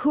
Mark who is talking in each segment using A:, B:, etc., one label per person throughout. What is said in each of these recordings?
A: Who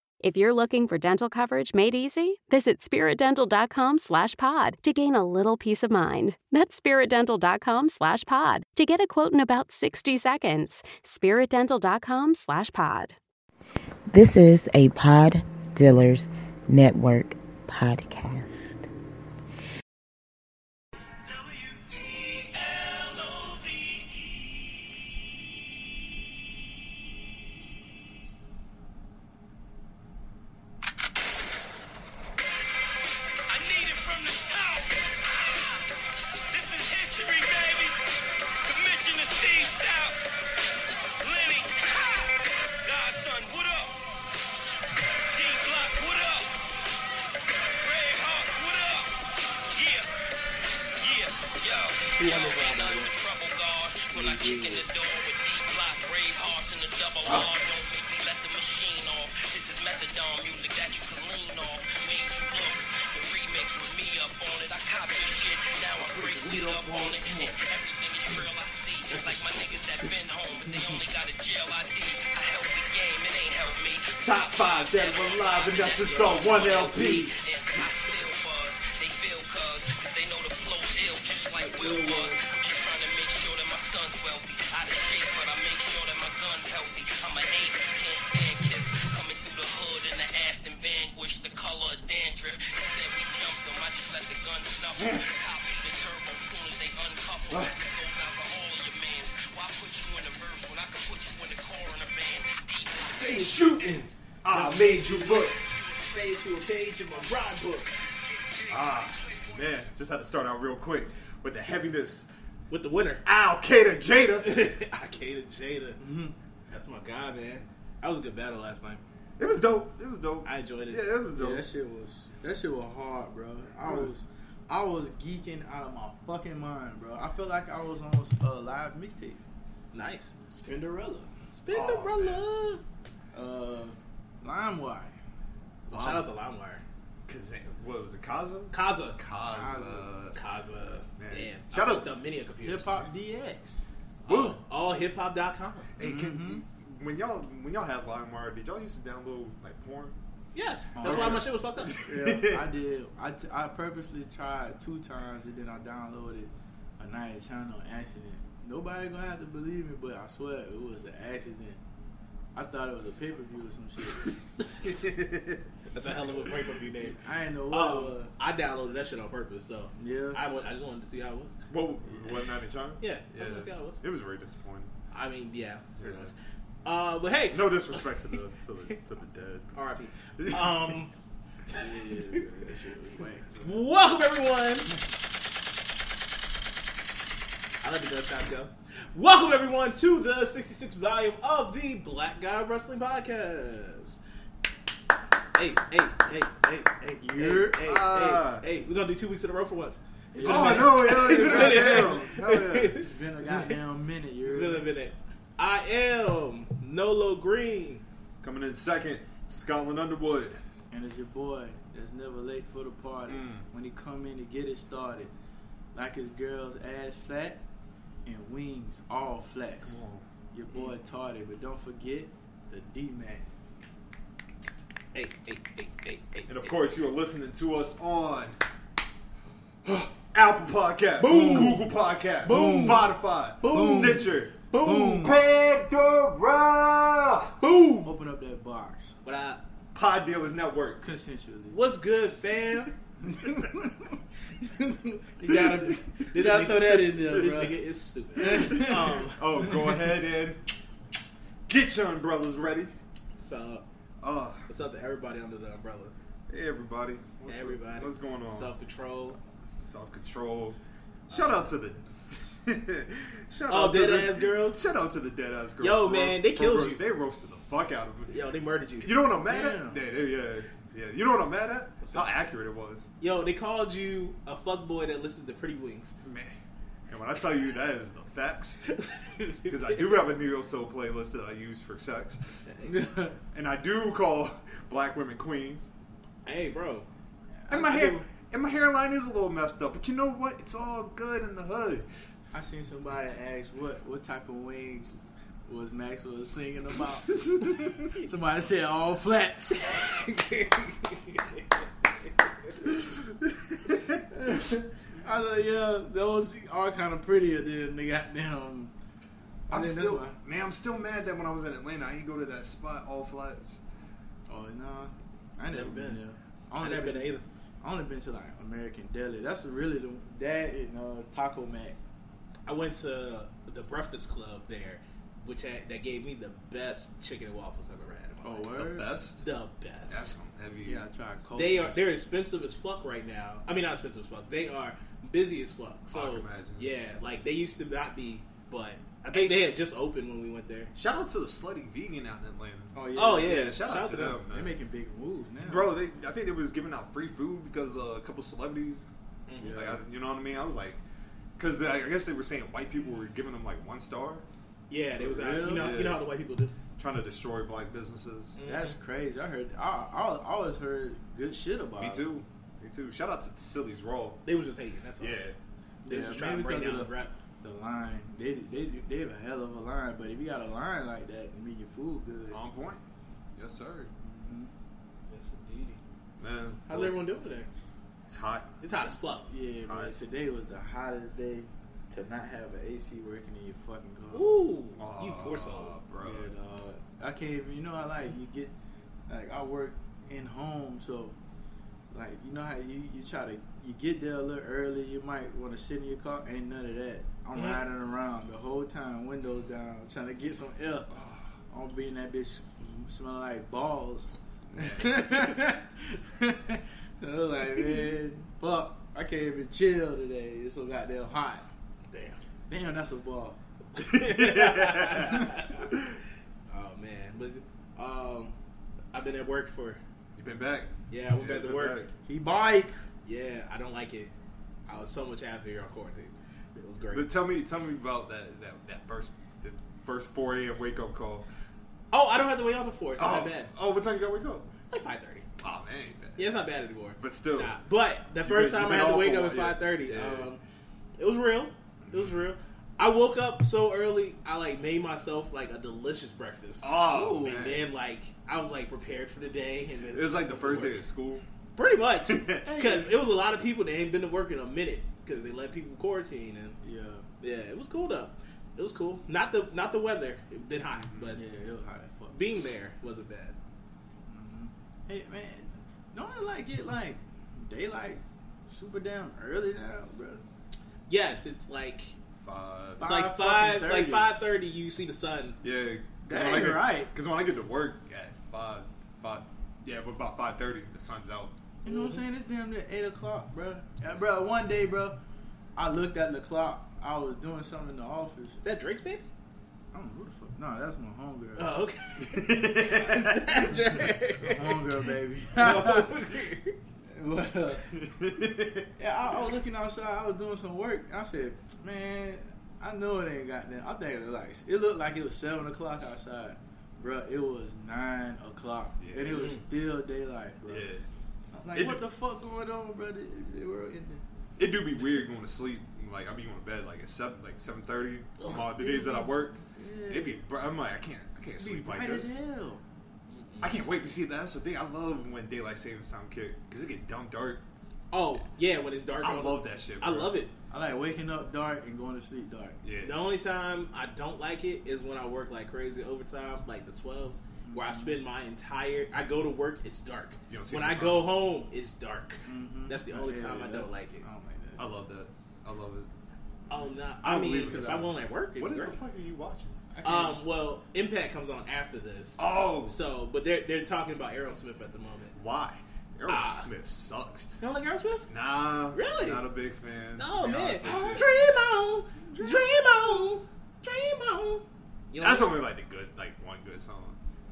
B: If you're looking for dental coverage made easy, visit spiritdental.com slash pod to gain a little peace of mind. That's spiritdental.com slash pod to get a quote in about 60 seconds. spiritdental.com slash pod.
C: This is a Pod Dealers Network podcast.
D: E I need it from the top. This is history, baby. Commissioner Steve Stout. Lenny. Ha! Godson, what up? D Block, what up? Red Hawks, what up? Yeah. Yeah. Yo. Yo, ain't nothing but trouble, God. When I kick in the door with D Block, Brave Hearts, and the double R. Don't make me let the machine off. This is methadone music that you can lean off. Made you look. The remix with me up on it. I cop this shit. Now I break weed up on it. And everything is real, I see. Like my niggas that been home, but they only got a jail ID. I helped the game, it ain't helped me.
E: Top five that are alive, and that's just on one
D: And
E: LP.
D: I still buzz, they feel cuz, cause they know the flow's ill, just like Will was. I'm just trying to make sure that my son's wealthy. Out of shape, but I make sure that my gun's healthy. I'm an ape, you can't stand kiss. Coming through the hood in the Aston Vanquish, the color of dandruff. They said we jumped them, I just let the gun snuff 'em. Copy the turbo soon as they uncuff 'em. This goes out to all of your mans. Why put you in the verse when I can put you in the car in a van? Deep
E: They shooting. I made you look.
F: Spade to a page in my rhyme book.
E: Man, just had to start out real quick with the heaviness.
F: With the winner.
E: Al Qaeda Jada. Mm-hmm.
F: Ikeda Jada. That's my guy, man. That was a good battle last night.
E: It was dope. It was dope.
F: I enjoyed it.
E: Yeah, it was dope.
G: Yeah, that shit was that shit was hard, bro. I was I was geeking out of my fucking mind, bro. I feel like I was on a live mixtape.
F: Nice.
G: Spinderella,
E: Spinderella.
G: uh, LimeWire,
F: Shout out to LimeWire.
E: Kaz- what was it, Kaza?
F: Kaza.
E: Kaza.
F: Kaza.
E: Man,
F: Damn.
E: shout
F: I
E: out-
F: fucked up many a computer.
G: Hip Hop DX.
E: Woo.
F: All hiphop.com.
E: Hey, can, when y'all when y'all had LimeWire, did y'all used to download like porn?
F: Yes.
G: Oh,
F: That's why
G: yeah.
F: my shit was fucked up.
G: Yeah, I did. I, t- I purposely tried two times and then I downloaded another channel on accident. Nobody gonna have to believe me, but I swear it was an accident. I thought it was a pay per view or some shit.
F: That's a hell of a pay per view name.
G: I didn't know what it was.
F: Um, I downloaded that shit on purpose, so
G: Yeah.
F: I, wa- I just wanted to see how it was.
E: Well, wasn't that in China?
F: Yeah,
E: yeah.
F: I just got it.
E: It was very disappointing.
F: I mean, yeah, pretty
E: Yeah.
F: much. Uh, but hey,
E: No disrespect to the to the to the dead.
F: R.I.P. Um,
G: Yeah, bro, that shit was whack.
F: welcome everyone. I let the gunshot go. Welcome everyone to the 66th volume of the Black Guy Wrestling Podcast. Hey, hey, hey, hey, hey, hey,
G: Yeah.
F: hey,
E: Ah.
F: hey, hey, we're gonna do two weeks in a row for once. It's been a
E: Oh
F: minute.
E: no! Yeah,
F: It's
E: yeah,
F: been a minute.
E: goddamn. Hell yeah.
G: It's been a goddamn minute, you're.
F: It's been a minute. I am Nolo Green.
E: Coming in second, Scotland Underwood.
G: And it's your boy that's never late for the party.
F: Mm.
G: When he come in to get it started, like his girl's ass flat and wings all flax. Your boy
F: Mm.
G: tardy, but don't forget the D man.
F: Hey, hey, hey, hey, hey.
E: And of course, you are listening to us on Apple Podcast, boom, Google Podcast, boom, Spotify, boom, Stitcher, boom, Pandora, boom,
G: Open up that box
H: But I,
E: Pod Dealers Network.
G: consensually.
H: Uh, what's good, fam?
G: You gotta,
H: This
G: gotta
H: nigga-
G: throw that in there,
H: This
G: bro.
H: nigga is stupid. um,
E: Oh, go ahead and get your umbrellas ready.
H: so
E: Uh,
H: what's up to everybody under the umbrella?
E: hey everybody, what's up?
H: everybody,
E: what's going on?
H: Self control.
E: Self control. Shout out to the. Shout
H: Oh,
E: out to
H: dead-ass
E: the-
H: girls?
E: Shout out to the dead ass girls.
H: Yo,
E: bro.
H: man, they
E: Bro,
H: killed
E: bro,
H: you.
E: They roasted the fuck out of me.
H: Yo, they murdered you.
E: You know what I'm mad at?
G: Damn.
E: Yeah, they- yeah, yeah. You know what I'm mad at? How accurate it was,
H: Yo, they called you a fuckboy that listens to Pretty Wings.
E: man. And when I tell you that is the facts, because I do have a neo soul playlist that I use for sex, and I do call black women queen.
H: Hey, bro.
E: And my hair, and my hairline is a little messed up, but you know what? It's all good in the hood.
G: I seen somebody ask what what type of wings was Maxwell singing about. somebody said all flats. I was like, yeah, those are kind of prettier than the goddamn. I
E: I'm
G: think that's
E: still,
G: why.
E: man, I'm still mad that when I was in Atlanta, I didn't go to that spot all flats.
G: Oh no, I ain't never been there.
H: I
G: only
H: never been
G: been-
H: there either.
G: I only been to like American Deli. That's really the that and uh, Taco Mac.
H: I went to the Breakfast Club there, which had, that gave me the best chicken and waffles I've ever had in my
G: Oh,
H: life.
G: word.
E: Best.
H: The best.
E: That's some heavy.
G: Yeah, I tried. Cold
H: they are they're expensive as fuck right now. I mean, not expensive as fuck. They are busy as fuck. So
E: I can imagine.
H: yeah, like they used to not be, but I think they had just opened when we went there.
E: Shout out to the slutty vegan out in Atlanta.
G: Oh yeah.
H: Oh yeah, shout,
E: Shout, out to them,
G: They're
E: man.
G: making big moves now,
E: Bro, they, I think they was giving out free food because uh, a couple celebrities,
H: Mm-hmm.
G: Yeah.
E: like, I, you know what I mean. I was like, because I guess they were saying white people were giving them like one star,
H: Yeah, they was out. You
G: Really?
H: know, you know how the white people do.
E: trying to destroy black businesses.
G: That's crazy. I heard. I, I always heard good shit
H: Mm-hmm.
G: about.
E: Me
G: it.
E: too, me too. Shout out to Silly's Raw.
H: They was just hating. That's all.
E: Yeah,
H: they was
G: Yeah,
H: just trying to
G: maybe
H: bring
G: because
H: down the
G: of
H: rap.
G: The line. They they they have a hell of a line. But if you got a line like that, I mean your food good.
E: on point. Yes, sir.
H: Yes, indeed.
E: Man,
H: How's everyone doing today?
E: It's hot.
H: It's hot as fuck.
G: yeah, bro.
E: tight.
G: Today was the hottest day to not have an AC working in your fucking car.
H: Ooh, you
E: Aw,
H: poor soul.
E: bro.
G: And, uh, I can't even, you know, I like, you get, like, I work in home, so, like, you know how you, you try to, you get there a little early, you might want to sit in your car, ain't none of that. I'm
H: Mhm.
G: riding around the whole time, windows down, trying to get some air. I'm being that bitch smelling like balls. I was like, man, fuck, I can't even chill today. It's so goddamn hot.
H: Damn.
G: Damn, that's a ball.
H: oh man, but um, I've been at work for
E: You been back?
H: yeah, I went
E: Yeah,
H: back to
E: been
H: work.
E: back.
G: He bike.
H: Yeah, I don't like it. I was so much happier on quarantine. It was great.
E: But tell me, tell me about that that, that first the first four a.m. wake up call.
H: oh, I don't have to wait up before. It's not
E: oh,
H: that bad.
E: oh, what time you got to wake up?
H: Like five thirty.
E: Oh man, ain't bad.
H: Yeah, it's not bad anymore.
E: But still.
H: Nah. But the
E: You've
H: first
E: been-
H: time
E: you've
H: I
E: been
H: had to
E: off
H: wake
E: for a
H: up
E: while,
H: at
E: yeah.
H: five thirty,
E: Yeah.
H: um, it was real. It was real. I woke up so early. I like made myself like a delicious breakfast.
E: Oh,
H: and
E: man.
H: then like I was like prepared for the day. And then
E: It was like the first day of school.
H: Pretty much, because it was a lot of people that ain't been to work in a minute because they let people quarantine and
G: Yeah,
H: yeah, it was cool though. It was cool. Not the not the weather. It been hot, but
G: yeah, it was hot as fuck.
H: being there wasn't bad.
G: Hey man, don't it like get like daylight super damn early now, bro?
H: Yes, it's like
E: Five.
H: it's
G: Five
H: like
G: fucking
H: five
G: thirty.
H: like five thirty. You see the sun.
E: Yeah,
G: That
E: when I
G: ain't
E: get,
G: right.
E: Because when I get to work at five, five, yeah, but about five thirty, the sun's out.
G: You know what I'm saying? It's damn near eight o'clock, bro. Yeah, bro, one day, bro, I looked at the clock. I was doing something in the office.
H: Is that Drake's baby?
G: I don't know who the fuck. No, that's my homegirl.
H: Oh, okay. Is that Drake?
G: homegirl, baby. Well, yeah, I, I was looking outside. I was doing some work. and I said, man, I know it ain't goddamn. I think it was like it looked like it was seven o'clock outside, bro. It was nine o'clock,
E: Yeah.
G: and it was still daylight, bro.
E: Yeah,
G: I'm like,
E: It-
G: what the fuck going on, bro? The, the world ending.
E: it do be weird going to sleep. Like I be going to bed like at seven, like seven thirty. All the days that I work, it be. br- I'm like I can't, I can't
G: Be
E: sleep like
G: bright
E: this.
G: as hell.
E: I can't wait to see that. That's the thing. I love when daylight savings time kick because it get dumb dark.
H: Oh yeah, when it's dark.
E: I
H: on-
E: love that shit,
H: I
E: bro.
H: love it.
G: I like waking up dark and going to sleep dark.
E: Yeah.
H: The only time I don't like it is when I work like crazy overtime, like the 12s, where I spend my entire. I go to work, it's dark.
E: You don't see
H: When
E: the
H: I
E: sun.
H: go home, it's dark. That's the
G: Yeah,
H: only
G: Oh, yeah,
H: time I
G: that's- oh.
H: don't like it.
G: I don't like
E: I
G: that.
E: love that. I love it.
H: Oh no!
E: I
H: I,
E: don't
H: mean,
E: believe it,
H: because
E: though.
H: I won't at work. It's
E: What the
H: great.
E: fuck are you watching?
G: I can't-
H: Um. Well, Impact comes on after this.
E: Oh,
H: So, but they're they're talking about Aerosmith at the moment.
E: why?
H: Ah.
E: Aerosmith sucks.
H: You don't like Aerosmith?
E: Nah,
H: Really?
E: Not a big fan.
H: Oh
E: to be
H: man!
E: honest with you.
H: Dream on, dream on, dream on. You
E: That's
H: don't
E: only like the good, like one good song.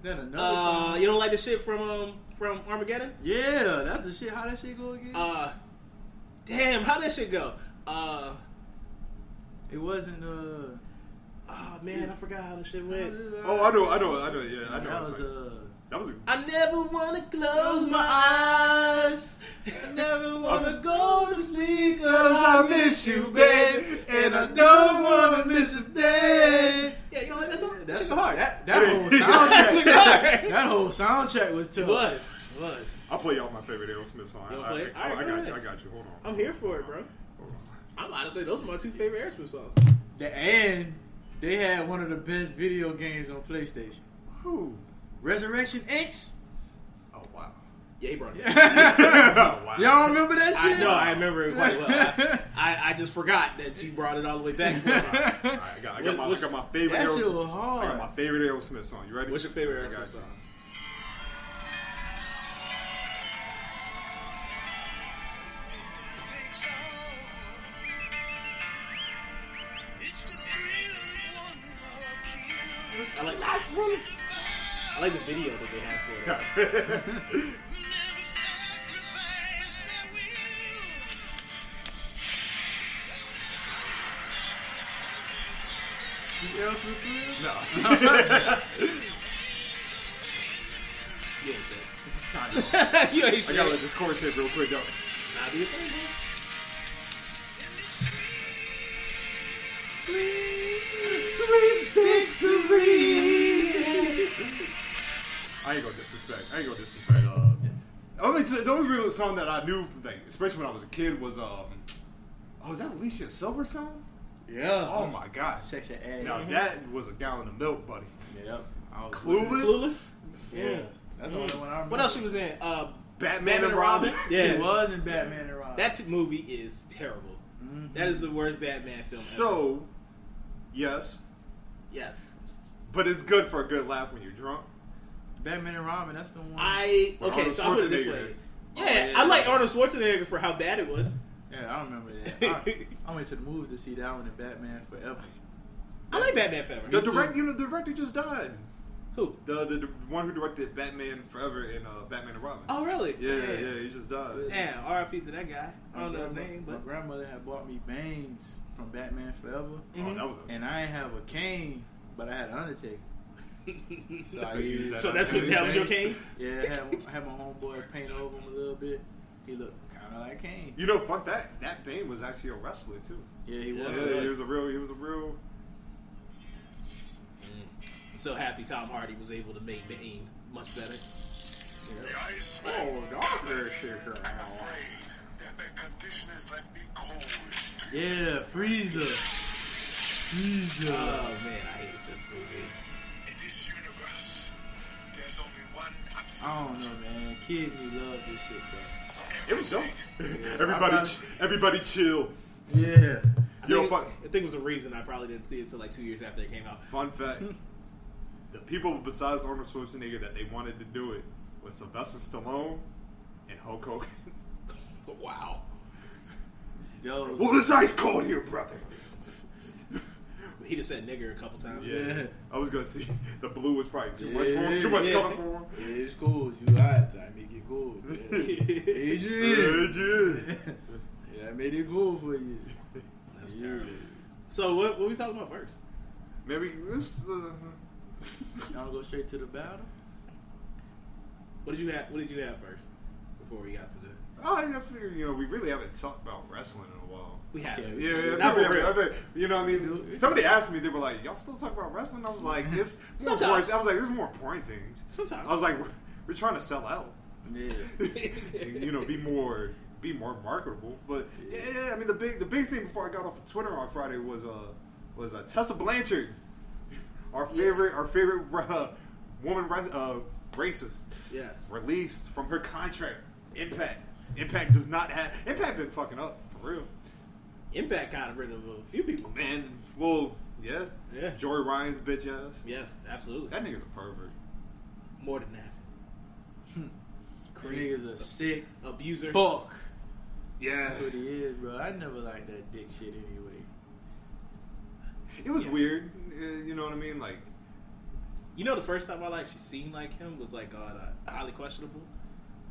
G: Then another
H: uh,
G: song.
H: you don't like the shit from um from Armageddon?
G: Yeah, that's the shit. How that shit go again?
H: Uh, damn, how that shit go? Uh,
G: it wasn't. Uh,
H: oh man, I forgot how the shit went.
E: Oh, I know, I know, I know. Yeah, I know.
G: That
E: it's
G: was
E: like-
G: uh,
E: that was a
H: I never wanna close my eyes. uh, I never wanna go to sleep 'cause I miss you, babe, and I don't wanna miss a day. Yeah, you don't like that song? That shit hard.
G: That, that whole
H: Shit
G: soundtrack.
H: hard.
G: that whole soundtrack was
H: It
G: tough.
H: was, it was.
E: I'll play y'all my favorite Aerosmith song.
H: You
E: I,
H: wanna
E: I,
H: play it?
E: I,
H: Alright,
E: I got
H: go
E: you. I
H: ahead.
E: got you. Hold on.
H: I'm here for it, bro.
E: Hold on.
H: I'm honestly, those are my two favorite Aerosmith songs.
G: The- and they had one of the best video games on PlayStation.
E: Whew.
G: Resurrection X.
E: Oh wow.
H: Yeah, he brought it.
E: Oh, wow.
G: Y'all remember that
H: I
G: shit?
H: know, I remember it quite well. I, I, I just forgot that you brought it all the way back. for me.
E: Alright, I got, I got, my, I got my favorite
G: That
E: Aerosmith.
G: shit was hard.
E: I got my favorite Aerosmith song. You ready?
H: What's your
E: I
H: favorite
E: got
H: Aerosmith
E: you.
H: song?
I: It's the thrill of one more kill.
H: I like, I like the video that they have for it.
I: We'll never sacrifice their will.
H: Yeah, but-
E: I gotta let this chorus hit real quick. Yo.
H: Nah, do your thing, bro.
I: And it's sweet.
E: I ain't gonna disrespect. I ain't gonna disrespect. Uh, only t- the only real song that I knew from like, especially when I was a kid, was um. Oh, is that Alicia Silverstone?
G: Yeah.
E: Oh my god.
G: Shake your ass.
E: Now that was a gallon of milk, buddy.
G: Yep. I was
E: Clueless.
H: Clueless?
G: Yeah. That's the only one I remember.
H: What else she was in? Uh,
E: Batman,
H: Batman
E: and Robin.
H: Yeah.
G: She was in Batman and Robin.
H: that t- movie is terrible. That is the worst Batman film ever.
E: So, yes,
H: Yes.
E: but it's good for a good laugh when you're drunk.
G: Batman and Robin. That's the one.
H: I,
E: Well,
H: okay,
E: Arnold
H: so I'll put it this
E: Schwarzenegger.
H: way.
G: Oh,
H: Yeah,
G: yeah,
H: I like
G: yeah.
H: Arnold Schwarzenegger for how bad it was.
G: yeah, I remember that. I, I went to the movies to see that one in Batman Forever.
H: I like Batman Forever.
E: The direct, you know, the director just died.
H: Who?
E: The, the the one who directed Batman Forever and uh, Batman and Robin.
H: Oh, really?
E: Yeah, Mm-hmm. yeah, he just died.
H: Damn, RIP to that guy. I don't know his
G: My
H: name,
G: My
H: but
G: grandmother had bought me Banes from Batman Forever,
H: Mm-hmm.
E: Oh, that was a,
G: and I didn't have a cane, but I had an Undertaker. So, I
E: So you
G: used-
E: used that
H: so that's what
E: Batman.
H: that was your cane.
G: Yeah, I had, I had my homeboy paint over him a little bit. He looked kind of like Kane.
E: You know, fun fact: that Bane was actually a wrestler too.
G: Yeah, he was.
E: Yeah, he was a real. He was a real.
H: I'm so happy Tom Hardy was able to make Bane much better.
I: The ice
E: Oh, darker
I: That the condition has left me cold.
G: Yeah, Freezer.
H: Oh
G: Freezer.
H: man, I hate this movie.
I: In this universe, there's only one absolute.
G: I don't know, man. Kids, we love this shit,
E: It
G: bro.
E: was dope.
G: I'm
E: Everybody,
G: not-
E: ch- everybody, chill.
G: Yeah.
E: Yo,
H: think,
E: fun,
H: I think it was a reason I probably didn't see it until like two years after it came out.
E: fun fact: the people besides Arnold Schwarzenegger that they wanted to do it was Sylvester Stallone and Hulk Hogan.
H: Wow.
G: Yo.
E: well, it's ice cold here, brother.
H: He just said nigger a couple times.
G: Yeah.
E: I was gonna see the blue was probably too much for him. Too much
H: Yeah.
E: color for him.
G: Yeah, it's cool. You alright, I make it cool. Yeah. Adrian.
E: Yeah, yeah.
G: Yeah, I made it cool for you.
H: That's terrible. So what what we talking about first?
E: Maybe this. Uh,
G: Y'all go straight to the battle?
H: What did you have what did you have first? Before we got to the
E: oh, I figure you know we really haven't talked about wrestling in a while.
H: we had
G: Okay.
E: Yeah, yeah,
H: Not
E: I figured-
H: for real.
E: I figured- you know what I mean? Somebody asked me, they were like, y'all still talk about wrestling? I was like, it's more
H: Sometimes.
E: important. I was like, there's more important things.
H: Sometimes.
E: I was like, we're, we're trying to sell out.
G: Yeah.
E: you know, be more be more marketable. But yeah, yeah, I mean the big the big thing before I got off of Twitter on Friday was uh was uh, Tessa Blanchard, our favorite our favorite uh, woman res- uh, racist,
H: Yes.
E: released from her contract. Impact Impact does not have Impact been fucking up for real.
H: Impact got rid of a few people.
E: Man, well yeah
H: Yeah.
E: Jory Ryan's bitch ass.
H: Yes, absolutely.
E: That nigga's a pervert.
H: More than that.
G: That nigga's a sick
H: Abuser.
G: fuck.
E: Yeah,
G: That's what he is, bro. I never liked that dick shit anyway.
E: it was weird. uh, You know what I mean? Like
H: You know, the first time I like she seemed like him was like on uh, highly questionable.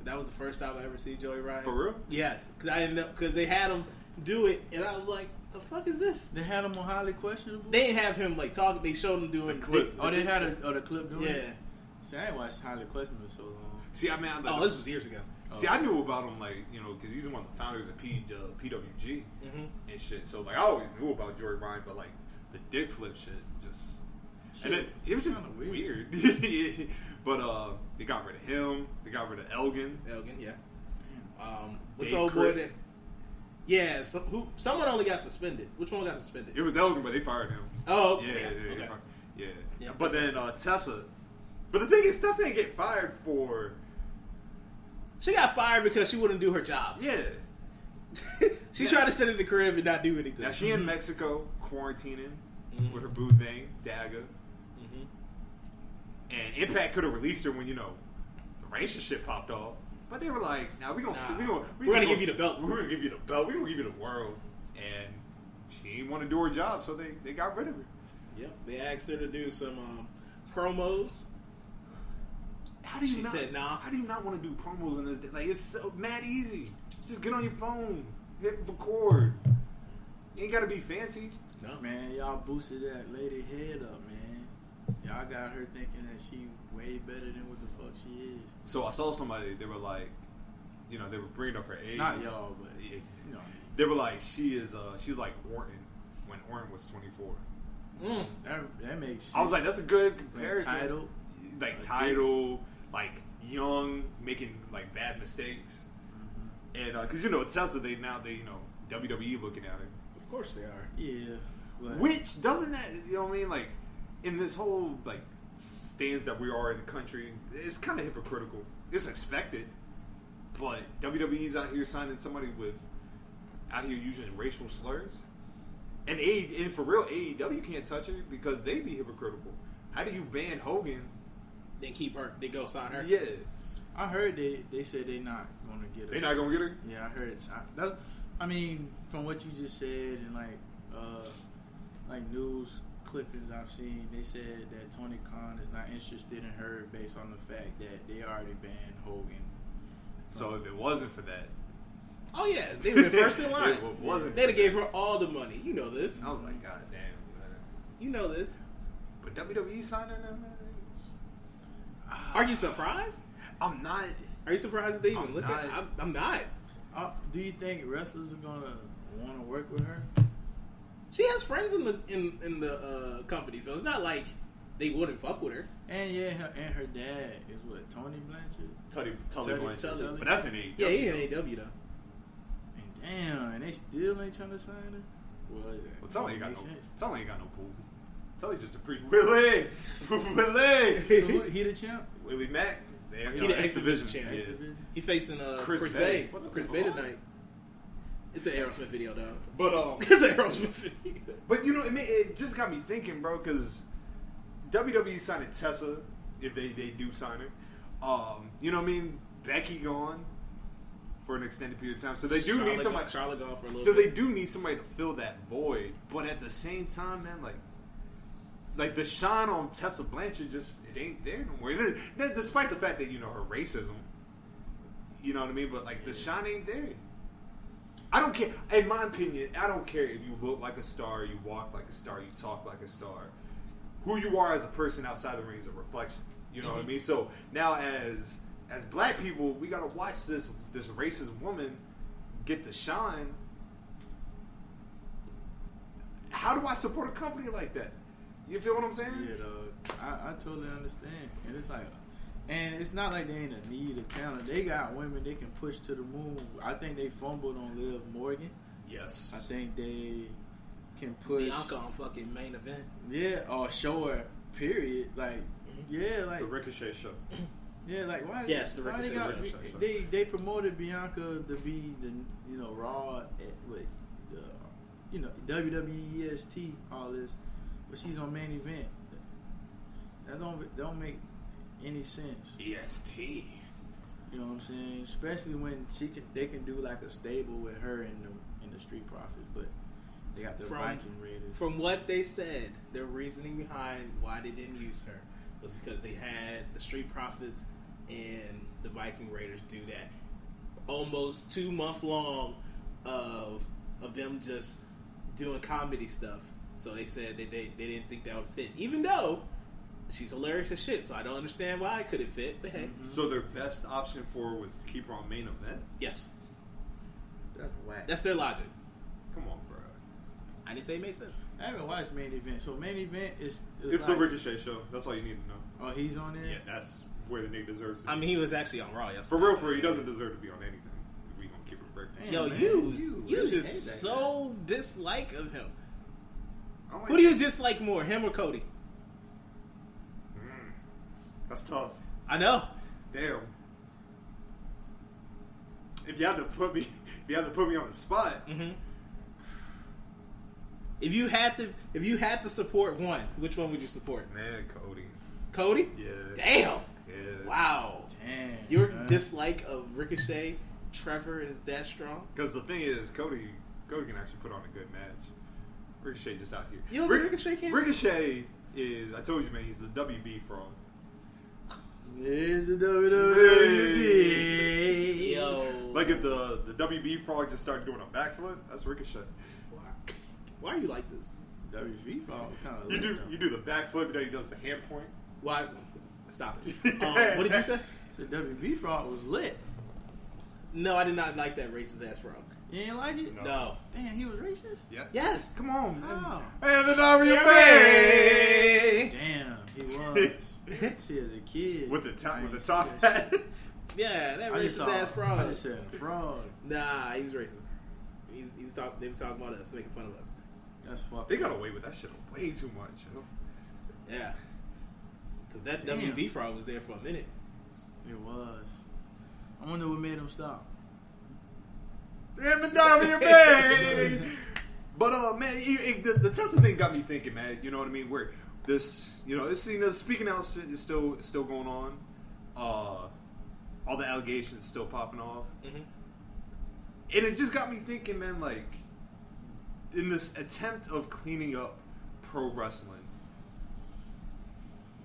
H: That was the first time I ever seen Joey Ryan.
E: for real.
H: Yes, because I didn't know because they had him do it, and I was like, "The fuck is this?"
G: They had him on highly questionable.
H: They didn't have him like talking. They showed him doing
E: clip.
H: the-
G: oh, they had a oh the clip doing.
H: yeah.
G: It? See, I ain't watched highly questionable so long.
E: See, I mean, I'm like,
H: Oh, this was years ago.
E: See, I knew about him, like, you know, because he's one of the founders of P, uh, PWG
H: Mm-hmm.
E: and shit. So, like, I always knew about Joey Ryan, but, like, the dick flip shit just. and it, it was just
G: Kinda
E: weird. Yeah. But uh, they got rid of him. They got rid of Elgin.
H: Elgin, yeah. Um, what's
E: Dave
H: old boy
E: Chris.
H: that? Yeah, some, who? Someone only got suspended. Which one got suspended?
E: It was Elgin, but they fired him.
H: oh,
E: Yeah,
H: okay.
E: yeah, yeah.
H: okay.
E: they fired- yeah.
H: Yeah,
E: but
H: that's
E: then uh, Tessa. But the thing is, Tessa didn't get fired for.
H: She got fired because she wouldn't do her job.
E: Yeah.
H: she tried to sit in the crib and not do anything.
E: Now, she in Mexico quarantining
H: Mm-hmm.
E: with her boo thing, Daga.
H: Mhm.
E: And Impact could have released her when you know the racist shit popped off, but they were like, "Now nah, we gonna
H: Nah.
E: we gonna
H: We're
E: we
H: gonna
E: just
H: give you the belt.
E: We're gonna give you the belt. We gonna give you the world." And she didn't want to do her job, so they they got rid of her.
H: Yep, they asked her to do some um, promos.
E: How do you
H: She
E: not?
H: said, "Nah."
E: How do you not want to do promos in this? Day? Like it's so mad easy. Just get on your phone, hit record. You ain't gotta be fancy.
H: No,
G: Man, y'all boosted that lady head up, man. Y'all got her thinking that she way better than what the fuck she is.
E: So I saw somebody. They were like, you know, they were bringing up her age.
G: Not y'all, but
E: Yeah.
G: you know,
E: They were like, she is. uh She's like Orton when Orton was twenty four.
G: that, that makes. Sense.
E: I was like, that's a good comparison.
G: title?
E: like
G: Like,
E: title, like young, making like bad mistakes,
G: Mm-hmm.
E: and because you know Tesla, they now they you know WWE looking at her,
H: of course they are.
G: yeah. But
E: which doesn't that you know what I mean? Like in this whole like stands that we are in the country, it's kind of hypocritical. It's expected, but WWE's out here signing somebody with out here using racial slurs. And A and for real, AEW can't touch her because they be hypocritical. How do you ban Hogan
H: They keep her. They go sign her.
E: Yeah,
G: I heard they they said they not gonna get.
E: they
G: her.
E: not gonna get her.
G: Yeah, I heard. I, that, I mean, from what you just said and like, uh, like news clippings I've seen, they said that Tony Khan is not interested in her based on the fact that they already banned Hogan.
E: So if it wasn't for that,
H: Oh yeah, they were first in line.
E: It wasn't.
H: They'd have gave her all the money. You know this.
E: I was like, God damn. Man.
H: You know this.
E: But WWE signed her, man. it's-
H: Are you surprised?
E: I'm not.
H: Are you surprised that they even
E: I'm
H: looked at?
E: not.
H: I'm, I'm not.
G: Uh, do you think wrestlers are gonna want to work with her?
H: She has friends in the in in the uh, company, so it's not like they wouldn't fuck with her.
G: And yeah, her, and her dad is what Tony Blanchard.
E: Tully, Tully,
G: Tully,
E: Blanchard.
H: Tully.
E: But that's E an AEW.
H: Yeah, he in AW though.
G: And damn, and they still ain't trying to sign her. Well, that
E: Well, Tully ain't
G: don't
E: got
G: make
E: no.
G: sense.
E: Tully ain't got no pool. Tully just a pre. Willie, Willie,
G: So who- he the champ.
E: Willie Mack. They have, you
H: He
E: know,
H: the
E: X
H: X Division
E: division.
H: champ.
E: Yeah.
H: He facing uh, Chris,
E: Chris
H: Bay.
E: Bay. What the
H: Chris
E: fuck?
H: Bay tonight. It's an Aerosmith video though.
E: But um,
H: It's an Aerosmith video.
E: But you know, it, ma- it just got me thinking, bro, because WWE signing E Tessa, if they, they do sign her, um, you know what I mean? Becky gone for an extended period of time, so they do
H: Charlotte
E: need somebody.
H: gone- Charlotte gone for a little
E: so they
H: bit.
E: do need somebody to fill that void. But at the same time, man, like. Like the shine on Tessa Blanchard just it ain't there no more. It is- that- despite the fact that you know her racism, you know what I mean. But like the shine ain't there. I don't care. In my opinion, I don't care if you look like a star, you walk like a star, you talk like a star. Who you are as a person outside the ring is a reflection. You know what I mean? So now, as as black people, we gotta watch this this racist woman get the shine. How do I support a company like that? You feel what I'm saying?
G: Yeah, dog. I, I totally understand, and it's like And it's not like they ain't in need of talent. They got women they can push to the moon. I think they fumbled on Liv Morgan.
E: Yes.
G: I think they can push.
H: Bianca on fucking main event.
G: Yeah, or show her. Period. Like, yeah, like
E: the Ricochet show.
G: yeah, like why?
H: Yes, the
G: why they,
H: Ricochet
G: got,
E: Ricochet show.
G: they they promoted Bianca to be the you know Raw, eh, wait, the you know WWE EST all this, but she's on main event. That don't don't make any sense.
E: E EST.
G: You know what I'm saying? Especially when she can, they can do like a stable with her and the and the Street Profits, but they got the
H: From-
G: Viking Raiders.
H: From what they said, their reasoning behind why they didn't use her was because they had the Street Profits and the Viking Raiders do that almost two month long of of them just doing comedy stuff. So they said that they, they didn't think that would fit, even though she's hilarious as shit. So I don't understand why it couldn't fit. But hey,
G: Mm-hmm.
E: So their best option for her was to keep her on main event.
H: yes,
G: That's whack.
H: that's their logic.
E: Come on, bro.
H: I didn't say it made sense.
G: I haven't watched main event, so main event is, is
E: It's the
G: like-
E: Ricochet show. That's all you need to know.
G: Oh, he's on
E: Yeah,
G: it.
E: that's where the nigga deserves. To
H: I
E: be.
H: mean, he was actually on Raw yesterday.
E: for real, for real, he doesn't deserve to be on anything. If we gonna keep it break.
G: Damn.
H: Yo,
G: man.
H: you
G: You
H: you,
G: really hate that
H: just so dislike of him.
E: I don't like
H: Who do you dislike more, him or Cody?
E: That's tough.
H: I know.
E: Damn. If you had to put me, if you had to put me on the spot,
H: Mm-hmm. If you had to, if you had to support one, which one would you support?
E: man, Cody.
H: Cody?
E: Yeah.
H: Damn.
E: Yeah.
H: Wow.
G: Damn,
H: Your
G: son.
H: dislike of Ricochet, Trevor is that strong?
E: Because the thing is, Cody, Cody can actually put on a good match. Ricochet just out here.
H: You don't think Ricochet can?
E: Ricochet is. I told you, man. He's the WB fraud.
G: There's the E. WWE.
H: Yo.
E: Like if the the WB frog just started doing a backflip, that's Ricochet.
H: Why are you like this?
G: WWE fall kind of.
E: You do you do the backflip, then he does the hand point.
H: Why? Stop it. Um, what did you say?
G: So WWE fraud was lit.
H: No, I did not like that racist ass frog.
G: You ain't like it?
E: No. Mm-hmm.
H: No.
G: Damn, he was racist.
E: Yeah.
H: Yes.
E: Come on, man.
G: Oh.
E: And the WB
G: Damn, he was. See, as a kid,
E: with the top
G: I
E: with the
G: used
E: top
G: to-
E: hat.
H: Yeah, that
G: I just
H: racist
G: saw.
H: ass frog.
G: I just said fraud.
H: Nah, he was racist. He was, he was talk, they were talking about us, making fun of us.
G: That's fucked.
E: They got
G: up.
E: away with that shit way too much. yo.
H: Yeah. Because that
G: Damn.
H: WB fraud was there for a minute.
G: It was. I wonder what made him stop.
E: And the WB. but uh, man, it, it, the, the Tesla thing got me thinking, man. You know what I mean? Where this, you know, this you know, speaking out shit is still is still going on. Uh, all the allegations still popping off, and it just got me thinking, man. Like in this attempt of cleaning up pro wrestling,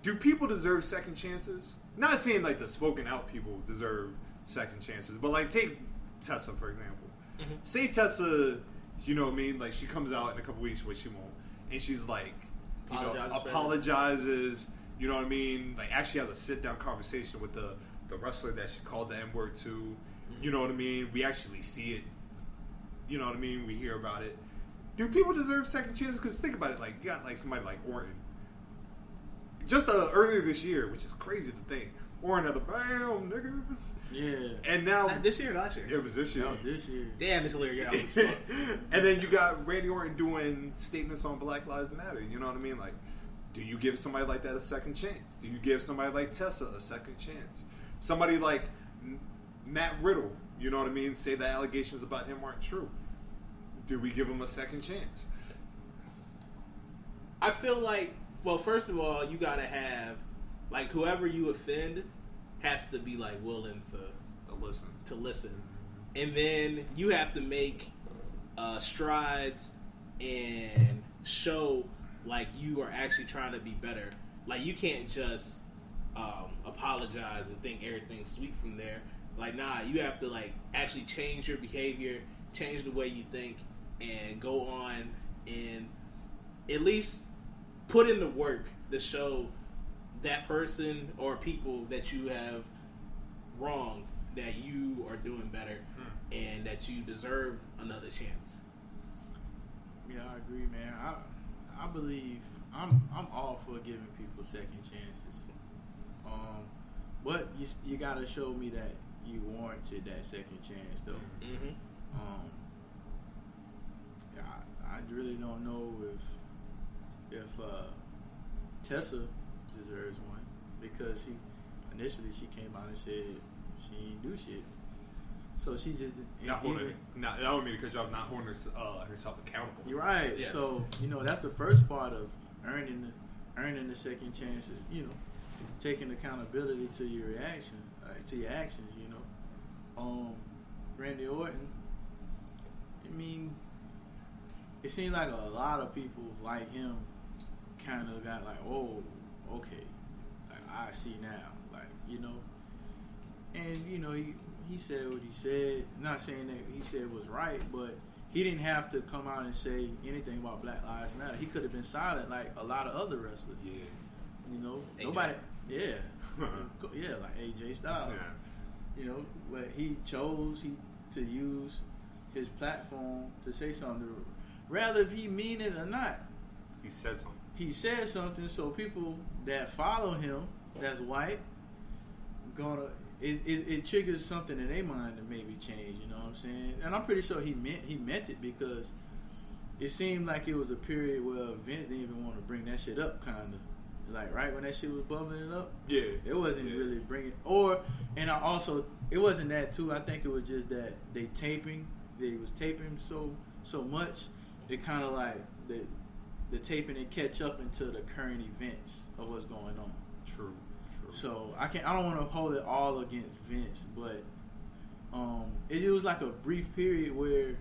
E: do people deserve second chances? Not saying like the spoken out people deserve second chances, but like take Tessa for example.
H: Mm-hmm.
E: Say Tessa, you know what I mean? Like she comes out in a couple weeks, which she won't, and she's like, you know,
H: Apologizes for
E: apologizes. You know what I mean? Like actually has a sit down conversation with the the wrestler that she called the N word to.
H: Mm-hmm.
E: You know what I mean? We actually see it you know what I mean? We hear about it. Do people deserve second chances? Because think about it, like you got like somebody like Orton. Just uh, earlier this year, which is crazy to think, Orton had a bam, nigga,
G: Yeah.
E: and now
H: Was that this year or last year?
E: it was this year.
G: Out this year.
H: Damn, this year, yeah, I was fucked.
E: and then you got Randy Orton doing statements on Black Lives Matter. You know what I mean? Like, do you give somebody like that a second chance? Do you give somebody like Tessa a second chance? Somebody like M- Matt Riddle, you know what I mean? Say the allegations about him aren't true. Do we give him a second chance?
H: I feel like, well, first of all, you gotta have, like, whoever you offend has to be, like, willing to,
E: But listen,
H: to listen. And then you have to make uh, strides and show, like, you are actually trying to be better. Like, you can't just um, apologize and think everything's sweet from there. Like, nah, you have to, like, actually change your behavior, change the way you think, and go on and at least put in the work to show that person or people that you have wrong that you are doing better
E: Hmm.
H: and that you deserve another chance.
G: Yeah, I agree, man. I I believe I'm I'm all for giving people second chances. Um, But you you gotta show me that you warranted that second chance though.
H: Mm-hmm.
G: Um, I, I really don't know if if uh, Tessa deserves one because she initially she came out and said she didn't do shit, so she just
E: Not
G: even-
E: holding, not, I don't mean to cut you off, not holding her, uh, herself accountable.
G: You're right.
H: Yes.
G: So you know that's the first part of earning the, earning the second chance is you know taking accountability to your reaction uh, to your actions. You know, um, Randy Orton. I mean, it seems like a lot of people like him kind of got like, oh, okay, like I see now, like you know, and you know he he said what he said. Not saying that he said was right, but he didn't have to come out and say anything about Black Lives Matter. He could have been silent like a lot of other wrestlers.
E: Yeah.
G: You know,
H: AJ.
G: nobody. Yeah, yeah, like AJ Styles
E: yeah.
G: you know, but he chose he to use his platform to say something, rather if he mean it or not.
E: He said something.
G: He said something, so people that follow him, that's white, gonna it, it, it triggers something in their mind to maybe change. You know what I'm saying? And I'm pretty sure he meant he meant it because it seemed like it was a period where Vince didn't even want to bring that shit up, kinda. Like right when that shit was bubbling up,
E: Yeah.
G: it wasn't
E: Yeah.
G: really bringing, or and I also it wasn't that too. I think it was just that they taping, they was taping so so much. It kind of like the the taping and catch up into the current events of what's going on.
E: True. True.
G: So I can not I don't want to hold it all against Vince, but um, it, it was like a brief period where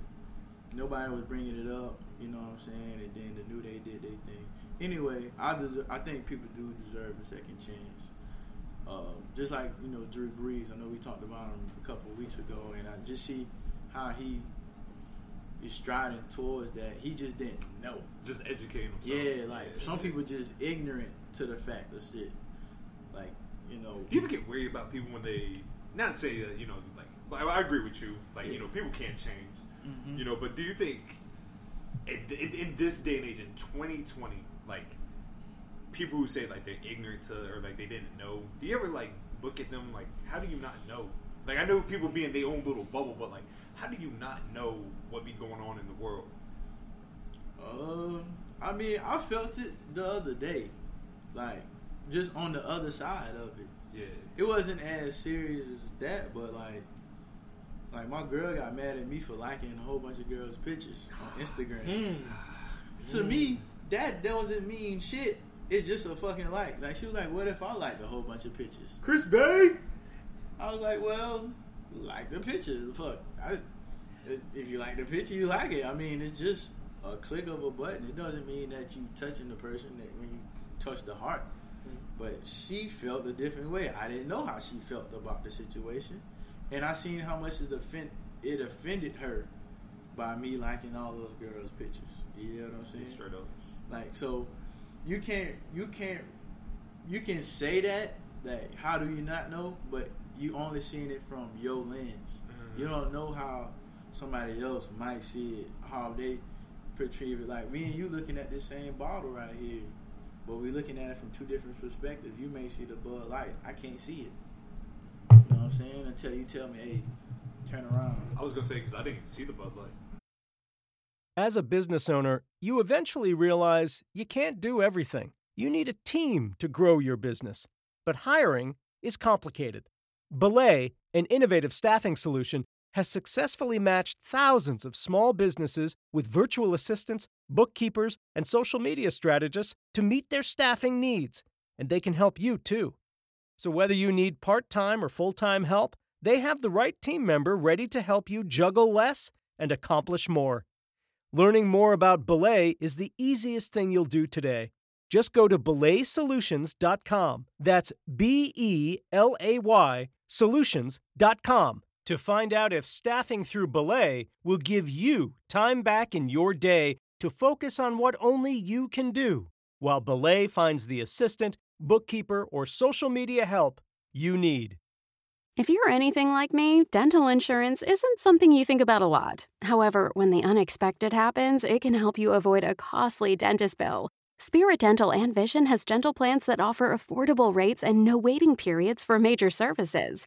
G: nobody was bringing it up. You know what I'm saying? And then the new day did their thing. Anyway, I deserve, I think people do deserve a second chance. Um, just like you know Drew Brees, I know we talked about him a couple of weeks ago, and I just see how he is striding towards that. He just didn't know.
E: just educating himself.
G: yeah, like some people just ignorant to the fact of shit. Like you know,
E: You ever get worried about people when they not say that you know like but I I agree with you like you know people can't change you know but do you think in, in, in this day and age in 2020 like people who say like they're ignorant to or like they didn't know do you ever like look at them like how do you not know like I know people be in their own little bubble but like how do you not know what be going on in the world
G: Um, I mean, I felt it the other day, like just on the other side of it.
E: yeah
G: It wasn't as serious as that, but like, like my girl got mad at me for liking a whole bunch of girls' pictures on Instagram.
H: Hmm. Mm.
G: To me, that doesn't mean shit. It's just a fucking like. Like she was like, "What if I liked a whole bunch of pictures?"
E: Chris Bay
G: I was like, "Well, like the picture. Fuck, I, if you like the picture, you like it. I mean, it's just a click of a button. It doesn't mean that you touching the person that when you touch the heart. But she felt a different way. I didn't know how she felt about the situation, and I seen how much it offend it offended her by me liking all those girls' pictures. You know what I'm saying?
E: straight up
G: Like so, you can't you can't you can say that that how do you not know? But you only seeing it from your lens.
E: Mm-hmm.
G: You don't know how somebody else might see it, how they perceive it. Like me and you looking at this same bottle right here, but we looking at it from two different perspectives. You may see the Bud Light, I can't see it. You know what I'm saying? Until you tell me, hey, turn around.
E: I was gonna say because I didn't even see the Bud Light
J: As a business owner, you eventually realize you can't do everything. You need a team to grow your business. But hiring is complicated. Belay, an innovative staffing solution, has successfully matched thousands of small businesses with virtual assistants, bookkeepers, and social media strategists to meet their staffing needs. And they can help you too. So, whether you need part time or full time help, they have the right team member ready to help you juggle less and accomplish more. Learning more about Belay is the easiest thing you'll do today. Just go to belaysolutions.com. That's B E L A Y solutions.com to find out if staffing through Belay will give you time back in your day to focus on what only you can do, while Belay finds the assistant, bookkeeper, or social media help you need.
B: If you're anything like me, dental insurance isn't something you think about a lot. However, when the unexpected happens, it can help you avoid a costly dentist bill. Spirit Dental and Vision has dental plans that offer affordable rates and no waiting periods for major services.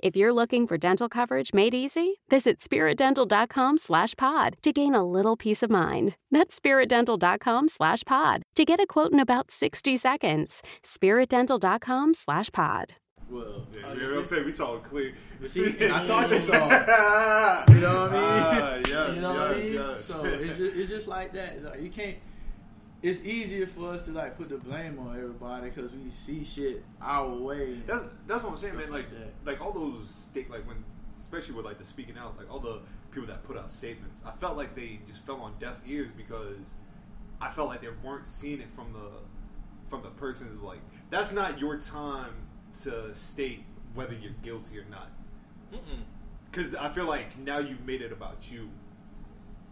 B: If you're looking for dental coverage made easy, visit spiritdental.com slash pod to gain a little peace of mind. That's spiritdental.com slash pod to get a quote in about 60 seconds. Spiritdental.com slash pod.
G: Well,
E: Yeah,
G: uh,
E: you know what I'm saying? We saw it clear.
G: But see, and I thought you saw
E: saw.
G: You know what I mean?
E: Ah, yes,
G: you know what I
E: yes,
G: mean?
E: yes.
G: So it's just, it's just like that. Like you can't. It's easier for us to like put the blame on everybody because we see shit our way.
E: That's that's what I'm saying, man. Like
G: Stuff like
E: like all those state like when especially with like the speaking out, like all the people that put out statements, I felt like they just fell on deaf ears because I felt like they weren't seeing it from the from the person's like that's not your time to state whether you're guilty or not. Because I feel like now you've made it about you.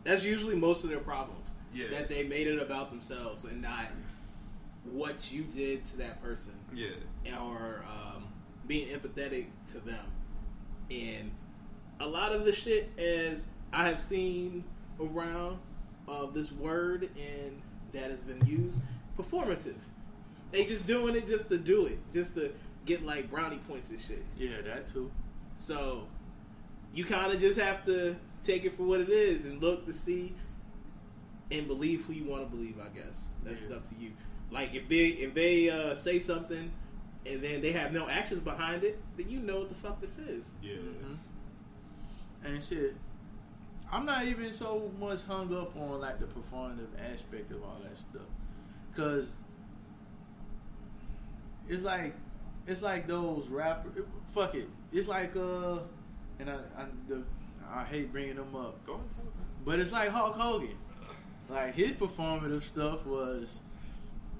H: That's usually most of their problems.
E: Yeah.
H: That they made it about themselves and not what you did to that person.
E: Yeah.
H: Or um, being empathetic to them. And a lot of the shit, as I have seen around of this word and that has been used, performative. They just doing it just to do it, just to get like brownie points and shit.
G: Yeah, that too.
H: So you kind of just have to take it for what it is and look to see and believe who you want to believe. I guess that's up to you. Like if they if they uh, say something and then they have no actions behind it, then you know what the fuck this is.
E: Yeah.
G: Mm-hmm. And shit, I'm not even so much hung up on like the performative aspect of all that stuff, cause it's like it's like those rapper. it- fuck it, it's like uh, and I I, the, I hate bringing them up,
E: Go and tell them.
G: but it's like Hulk Hogan. Like his performative stuff was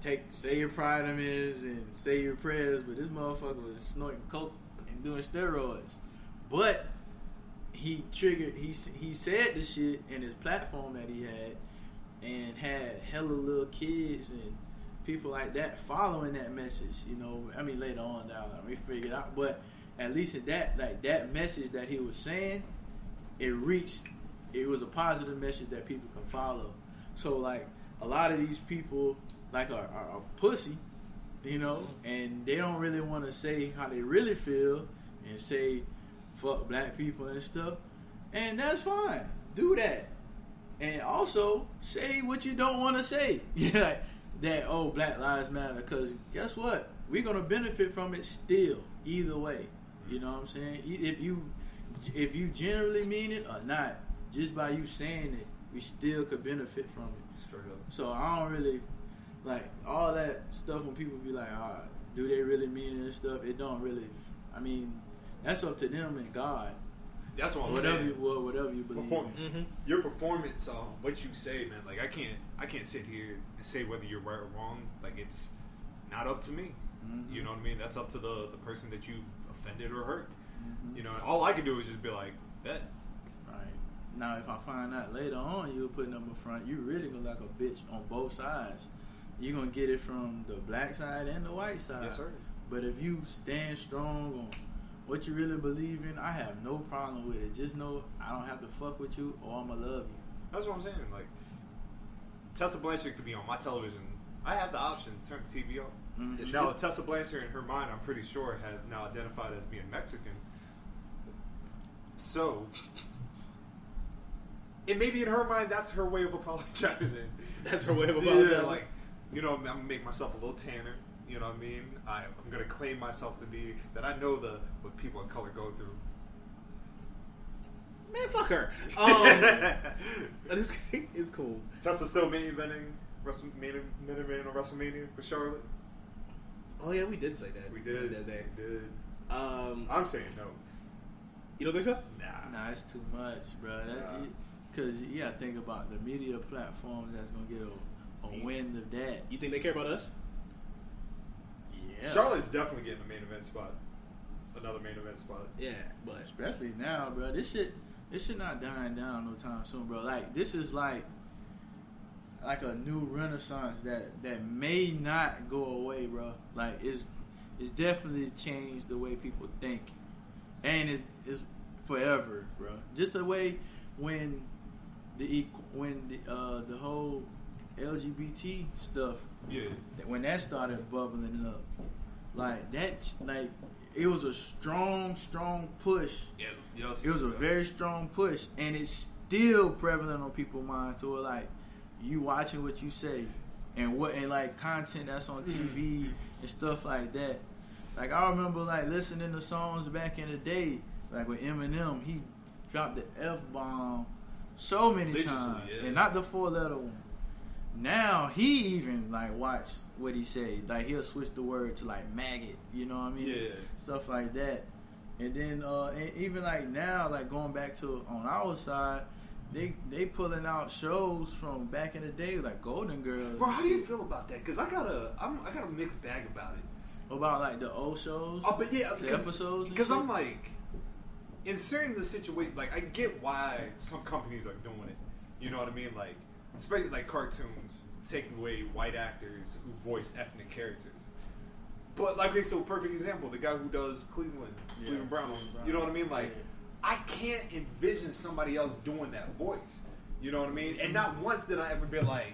G: take say your vitamins and say your prayers, but this motherfucker was snorting coke and doing steroids. But he triggered. He s- he said the shit in his platform that he had, and had hella little kids and people like that following that message. You know, I mean later on down we figured out, but at least in that like that message that he was saying, it reached. It was a positive message that people can follow. So like a lot of these people like are, are, are pussy, you know, and they don't really want to say how they really feel and say fuck black people and stuff, and that's fine. Do that, and also say what you don't want to say. Yeah, that oh Black Lives Matter. Because guess what, we're gonna benefit from it still either way. You know what I'm saying? E- If you if you generally mean it or not, just by you saying it, we still could benefit from it.
E: Straight up.
G: So I don't really like all that stuff when people be like, ah, do they really mean it and stuff? It don't really. I mean, that's up to them and God.
E: That's what I'm
G: Whatever
E: saying.
G: you Mm-hmm. well, whatever you believe.
E: Perform-
G: in.
E: Your performance, um, what you say, man. Like I can't, I can't sit here and say whether you're right or wrong. Like it's not up to me.
G: Mm-hmm.
E: You know what I mean? That's up to the the person that you offended or hurt.
G: Mm-hmm.
E: You know, all I can do is just be like, that.
G: Right. Now, if I find out later on you were putting them in front, you really gonna like a bitch on both sides. You're gonna get it from the black side and the white side.
E: Yes, sir.
G: But if you stand strong on what you really believe in, I have no problem with it. Just know I don't have to fuck with you or I'ma love you.
E: That's what I'm saying. Like Tessa Blanchard could be on my television. I have the option to turn the TV off. Now Tessa Blanchard, in her mind, I'm pretty sure, has now identified as being Mexican. So, and maybe in her mind, that's her way of apologizing.
H: That's her way of
E: Yeah,
H: apologizing.
E: like, you know, I'm gonna make myself a little tanner. You know what I mean? I, I'm gonna claim myself to be that. I know the what people of color go through.
H: Man, fuck her. Um, but it's, it's cool.
E: Tessa still main eventing WrestleMania, main event on WrestleMania for Charlotte.
H: Oh yeah, we did say that.
E: We did.
H: that day.
E: We did.
H: Um,
E: I'm saying no.
H: you don't think so?
E: Nah.
G: Nah, it's too much, bro. That,
E: Yeah.
G: it- Cause yeah, think about the media platforms that's gonna get a,
E: Mm.
G: a wind of that.
H: You think they care about us?
G: Yeah.
E: Charlotte's definitely getting the main event spot. another main event spot.
H: Yeah, but
G: Especially now, bro. This shit, this shit not dying down no time soon, bro. Like this is like, like a new renaissance that that may not go away, bro. Like it's it's definitely changed the way people think, and it's it's forever, bro. Just the way when the equ- when the uh, the whole LGBT stuff
E: Yeah.
G: that when that started bubbling up, like that, like it was a strong, strong push.
E: Yeah. Yes.
G: It was a very strong push, and it's still prevalent on people's minds. So like, you watching what you say, and what and like content that's on
E: Mm-hmm.
G: TV and stuff like that. Like I remember like listening to songs back in the day, like with Eminem, he dropped the f bomb so many
E: Religiously,
G: times,
E: yeah.
G: and not the four letter one. Now he even like watch what he say. Like he'll switch the word to like maggot. You know what I mean?
E: Yeah.
G: Stuff like that. And then uh and even like now, like going back to on our side, they they pulling out shows from back in the day, like Golden Girls.
E: Bro,
G: and
E: how do you
G: shit.
E: feel about that? Because I got a, I'm, I got a mixed bag about it.
G: about like the old shows?
E: Oh, but yeah,
G: the episodes. and
E: Because
G: shit?
E: I'm like, in certain the situation, like I get why some companies are doing it. You know what I mean? Like, especially like cartoons taking away white actors who voice ethnic characters. But like, okay, so perfect example, the guy who does Cleveland,
G: Yeah,
E: Cleveland Brown.
G: Cleveland Brown.
E: You know what I mean? Like,
G: Yeah.
E: I can't envision somebody else doing that voice. You know what I mean? And not once did I ever be like,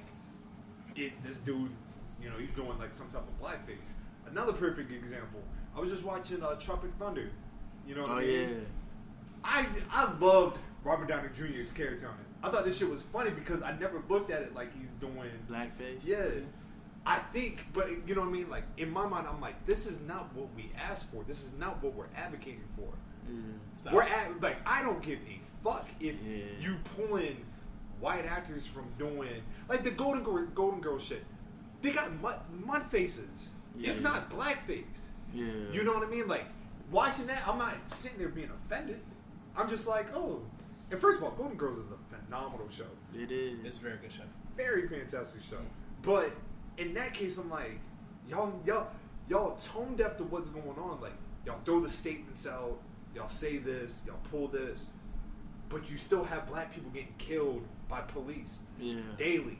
E: it, this dude's, you know, he's doing like some type of blackface. Another perfect example. I was just watching uh, Tropic Thunder. You know what
G: oh
E: I
G: yeah,
E: mean? I I loved Robert Downey Jr.'s character on it. I thought this shit was funny because I never looked at it like he's doing.
G: blackface.
E: Yeah. I think, but you know what I mean? Like, in my mind, I'm like, this is not what we asked for. This is not what we're advocating for.
H: it's not-
E: We're at like I don't give a fuck if
G: Mm-hmm. Yeah.
E: you pulling white actors from doing like the Golden Girl, Golden Girl shit. They got mud, mud faces. It's
G: Yes.
E: not blackface.
G: Yeah.
E: You know what I mean? Like watching that, I'm not sitting there being offended. I'm just like, oh. And first of all, Golden Girls is a phenomenal show.
G: It is.
H: it's a very good show.
E: Very fantastic show. But in that case, I'm like, y'all, y'all, y'all tone deaf to what's going on. Like, y'all throw the statements out. Y'all say this. Y'all pull this. But you still have black people getting killed by police
G: yeah.
E: daily.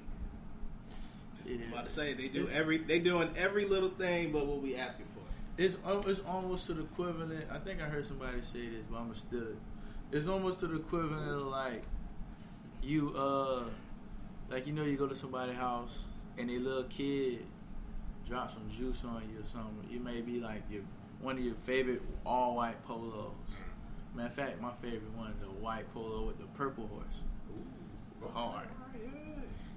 G: yeah.
H: I'm about to say they do every they doing every little thing, but what we asking for.
G: It's al- it's almost to the equivalent. I think I heard somebody say this, but I'm still. It's almost to the equivalent of like you uh like you know you go to somebody's house and their little kid drops some juice on you or something. You may be like your one of your favorite all white polos. Matter of fact, my favorite one, the white polo with the purple horse. Hard.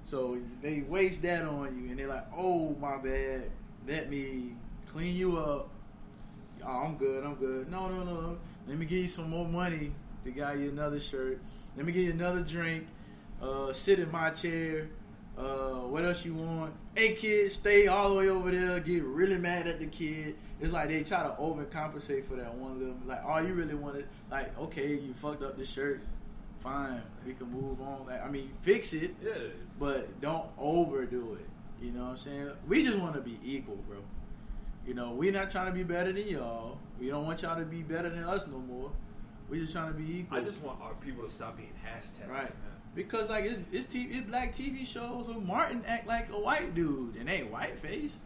G: So they waste that on you, and they're like, "Oh my bad, let me clean you up." Oh, I'm good. I'm good. No, no, no. Let me give you some more money to buy you another shirt. Let me give you another drink. Uh, sit in my chair. Uh, what else you want? Hey, kid, stay all the way over there. Get really mad at the kid. It's like they try to overcompensate for that one little. Like, all you really wanted, like, okay, you fucked up the shirt. Fine, we can move on. Like, I mean, fix it
E: Yeah.
G: but don't overdo it. You know what I'm saying? We just want to be equal, bro. You know, we're not trying to be better than y'all. We don't want y'all to be better than us no more. we just trying to be equal.
E: I just want our people to stop being hashtags.
G: right.
E: man.
G: Because like it's it's, TV, it's black TV shows where Martin act like a white dude and ain't white face,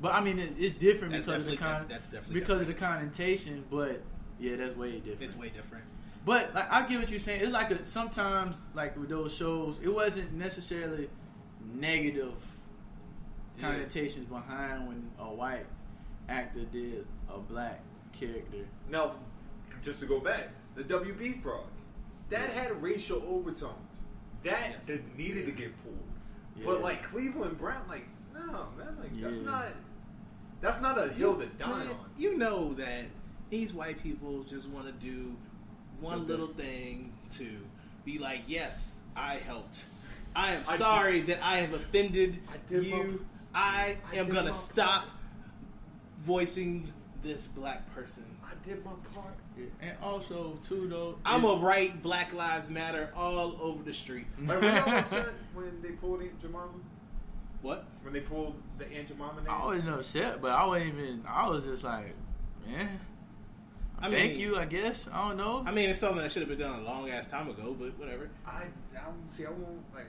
G: but I mean it's, it's different
H: That's
G: because of the
H: definitely-
G: con-
H: that's definitely
G: because of the connotation. But yeah, that's way different.
H: It's way different.
G: But like, I get what you're saying. It's like a, sometimes, like with those shows, it wasn't necessarily negative
E: Yeah.
G: connotations behind when a white actor did a black character.
E: Now, just to go back, the WB frog that had racial overtones that
H: Yes.
E: that needed to get pulled.
G: Yeah.
E: But like Cleveland Brown, like no man, like that's
G: Yeah.
E: not that's not a hill to die on.
H: You know that these white people just want to do one
G: Okay.
H: little thing to be like, yes, I helped. I am
E: I
H: sorry that I have offended
E: I did
H: you. I,
E: I
H: am
E: did
H: gonna
E: my
H: stop voicing this black person.
E: I did my part.
G: And also, too, though,
H: I'm a
G: it's-
H: right Black Lives Matter all over the street.
E: Like, were y'all upset when they pulled Aunt Jemima?
H: What?
E: When they pulled the
H: Oh,
E: Aunt Jemima name?
G: I wasn't upset, but I wasn't even. I was just like, man. I
H: I mean,
G: Thank you, I guess. I don't know.
H: I mean, it's something that should have been done a long ass time ago, but whatever.
E: I, I don't see. I won't like.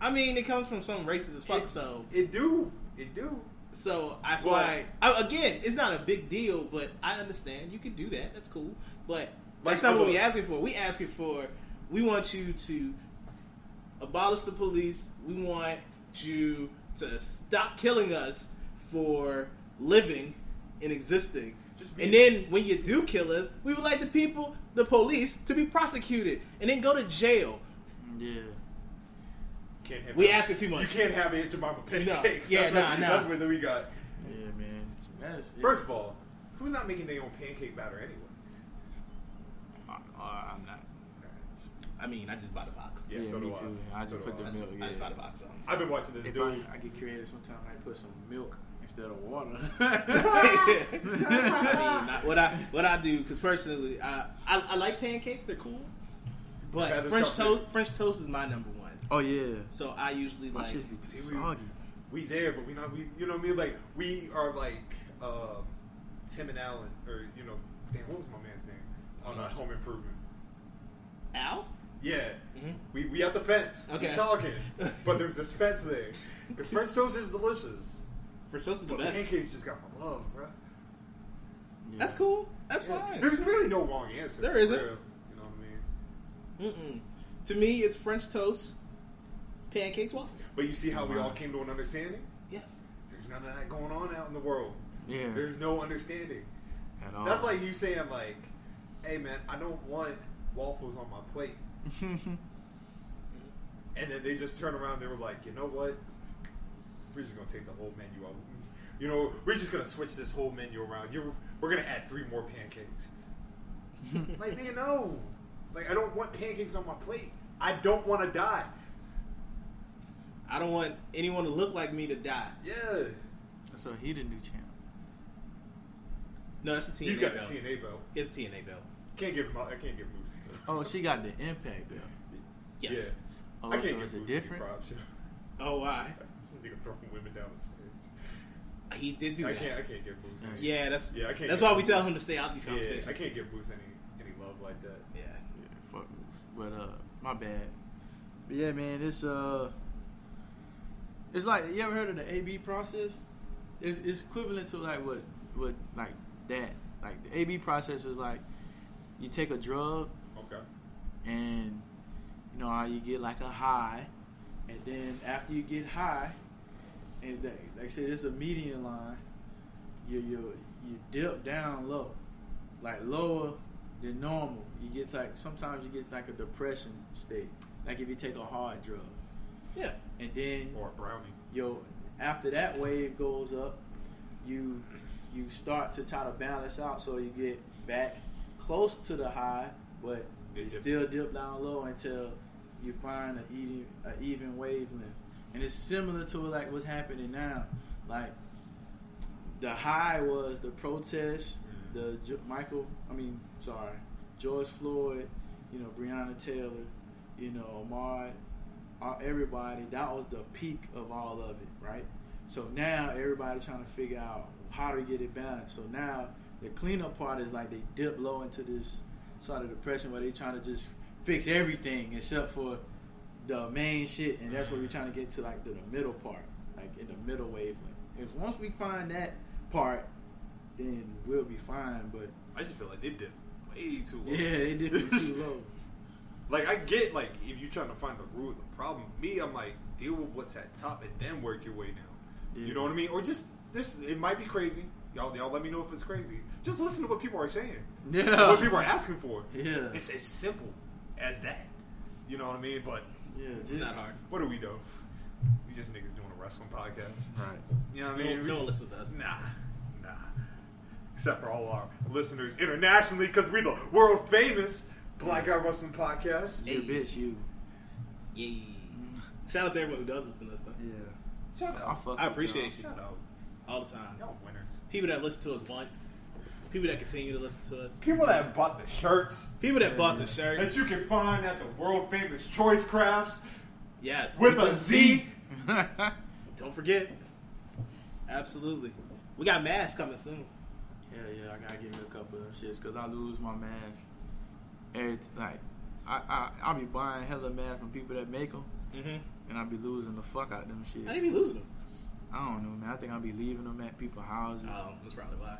H: I mean, it comes from some racist as fuck. so,
E: It do. It do.
H: so that's
E: Well-
H: why. I, again, it's not a big deal, but I understand you can do that. That's cool, but that's not what we
E: look.
H: asking for. We asking for. We want you to abolish the police. We want you to stop killing us for living and existing.
E: Just be-
H: And then when you do kill us, we would like the people, the police, to be prosecuted and then go to jail.
G: Yeah.
E: Can't have
H: We
E: it.
H: asking too
E: You
H: much.
E: can't have it at Jemima pancakes.
H: Yeah,
E: that's
H: nah,
E: what,
H: nah.
E: That's what we got.
G: Yeah, man. That's,
E: First of all, who's not making their own pancake batter anyway?
G: Uh, uh, I'm not.
H: I mean, I just bought a box.
E: Yeah, so
G: me
E: do I.
G: too. I
E: So
G: just
E: do
G: put
E: I.
G: the
H: That's
G: milk.
H: what- I
G: Yeah.
H: just bought a box on.
E: I've been watching this
G: If
E: dude.
G: I, I get creative, sometimes I put some milk instead of water.
H: I mean, not- what I what I do because personally, I, I I like pancakes. They're cool, but
E: Yeah, this
H: French
E: stuff
H: toast French toast is my number one.
G: oh yeah,
H: So I usually
G: my
H: like
G: shit be too
E: See, we-
G: soggy.
E: we there, but we not. We, you know what I mean? Like we are like um, Tim and Allen, or you know, damn, what was my man's name on uh, Home Improvement?
H: Al.
E: Yeah, we we at the fence.
H: Mm-hmm. Okay.
E: we talking, but there's this fence there. Because French toast is delicious,
H: French toast is the
E: but
H: best.
E: pancakes just got my love, bro.
H: That's cool. That's fine.
E: There's really no wrong answer.
H: There
E: for
H: isn't.
E: real. You know what I mean?
H: Mm-mm. To me, it's French toast, pancakes, waffles.
E: But you see how we all came to an understanding.
H: Yes.
E: There's none of that going on out in the world.
G: Yeah.
E: There's no understanding.
G: At all.
E: That's like you saying like, "Hey man, I don't want waffles on my plate." and then they just turn around. They were like, "You know what? We're just gonna take the whole menu out. You know, we're just gonna switch this whole menu around. You're, we're gonna add three more pancakes." like, nigga, no. Like, I don't want pancakes on my plate. I don't want to die.
H: I don't want anyone to look like me to die.
E: Yeah,
G: so he the new champ.
H: No, that's a TNA
E: he's got the
H: belt.
E: TNA belt.
H: It's TNA belt.
E: Can't give him. I can't give Moose.
G: Oh, she got the impact though.
H: Yes.
E: Yeah.
G: Oh,
E: I
G: so
E: can't
G: is
E: give
G: it
E: Moose any
G: different?
E: props. you know?
H: Oh, why?
E: Nigga throwing women down the stairs.
H: He did do
E: I
H: that.
E: can't. I can't give Boots. Any,
H: Yeah, that's
E: Yeah, I can't
H: That's
E: get-
H: why we tell him to stay out these
E: yeah,
H: conversations.
E: I can't give Boots any any love like that.
H: Yeah.
G: Yeah, fuck moves. But uh, my bad. But yeah, man, it's uh, it's like you ever heard of the AB process? It's, it's equivalent to like what what like that. Like the AB process is like you take a drug
E: Okay.
G: and you know how you get like a high, and then after you get high, and they, like I said, it's a median line. You you you dip down low, like lower than normal. You get like sometimes you get like a depression state, like if you take a hard drug,
H: Yeah.
G: and then
E: Or a brownie.
G: yo after that wave goes up you you start to try to balance out so you get back close to the high but you
E: It's-
G: still dip down low until you find an even, an even wavelength and it's similar to like what's happening now like the high was the protest the J- michael i mean sorry george floyd you know breonna taylor you know Ahmaud uh, everybody that was the peak of all of it right so now everybody trying to figure out how to get it balanced so now the cleanup part is like they dip low into this sort of depression where they trying to just fix everything except for the main shit and that's where we're trying to get to like the, the middle part like in the middle wavelength if once we find that part then we'll be fine but
E: I just feel like they did way too low.
G: yeah they dip it too low
E: like I get like if you're trying to find the root of the problem. Me, I'm like deal with what's at top and then work your way down. You
G: Yeah.
E: know what I mean? Or just this. It might be crazy. Y'all, y'all, let me know if it's crazy. Just listen to what people are saying.
G: Yeah.
E: What people are asking for.
G: Yeah.
E: It's as simple as that. You know what I mean? But
G: yeah
H: It's not hard.
E: what do we know? We just niggas doing a wrestling podcast.
G: right
E: You know what I
H: No,
E: mean?
H: one-
E: We-
H: no one listens to us.
E: Nah, nah. Except for all our listeners internationally, because we the world famous Black Guy Wrestling Podcast.
G: you bitch you
H: Yeah. Shout out to everyone who does listen to us. Though.
G: yeah
E: Shut
G: I,
E: up.
G: fuck
H: I
G: with y'all.
H: appreciate you
E: Shut up.
H: all the time.
E: Y'all winners.
H: People that listen to us once, people that continue to listen to us,
E: People that bought the shirts
H: people that bought the shirt.
E: that you can find at the world famous Choice Crafts
H: Yes.
E: with a Z.
H: Don't forget. Absolutely. We got masks coming soon.
G: Hell yeah, I gotta give me a couple of them shits because I lose my mask. Every t- like, I I I be buying hella masks from people that make them,
H: Mm-hmm.
G: and I be losing the fuck out them shit.
H: I think we losing them.
G: I don't know, man. I think I be leaving them at people's houses.
H: Oh, that's probably why.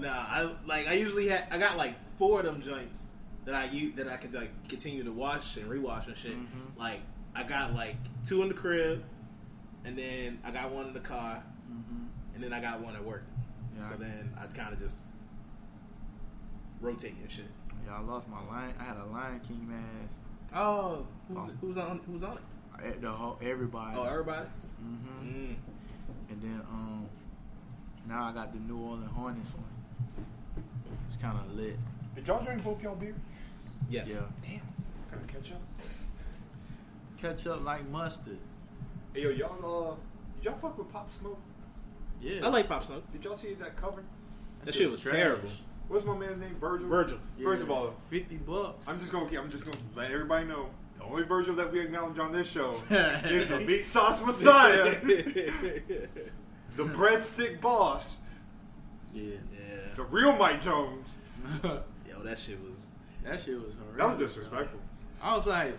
H: Nah, I like I usually had I got like four of them joints that I use that I could like continue to wash and rewash and shit. Like I got like two in the crib, and then I got one in the car, and then I got one at work.
G: Yeah,
H: so
G: I-
H: then I kind of just rotate and shit.
G: yeah, I lost my lion. I had a Lion King mask.
H: Oh, who's
G: Oh.
H: who's on who's on it?
G: At the whole everybody.
H: Oh, everybody.
G: hmm
H: Mm.
G: And then um, now I got the New Orleans Hornets one. It's kind of lit.
E: Did y'all drink both y'all beer?
H: Yes.
G: Yeah.
E: Damn. Gotta catch up.
G: Ketchup like mustard.
E: Hey, yo, y'all, uh, did y'all fuck with Pop Smoke?
G: Yeah.
H: I like Pop Smoke.
E: Did y'all see that cover?
H: That, shit was terrible.
E: What's my man's name? Virgil?
H: Virgil.
E: First of
G: Yeah.
E: all,
G: fifty bucks.
E: I'm just gonna keep, I'm just gonna let everybody know the only Virgil that we acknowledge on this show is the meat sauce messiah, the breadstick boss,
G: yeah.
H: yeah.
E: the real Mike Jones.
H: Yo, that shit was.
G: that shit was horrible.
E: That was disrespectful.
G: I was like,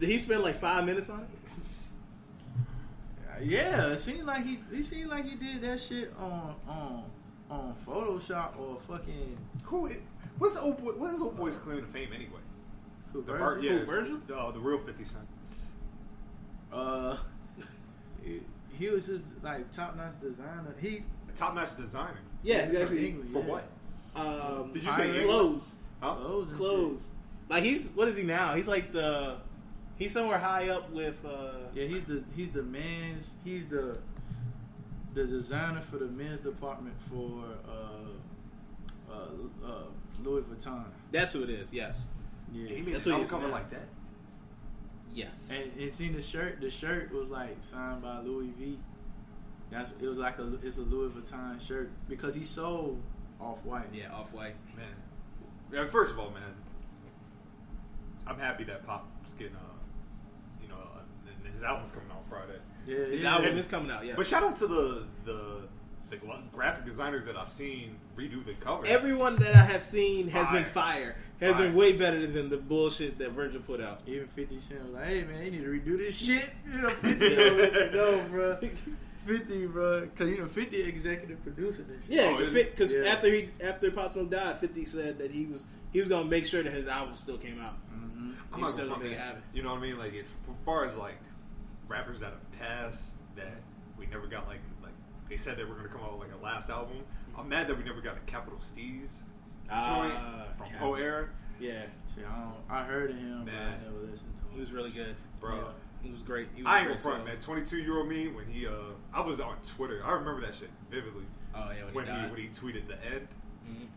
H: Did he spend like five minutes on it?
G: yeah. It seemed like he. It seemed like he did that shit on on on Photoshop or fucking.
E: Who? i- What's old boy? What is old boy's claim to fame anyway?
G: Who,
E: The
G: Virgil?
E: Vir- yeah,
H: Who, Virgil?
E: No, the real Fifty Cent.
G: Uh, he, he was just like top notch designer. He
E: Top notch designer.
H: Oh, Yeah, Oh,
G: from England,
E: For
G: yeah.
E: what?
H: Um,
E: Did you say Oh,
H: I-
E: English?
H: clothes?
E: Huh?
G: Clothes. and
H: Clothes. Like he's what is he now? He's like the he's somewhere high up with. uh
G: shit. Yeah, he's the he's the man's he's the the designer for the men's department for uh uh, uh Louis Vuitton.
H: That's who it is. Yes,
G: Yeah.
E: He made
H: That's
E: a
H: what
E: album
H: he is
E: cover
H: now.
E: like that.
H: yes.
G: And, and seeing the shirt, the shirt was like signed by Louis V. That's it was like a it's a Louis Vuitton shirt because he sold off white.
H: yeah, off white.
E: Man, yeah, first of all, man, I'm happy that Pop's getting, uh, you know, uh, and his album's coming out Friday.
G: yeah,
H: His
G: yeah.
H: album is coming out. Yeah.
E: But shout out to the the, the gla- graphic designers that I've seen redo the cover.
H: Everyone that I have seen has been
E: Fire.
H: fire. Has
E: Fire.
H: been way better than the bullshit that Virgil put out.
G: Even 50 Cent was like, hey man, they need to redo this shit. You know, 50 don't let you know, bro. 50, bro. Because, you know, 50 executive producing this shit.
H: Yeah,
E: Oh, is it?
H: because
G: Yeah.
H: after he after Pop Smoke died, Fifty said that he was he was gonna make sure that his album still came out.
E: I'm not
H: He was
E: gonna
H: still gonna
E: fucking
H: make it happen.
E: You know what I mean? Like if, as far as like rappers that have passed that we never got like like they said they were gonna come out with like a last album. I'm mad that we never got a Capital Steez joint
H: Ah,
E: from
H: Cap-
E: Poe Era,
H: Yeah,
G: Shit, I, don't, I heard of him, but I
E: Man.
G: never listened to
H: he
G: him.
H: was really good.
E: bro.
G: Yeah.
H: He was great. He was
E: I
H: a
E: ain't gonna
H: great
E: front,
H: song.
E: man. 22 year old me when he uh I was on Twitter. I remember that shit vividly.
H: Oh yeah, when,
E: when
H: he
E: he
H: died. Mm-hmm.
E: when he tweeted the end,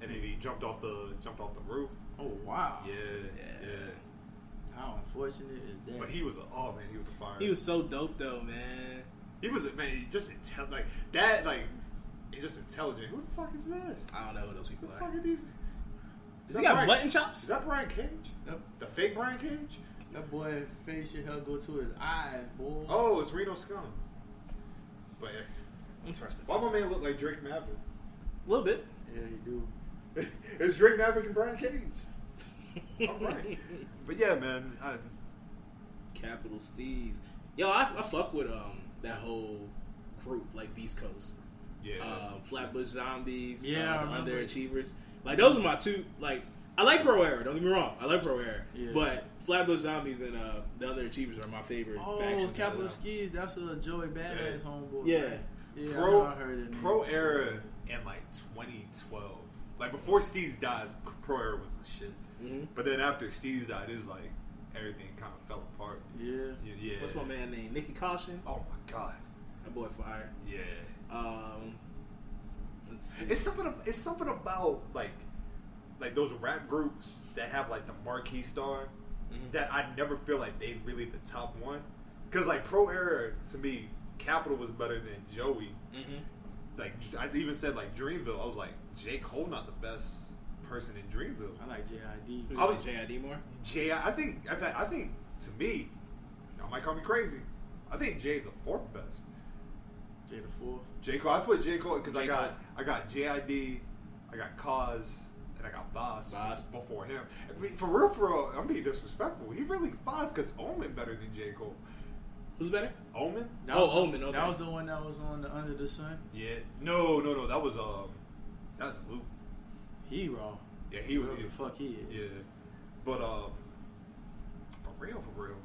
E: and then he jumped off the jumped off the roof.
G: Oh,
H: Ah,
G: wow.
E: Yeah, yeah.
G: How unfortunate is that?
E: But he was a, oh man, he was a fire.
H: He was so dope though, man.
E: He was a man, he just intel like that like he's just intelligent. Who the fuck is this?
H: I don't know who those people
E: Who the
H: are.
E: fuck are these?
H: Does he got
E: Brian-
H: mutton
E: Is
H: chops?
E: that Brian Cage?
G: that,
E: The fake Brian Cage?
G: that boy face your hell go to his eyes, boy.
E: Oh, it's Reno Scum. But yeah.
H: Interesting.
E: why my man look like Drake Maverick?
H: A little bit.
G: Yeah, he do.
E: it's Drake Maverick and Brian Cage. All right. But yeah, man. I,
H: Capital Steez. Yo, I, I fuck with um that whole group like Beast Coast,
E: yeah.
H: uh, Flatbush Zombies,
G: Yeah,
H: uh, the
G: I remember.
H: Underachievers. Like those are my two. Like I like Pro Era. Don't get me wrong. I like Pro Era.
G: Yeah.
H: But Flatbush Zombies and uh, the Underachievers are my favorite.
G: Oh,
H: factions out
G: Capital
H: of them.
G: Skis, that's a Joey Badass
E: Yeah.
G: homeboy.
H: Yeah.
G: right? Yeah, I, know I
E: pro
G: heard it.
E: pro era in like 2012. Like before Steez dies, pro era was the shit.
G: Mm-hmm.
E: But then after Steez died, it's like everything kind of fell apart.
G: Yeah.
E: Yeah. yeah.
H: What's my man named Nicky Caution?
E: Oh my god.
H: That boy fire.
E: Yeah.
H: Um, let's see.
E: It's something. ab- It's something about like like those rap groups that have like the marquee star that I never feel like they really the top one. Cause like pro era to me, Capital was better than Joey.
H: Mhm.
E: like I even said like Dreamville. I was like J Cole not the best person in Dreamville.
G: I like JID.
H: Who's
E: I was-
H: that, J.I.D. Moore.
E: Jay, I think I, th- I think to me, y'all might call me crazy. I think Jay the fourth best.
G: Jay the Fourth.
E: J Cole. I put J Cole because I
H: J.
E: got I got JID, I got Cause, and I got Boss,
H: Boss.
E: before him. I mean, for real, for real, I'm being disrespectful. He really five because Omen better than J. Cole.
H: Who's better?
E: Omen?
H: oh, Omen. Okay.
G: That was the one that was on the Under the Sun.
E: Yeah. No, no, no. That was um, that's Luke.
G: He raw.
E: Yeah, he was.
G: Whoever the fuck he is.
E: Yeah. But um, for real, for real,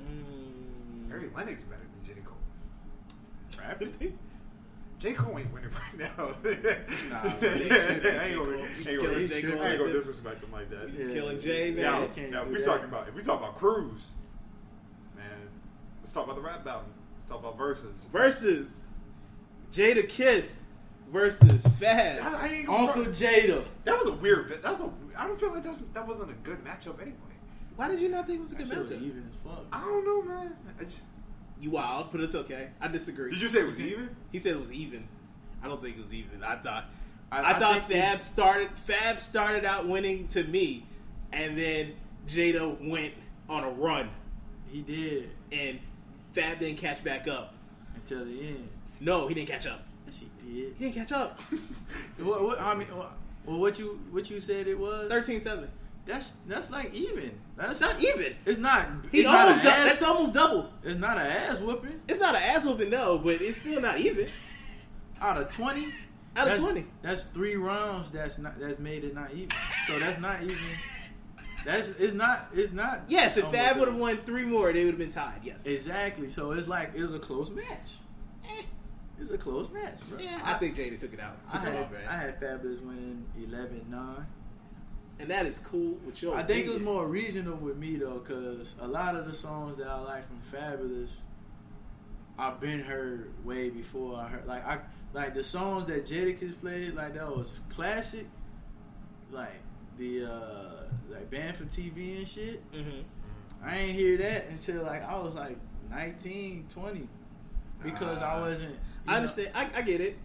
H: Mm.
E: Harry Lennox better than J. Cole. J. Cole ain't winning right now.
G: Nah,
E: I ain't
G: they can't do
E: gonna-
G: J. Cole.
E: ain't
G: He's
E: gonna-
H: killing J. Cole
E: I ain't gonna
H: like this.
E: disrespect him like that.
H: He's killing Jay, man.
E: Now,
G: you can't
E: now if
G: do
E: we
G: that.
E: talking about if we talking about Cruz, man, let's talk about the rap battle. Let's talk about verses.
H: versus Jada Kiss versus
E: That,
H: Fast.
E: I ain't gonna-
G: Uncle Jada.
E: that was a weird. bit. That's a. I don't feel like that's that wasn't a good matchup anyway.
H: Why did you not think it was a
G: That
H: good
G: shit was
H: matchup?
G: even as fuck.
E: I don't know, man. I just,
H: You wild, but it's okay. I disagree.
E: did you say it was even?
H: He said it was even. I don't think it was even. I thought. I,
G: I- I
H: thought
G: think-
H: Fab started. Fab started out winning to me, and then Jada went on a run,
G: He did
H: and Fab didn't catch back up.
G: until the end.
H: No, he didn't catch up.
G: Yes, he did.
H: He didn't catch up.
G: What, what, I mean, what, well, what you what you said it was?
H: 13-7.
G: That's that's like even. That's
H: That's not even.
G: It's not.
H: He
G: it's
H: almost.
G: Not
H: dou-
G: an ass,
H: that's almost double.
G: it's not an ass whooping.
H: It's not an ass whooping, no, but it's still not even.
G: Out of twenty.
H: Out of
G: that's-
H: twenty.
G: That's three rounds. That's not. That's made it not even. So that's not even. That's it's not. It's not.
H: Yes, if
G: Oh,
H: Fab
G: my
H: would have
G: God.
H: won three more, they would have been tied. Yes.
G: Exactly. So it's like it was a close match.
H: Eh,
G: It's a close match, bro.
H: yeah, I think Jada took it out.
G: I
H: Took
G: had,
H: it off, man.
G: I had Fabulous winning 11-9.
H: and that is cool with your
G: I think it was
H: opinion.
G: more regional with me though, because a lot of the songs that I like from Fabulous, I've been heard way before I heard like I like the songs that Jadakiss played like that was classic, like the uh like band for TV and shit.
H: Mhm.
G: I ain't hear that until like I was like 19, 20. because I
H: Ah.
G: wasn't. you
H: I
G: know-
H: understand. I, I get it.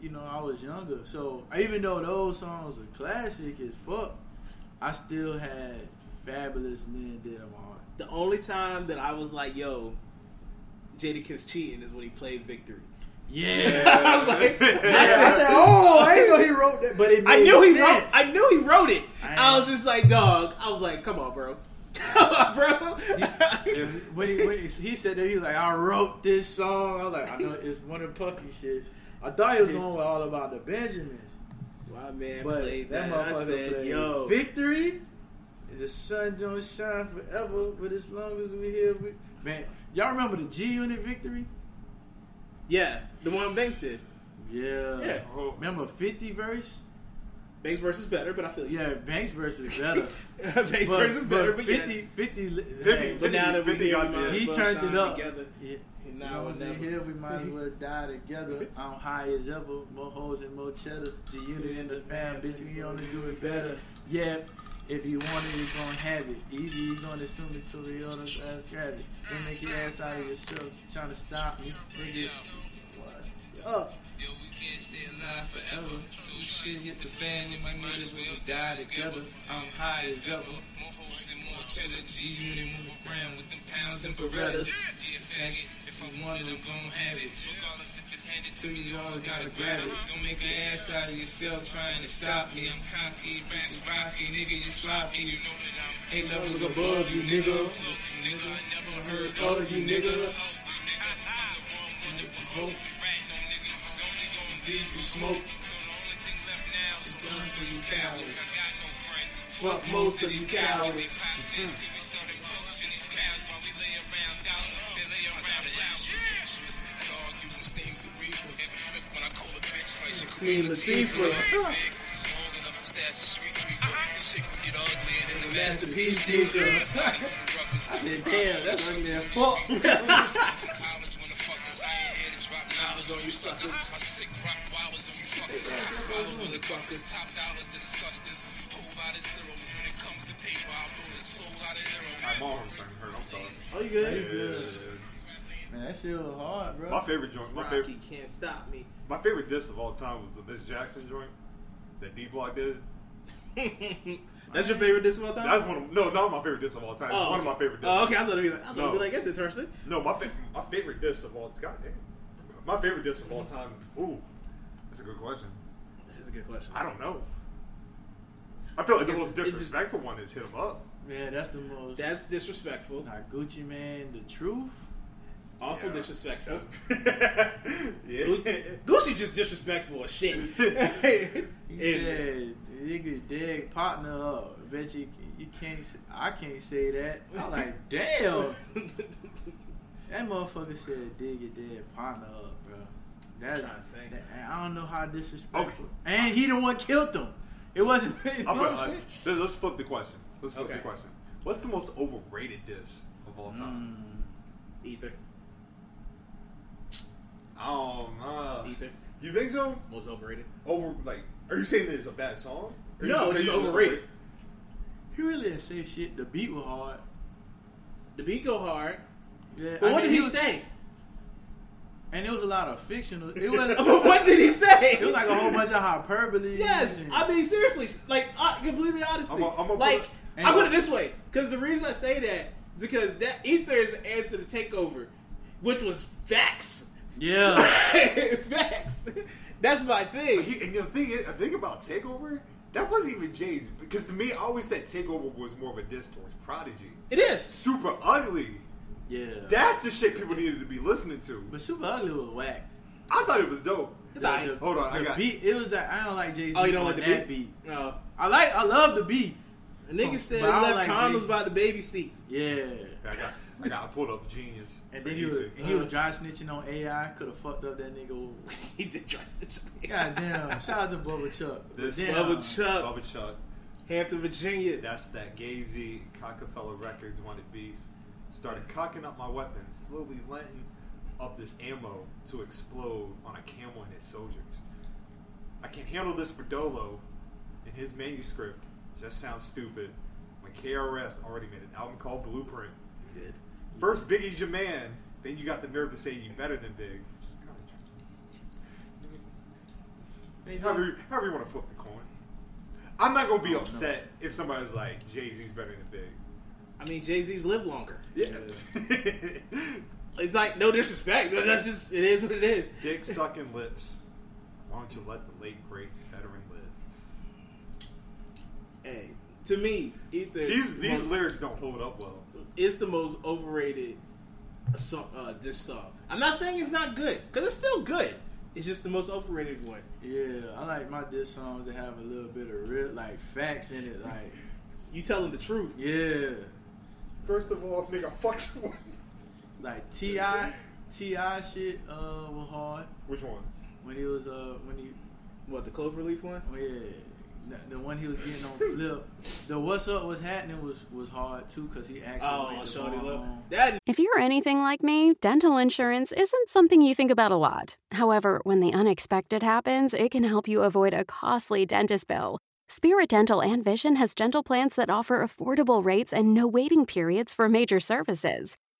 G: you know, I was younger. So even though those songs are classic as fuck, I still had Fabulous and then did them all.
H: The only time that I was like, "Yo, Jada Kiss cheating" is when he played Victory.
G: Yeah.
H: I was like, I
G: I said, oh, I didn't know he wrote that, but it made
H: I knew he
G: sense.
H: wrote. I knew he wrote it.
G: I
H: I,
G: know.
H: was just like, "Dog." I was like, "Come on, bro." Come on, bro.
G: when he, when he, he said that, he was like, I wrote this song. I was like, I know it's one of Puffy shits. I thought he was going with all about the Benjamins.
H: My man
G: But
H: played
G: that
H: that.
G: motherfucker
H: I said,
G: played
H: "Yo,
G: victory. The sun don't shine forever, but as long as we here, we man. Y'all remember the G Unit victory?
H: yeah, the one Banks did.
G: Yeah.
H: Yeah.
E: Oh.
G: Remember 50 verse?
H: Banks versus better, but I feel you.
G: Yeah, Banks verse was better.
H: Banks versus better, but, yes.
G: 50, 50, li-
E: 50,
G: hey,
H: But now that we're
E: 50
H: here,
E: got
H: we might
E: there.
H: as
G: he
H: well
G: turned
H: shine
G: it up.
H: together.
G: Yeah.
H: And
G: Now
H: now
G: we
H: or never.
G: here, we might as well die together. I'm high as ever, more hoes and more cheddar. The unit and the fam, bitch, we only do it better. Yeah, if you want it, you gon' have it. Easy, you gon' assume it till we all just ass grab it. Don't make your ass out of yourself, trying to stop me, nigga. What? Up.
D: Yo, we can't stay alive forever. So shit hit the fan and might might as well die together. I'm high as ever. More hoes and more cheddar. G unit move around with them pounds and berettas. Yeah, faggot. If I want it, I'm gon' have it. Regardless if it's handed to me, you all gotta grab it. Don't make an ass out of yourself trying to stop me. I'm cocky, raps rocky, nigga, you sloppy. You know that I'm eight levels above you, nigga. Nigga, I never heard of you, niggas. Rat, no niggas is only gonna leave you smoke. So the only thing left now is to for these cowards. I got no friends. Fuck most of these cowards. They pop shit till we start approaching these cowards while we lay around dollars. They lay around flowers. Bitches, they all using steam cerebral. And flip when I call a bitch like she Queen Latifah. It's long enough to stash the streets. we broke. This shit will get uglier than the masterpiece nigga. I said, damn, that's what man college when the fuckers I ain't here to drop knowledge on you suckers. My sick rock wowers on you fuckers. Follow when the fuckers top dollars to discuss this. Whole lot of zeros when it comes to paper. I'll blow the soul out of
E: I'm
D: hero.
E: all hurt. I'm sorry.
G: Oh, you good?
E: Yeah.
G: Man, that shit was hard, bro.
E: My favorite joint. My favorite.
H: Rocky can't stop me.
E: My favorite disc of all time was the Miss Jackson joint that D Block did.
H: That's your favorite disc of all time.
E: That's one of no, not my favorite disc of all time. It's
H: Oh,
E: one of
H: okay.
E: my favorite discs.
H: Oh, okay. I thought it'd be like, I thought it'd
E: No.
H: be like that's interesting.
E: No, my fa- my favorite disc of all time. God damn. My favorite disc of all time. Ooh, that's a good question.
H: That's a good question.
E: I don't know. I feel like the
H: It's-
E: most
H: it's-
E: disrespectful one is him up.
G: Yeah, that's the most.
H: That's disrespectful.
G: Nah, Gucci man, the truth.
H: Also
E: Yeah.
H: disrespectful.
E: yeah.
H: Gucci just disrespectful as shit.
G: He
H: And-
G: said, "Nigga, dig partner up." Bet you, you can't. s- I can't say that. I'm like, damn. That motherfucker said, "Dig your dead partner up, bro." That's
H: Trying to think.
G: that, and I don't know how disrespectful. And he the one killed him. It wasn't. you know
E: I'll put,
G: what I'm
E: uh,
G: saying?
E: let's- let's flip the question. Let's flip the
H: Okay.
E: question. What's the most overrated diss of all time?
H: Ether. Hmm.
E: Um, uh,
H: Ether.
E: You think so?
H: Most overrated.
E: Over like, are you saying that it's a bad song? Or you
H: No,
E: saying
H: it's
E: just
H: overrated.
G: he really didn't say shit. The beat was hard.
H: The beat go hard.
G: Yeah,
H: But
G: I
H: what
G: mean,
H: did he
G: was-
H: say?
G: And it was a lot of fictional. It was.
H: what did he say?
G: It was like a whole bunch of hyperbole.
H: Yes,
G: and-
H: I mean seriously, like uh, completely honestly,
E: I'm a- I'm a-
H: like
G: And-
H: I put it this way, because the reason I say that is because that ether is the answer to takeover, which was facts,
G: yeah.
H: facts. That's my thing.
E: But he- and the thing is, the thing about Takeover, that wasn't even Jay's because to me, I always said Takeover was more of a diss towards Prodigy.
H: it is.
E: Super ugly.
G: Yeah.
E: That's the shit people needed to be listening to.
G: but Super Ugly was whack.
E: I thought it was dope.
H: It's alright.
G: The-
E: Hold on, I
G: the
E: got-
G: beat. It was that I don't like Jay Z.
H: Oh, you don't like the
G: that
H: beat?
G: beat?
H: No,
G: I like. I love the beat.
H: the nigga said he
G: But I
H: left
G: like
H: condoms
G: Jay-Z.
H: by the baby seat.
G: Yeah.
E: I got, I got pulled up Genius.
G: And then he was, and he
E: uh,
G: was dry snitching on AI. Could have fucked up that nigga.
H: he did dress the child.
G: Goddamn. Shout out to Bubba Chuck. But
E: This-
G: damn,
H: Bubba Chuck,
E: Bubba Chuck.
H: Hampton, Virginia.
E: That's that Gazy Cockefeller Records wanted beef. Started cocking up my weapons, slowly letting up this ammo to explode on a camel and his soldiers. I can handle this for Dolo, and his manuscript just sounds stupid. When KRS already made an album called Blueprint. First Biggie's your man, then you got the nerve to say you better than Big. Just kind
G: They
E: of, however,
G: did-
E: you- however you want to flip the coin. I'm not gonna be upset if somebody's like Jay Z's better than Big.
H: I mean, Jay Z's live longer.
E: Yeah.
H: It's like no disrespect, but that's just it is what it is.
E: Dick sucking lips. Why don't you let the late great veteran live?
H: Hey, to me, Ether.
E: These these
H: most-
E: lyrics don't hold up well.
H: it's the most overrated song, uh, diss song. I'm not saying it's not good because it's still good. It's just the most overrated one.
G: Yeah, I like my diss songs that have a little bit of real, like facts in it. Like,
H: You telling the truth?
G: yeah,
E: First of all, nigga, fuck your wife.
G: like Ti Ti shit uh was hard
E: Which one?
G: when he was uh when he
H: What the Cloverleaf one?
G: Oh, yeah, the, the one he was getting on flip. The what's up was happening was was hard too because he actually
H: Oh,
G: made the
H: Shorty
G: ball
H: Love.
G: home.
H: That
B: If you're anything like me, dental insurance isn't something you think about a lot. However, when the unexpected happens, it can help you avoid a costly dentist bill. Spirit Dental and Vision has dental plans that offer affordable rates and no waiting periods for major services.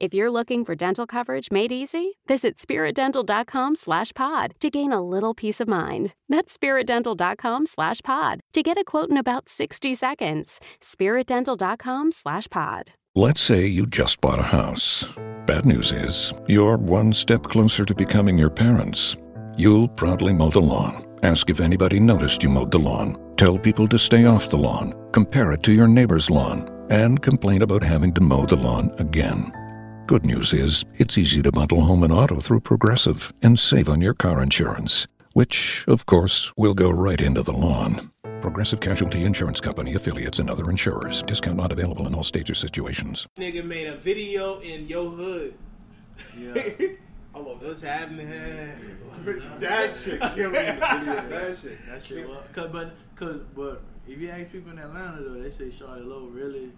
B: If you're looking for dental coverage made easy, visit spiritdental.com slash pod to gain a little peace of mind. That's spiritdental.com slash pod to get a quote in about 60 seconds. spiritdental.com slash pod.
I: Let's say you just bought a house. Bad news is, you're one step closer to becoming your parents. You'll proudly mow the lawn, ask if anybody noticed you mowed the lawn, tell people to stay off the lawn, compare it to your neighbor's lawn, and complain about having to mow the lawn again. Good news is, it's easy to bundle home and auto through Progressive and save on your car insurance, which, of course, will go right into the lawn. Progressive Casualty Insurance Company, affiliates, and other insurers. Discount not available in all states or situations.
H: nigga made a video in your hood.
G: Yeah,
H: I love what's happening.
E: That shit killed me in the video. That shit.
G: that shit. Was, cause, but cause but if you ask people in Atlanta though, they say Charlotte Lowe really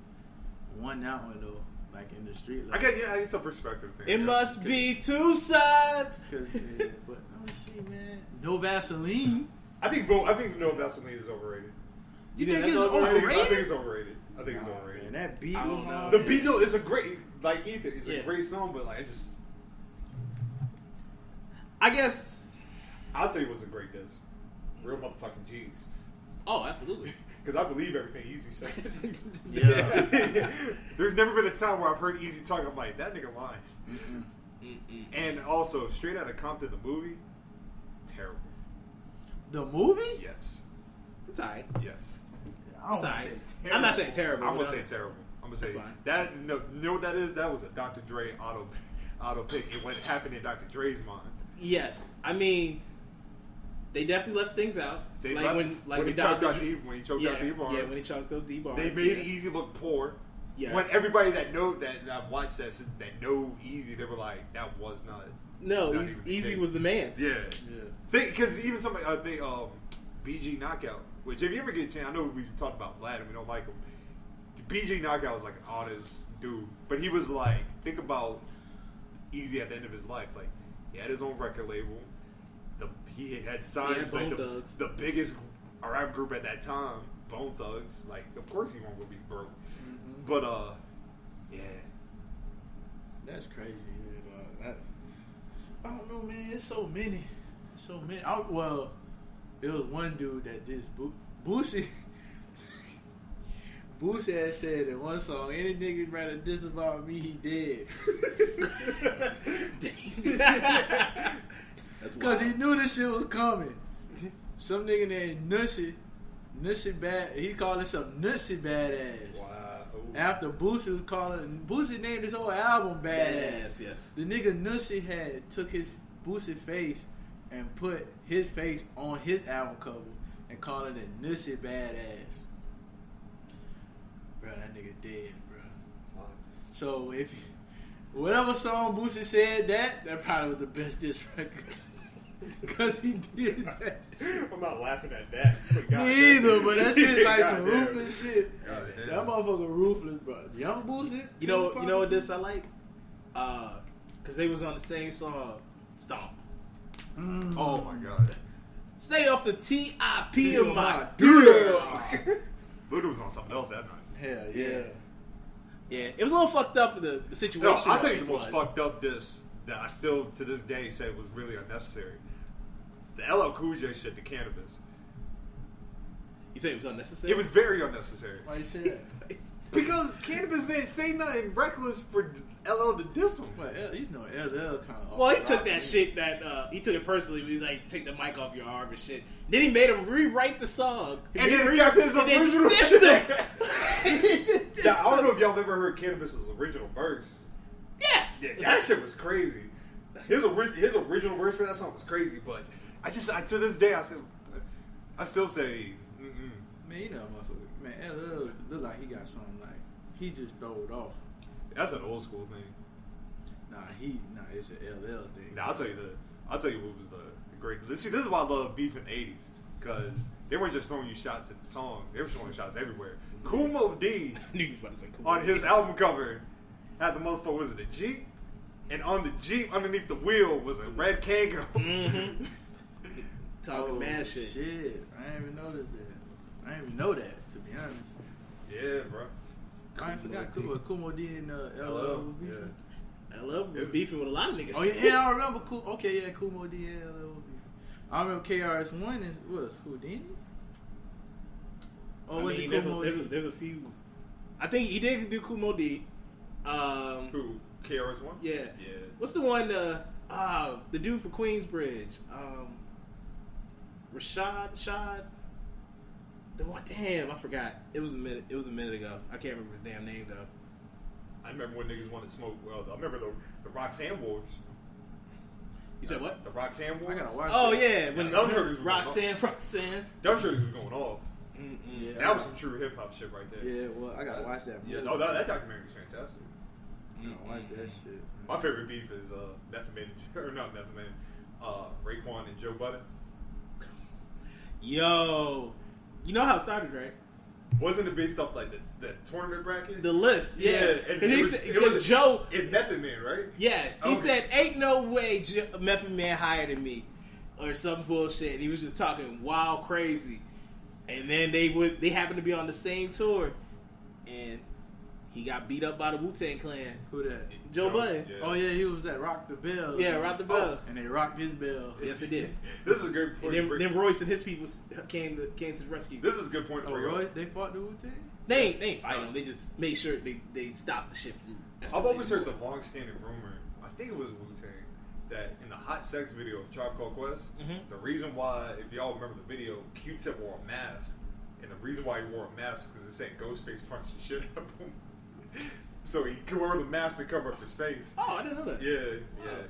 G: won that one though. Like in the street,
E: I
G: like,
E: got yeah, it's a perspective thing.
H: It
E: yeah.
H: must be two sides.
G: 'cause, yeah, but oh shit, man, no Vaseline.
E: I think Bo, I think No Vaseline is overrated.
G: You,
H: think
G: think
H: that's
G: it's
H: overrated?
G: overrated?
E: I think, I think it's overrated. I think it's
G: Nah,
E: overrated.
G: man, that beat
H: I
G: was
H: don't know.
G: hard.
E: The beat though is a great like Ether. It's
H: Yeah.
E: a great song, but like it just
H: I guess.
E: I'll tell you what's a great diss. Real motherfucking G's.
H: Oh, absolutely.
E: Because I believe everything Easy said.
G: Yeah.
E: There's never been a time where I've heard Easy talk. I'm like, that nigga lying. And also, straight out of Compton, the movie, terrible.
G: The movie?
E: Yes,
H: It's all right.
E: yes.
G: I don't
H: It's all
G: wanna
H: right.
G: say
H: I'm not
G: terrible.
H: saying terrible.
E: I'm gonna
H: but
E: say
H: I'm-
E: terrible. I'm gonna say
H: It's fine.
E: that. No, you know what that is? That was a Dr. Dre auto auto pick. It went happened in Dr. Dre's mind.
H: Yes, I mean, they definitely left things out.
E: They
H: like
E: left-
H: when, like
E: when he
H: Dr.
E: choked out
H: Dre-
E: D- when he choked
H: yeah,
E: out D Barnes.
H: Yeah, when he choked out D Barnes.
E: They made E-
H: yeah.
E: Easy look poor.
H: Yes.
E: When everybody that know that, that watched that said- that know Easy, they were like, that was not.
H: No,
E: not
H: Easy,
E: even
H: Easy
E: fake.
H: was the man.
E: Yeah.
G: Yeah.
E: Because even somebody, I think um, BG Knockout, which if you ever get a chance, I know we talked about Vlad and we don't like him. BG Knockout was like an honest dude, but he was like, think about Easy at the end of his life. Like, he had his own record label. The, he had signed
H: Yeah, Bone
E: like, the,
H: Thugs.
E: the biggest rap group at that time, Bone Thugs. Like, of course he won't be broke. But, uh, yeah.
G: That's crazy. Yeah, dog. That's, I don't know, man. It's so many, so many. I, well, it was one dude that did Bo- Boosie. Boosie had said in one song, "Any nigga rather diss about me, he dead."
H: That's
G: Because he
H: wild.
G: knew this shit was coming. Some nigga named Nussy, Nussy Bad, he called himself Nussy Badass.
E: Wow.
G: After Boosie was calling, Boosie named his whole album Badass.
H: Badass, yes.
G: The nigga Nussy had took his Boosie face and put his face on his album cover and called it a Nussy Badass. Bro, that nigga dead, bro. So if whatever song Boosie said that, that probably was the best diss record. Cause he did that.
E: I'm not laughing at that. But God
G: Me either,
E: damn.
G: but that shit's like some
E: Goddamn.
G: ruthless shit.
E: Goddamn.
G: That motherfucker ruthless, bro. Young Boosie.
H: You know, you know what this I like? Uh, cause they was on the same song, Stomp.
E: Oh my god.
H: Stay off the T.I.P. of my
G: dear.
E: Luda was on something else that night.
G: Hell yeah.
H: Yeah. Yeah, it was a little fucked up the, the
E: No,
H: situation.
E: I'll tell you
H: it
E: the most
H: was.
E: fucked up diss that I still to this day say was really unnecessary. The LL Cool J shit to cannabis.
H: You say it was unnecessary.
E: It was very unnecessary.
G: Why you say that?
E: Because cannabis didn't say nothing reckless for LL to diss him.
G: Well, L- he's no LL kind of.
H: Well, he took that shit that uh, he took it personally. He was like, "Take the mic off your arm and shit." Then he made him rewrite the song,
E: And then
H: he
E: it
H: re-
E: kept his
H: and then
E: original
H: dissed
E: shit.
H: him. He did diss
E: Yeah, I don't
H: him.
E: know if y'all ever heard Cannabis's original verse.
H: Yeah.
E: Yeah, that shit was crazy. His ori- his original verse for that song was crazy, but I just I, to this day I still I still say mm-mm.
G: Man, you know, motherfucker. Man, LL look like he got something like he just throw it off.
E: that's an old school thing.
G: Nah, he nah, it's an LL thing.
E: Now I'll tell you the I'll tell you what was the, the great. This, see, this is why I love beef in the '80s because they weren't just throwing you shots at the song; they were throwing shots everywhere. Kumo D
H: I knew he was about to say cool.
E: on his album cover had the motherfucker was it a Jeep, and on the Jeep underneath the wheel was a red Kango.
G: Mm-hmm.
H: talking
E: Oh,
H: mad shit.
G: Shit, I didn't even notice that. I didn't even know that to be honest.
E: Yeah, bro.
G: I ain't forgot Kumo, Kumo D and uh, LL.
E: Hello.
G: was beefing.
E: Yeah.
H: I love
E: It's-
H: beefing with a lot of niggas.
G: Oh yeah, yeah, I remember. Cool. Okay, yeah, Kumo D and LL. was beefing. I remember KRS One is was Houdini.
H: I
G: Or was
H: mean,
G: it
H: there's a,
G: Kumo
H: there's, a,
G: D?
H: there's a few. I think he did do Kumo D. Um,
E: Who KRS One?
H: Yeah.
E: yeah.
H: What's the one? Uh, uh, the dude for Queensbridge. Um, Rashad. Shad. The one. Damn, I forgot. It was a minute. It was a minute ago. I can't remember his damn name though.
E: I remember when niggas wanted to smoke. Well, I remember the, the Roxanne Wars.
H: You said what?
E: The Roxanne
G: I
E: Wars.
G: gotta watch.
H: Oh
G: that.
H: yeah, when
E: Yeah, I'm sure this was-
H: Roxanne, Roxanne.
E: Them shorties was going off.
G: yeah. I
E: That was
G: gotta-
E: some true hip hop shit right there.
G: Yeah, well, I gotta watch that.
E: Yeah,
G: movie.
E: no, that, that documentary is fantastic.
G: I gotta watch that shit.
E: My favorite beef is uh, Method Man, or not Method Man, uh, Raekwon and Joe Budden.
H: Yo, you know how it started, right?
E: Wasn't it based off like the, the tournament bracket?
H: The list, yeah.
E: and
H: and he
E: was-
H: said,
E: it was
H: because Joe,
E: in Method Man, right?
H: Yeah, he
E: Okay.
H: said, "Ain't no way J- Method Man higher than me," or some bullshit. And he was just talking wild, crazy. And then they would they happened to be on the same tour, and he got beat up by the Wu Tang Clan.
G: Who that?
H: Joe Budden.
E: yeah.
G: Oh yeah, he was at Rock the Bell. Oh,
H: Yeah, Rock the Bell.
G: and they rocked his bell.
H: Yes, they did.
E: This is a great
H: And
E: point.
H: then,
E: Rick.
H: then Royce and his people came to came to the rescue.
E: this is Oh. a good point.
G: Oh,
E: Rick.
G: Roy, they fought the Wu Tang.
H: They ain't they ain't fighting them. They just made sure they they stopped the shit from.
E: I've always
H: escalating.
E: heard the long-standing rumor. I think it was Wu Tang that in the hot sex video of Tribe Called Quest,
H: Mm-hmm.
E: the reason why, if y'all remember the video, Q-Tip wore a mask, and the reason why he wore a mask is because it said Ghostface punched the shit out of him. so he could wear the mask to cover up his face.
H: Oh, I didn't know that.
E: Yeah, yeah.
H: Wow.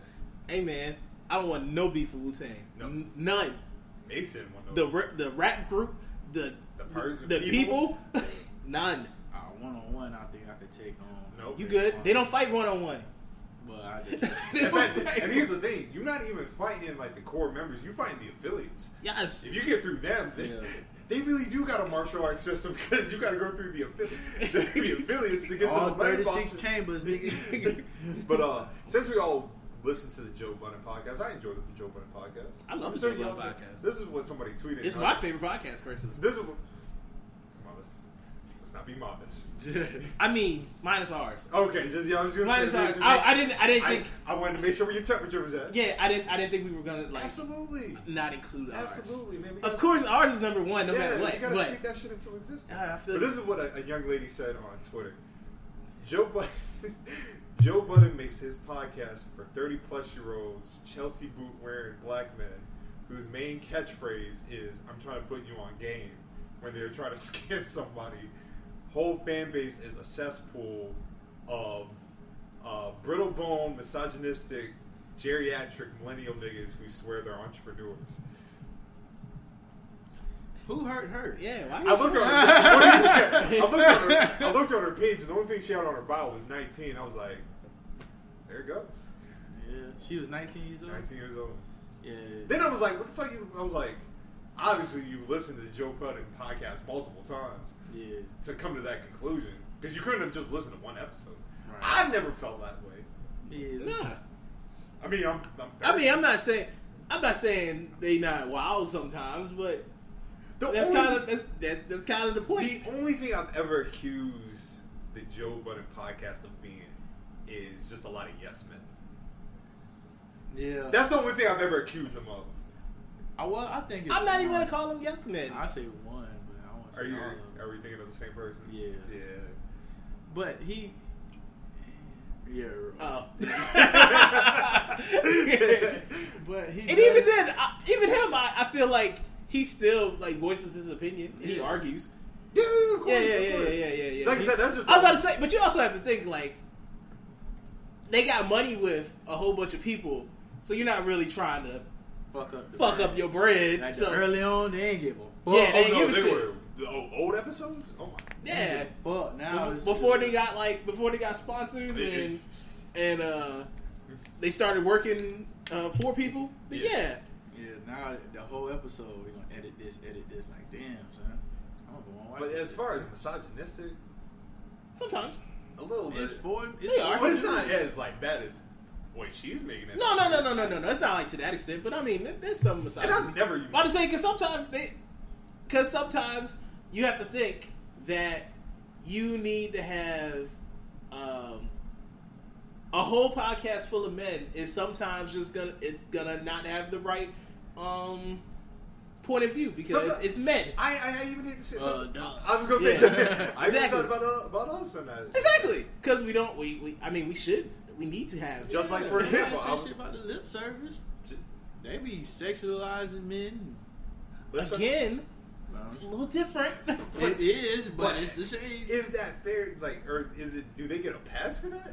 H: Hey man, I don't want no beef with Wu Tang.
E: No.
H: None.
E: Mason, one
H: The ra- the rap group, the
E: The
H: the,
E: per-
H: the
E: people?
H: people, none.
G: Uh, one on one, I think I could take on.
E: Nope.
H: You good? They don't fight one on one.
G: But I just,
E: In fact, and here's the thing: you're not even fighting like the core members. You're fighting the affiliates.
H: Yes.
E: If you get through them, they,
G: Yeah.
E: they really do got a martial arts system because you got to go through the, affili- the affiliates to get
G: all
E: to the main
G: 36
E: boss.
G: chambers, nigga.
E: but uh, since we all listen to the Joe Budden podcast, I enjoy the Joe Budden podcast.
H: I love
E: I'm
H: the
E: sure
H: Joe Budden
E: y'all-
H: podcast.
E: This is what somebody tweeted.
H: It's
E: huh?
H: my favorite podcast person.
E: This is what, come on, let's, let's not be modest.
H: I mean, minus ours.
E: Okay, just y'all just gonna
H: Minus
E: say-
H: ours. I, I didn't. I didn't
E: I-
H: think.
E: I wanted to make sure where your temperature was at.
H: Yeah, I didn't. I didn't think we were gonna like
E: absolutely.
H: not include ours.
E: Absolutely, man. We gotta-
H: Of course, ours is number one, no matter
E: you
H: what.
E: gotta
H: But
E: speak that shit into existence.
H: Ah, I feel
E: but
H: you.
E: this is what a, a young lady said on Twitter. Joe Budden, Joe Budden makes his podcast for thirty plus year olds, Chelsea boot wearing black men, whose main catchphrase is "I'm trying to put you on game" when they're trying to scare somebody. Whole fan base is a cesspool of uh, brittle bone, misogynistic, geriatric millennial niggas who swear they're entrepreneurs.
G: Who hurt her?
H: yeah, why?
E: I looked on her. I looked on her. I looked on her page, and the only thing she had on her bio was 19. I was like, there you go,
G: Yeah, she was 19 years old.
E: 19 years old.
G: Yeah.
E: Then I was like, what the fuck? You? I was like, obviously you listened to the Joe Budden podcast multiple times
G: Yeah.
E: to come to that conclusion because you couldn't have just listened to one episode.
G: Right.
E: I never felt that way.
G: Yeah.
H: Nah.
E: I mean, I'm. I'm
H: I mean, I'm not saying. I'm not saying they not wild sometimes, but
E: The
H: that's
E: only-
H: kind of that's that, that's kind of the
E: The
H: point.
E: only thing I've ever accused the Joe Budden podcast of being is just a lot of yes men.
G: Yeah.
E: That's the only thing I've ever accused them of.
G: I, well, I think it's
H: I'm not even
G: one.
H: gonna call them yes men.
G: I say one, but I won't say
E: Are you
G: all
H: Um,
G: of them.
E: are we thinking of the same person?
G: Yeah.
E: Yeah.
G: But he. uh, Yeah.
H: Oh,
G: But he.
H: and even
G: does-
H: then, I, even him, I, I feel like he still like voices his opinion and he
G: Yeah.
H: argues.
E: Yeah, yeah, of course,
H: Yeah, yeah,
E: of
H: yeah,
E: course.
H: yeah, yeah, yeah.
E: Like I
H: He-
E: said, that's just.
H: I was about to say, but you also have to think like they got money with a whole bunch of people, so you're not really trying to
G: Fuck up. the
H: fuck
G: brand.
H: up your bread.
G: Like
H: so
G: the early on, they ain't give a fuck.
H: Yeah, they-
E: Oh, no,
H: give a
E: they
H: shit.
E: were the o- old episodes. Oh my.
H: yeah,
G: Fuck now.
H: Bef-
G: it's-
H: before they got like before they got sponsors
E: Yeah.
H: and and uh, they started working uh, for people. But
E: Yeah.
H: yeah.
G: Yeah, now the- the whole episode, we're gonna edit this, edit this. Like, damn, son. I'm gonna go on
E: But as far as misogynistic,
H: sometimes.
E: a little bit.
G: It's for it's
H: They are.
G: for
E: but it's not
G: dudes.
E: as like bad as boy she's making it.
H: No, no, no, no, no, no, no. It's not like to that extent, but I mean, there- there's some
E: And
H: misogyny.
E: I've never.
H: I'm about to say because sometimes they, because sometimes you have to think that you need to have um, a whole podcast full of men is sometimes just gonna it's gonna not have the right um, point of view because it's,
E: Sometimes-
H: it's men.
E: I, I, I even didn't say
G: Uh,
E: something.
G: duh.
E: I was gonna say
H: Yeah.
E: something. I even
H: Exactly.
E: thought about, uh, about us and that.
H: Exactly because we don't we, we I mean we should we need to have
E: Just like for
G: Nobody say
E: example, I was,
G: shit about the lip service. J- They be sexualizing men.
E: let's-
H: again
G: Well,
H: it's a little different.
G: it is, but,
E: but-
G: it's the same.
E: Is that fair? Like, or is it? Do they get a pass for that?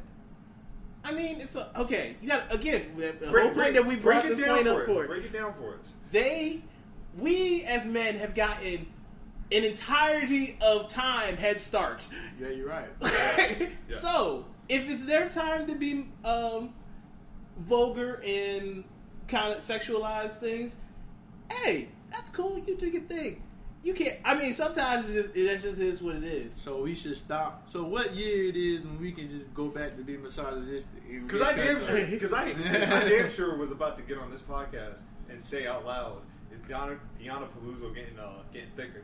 H: I mean it's a, okay. You got to again the
E: Break-
H: the whole point
E: break-
H: that we
E: break
H: brought
E: it
H: this
E: down
H: point up
E: us.
H: for.
E: Break it down for us.
H: they we as men have gotten an entirety of time head start
G: Yeah, you're right.
H: so if it's their time to be um, vulgar and kind of sexualize things hey that's cool you do your thing you can't i mean sometimes it's just, that's just is what it is
G: So we should stop. So what year it is when we can just go back to be misogynistic? and
E: Because I damn
G: recut
E: sure,
G: our-
E: because I, I damn sure was about to get on this podcast and say out loud, "Is Donna Deanna Paluzzo getting uh, getting thicker?"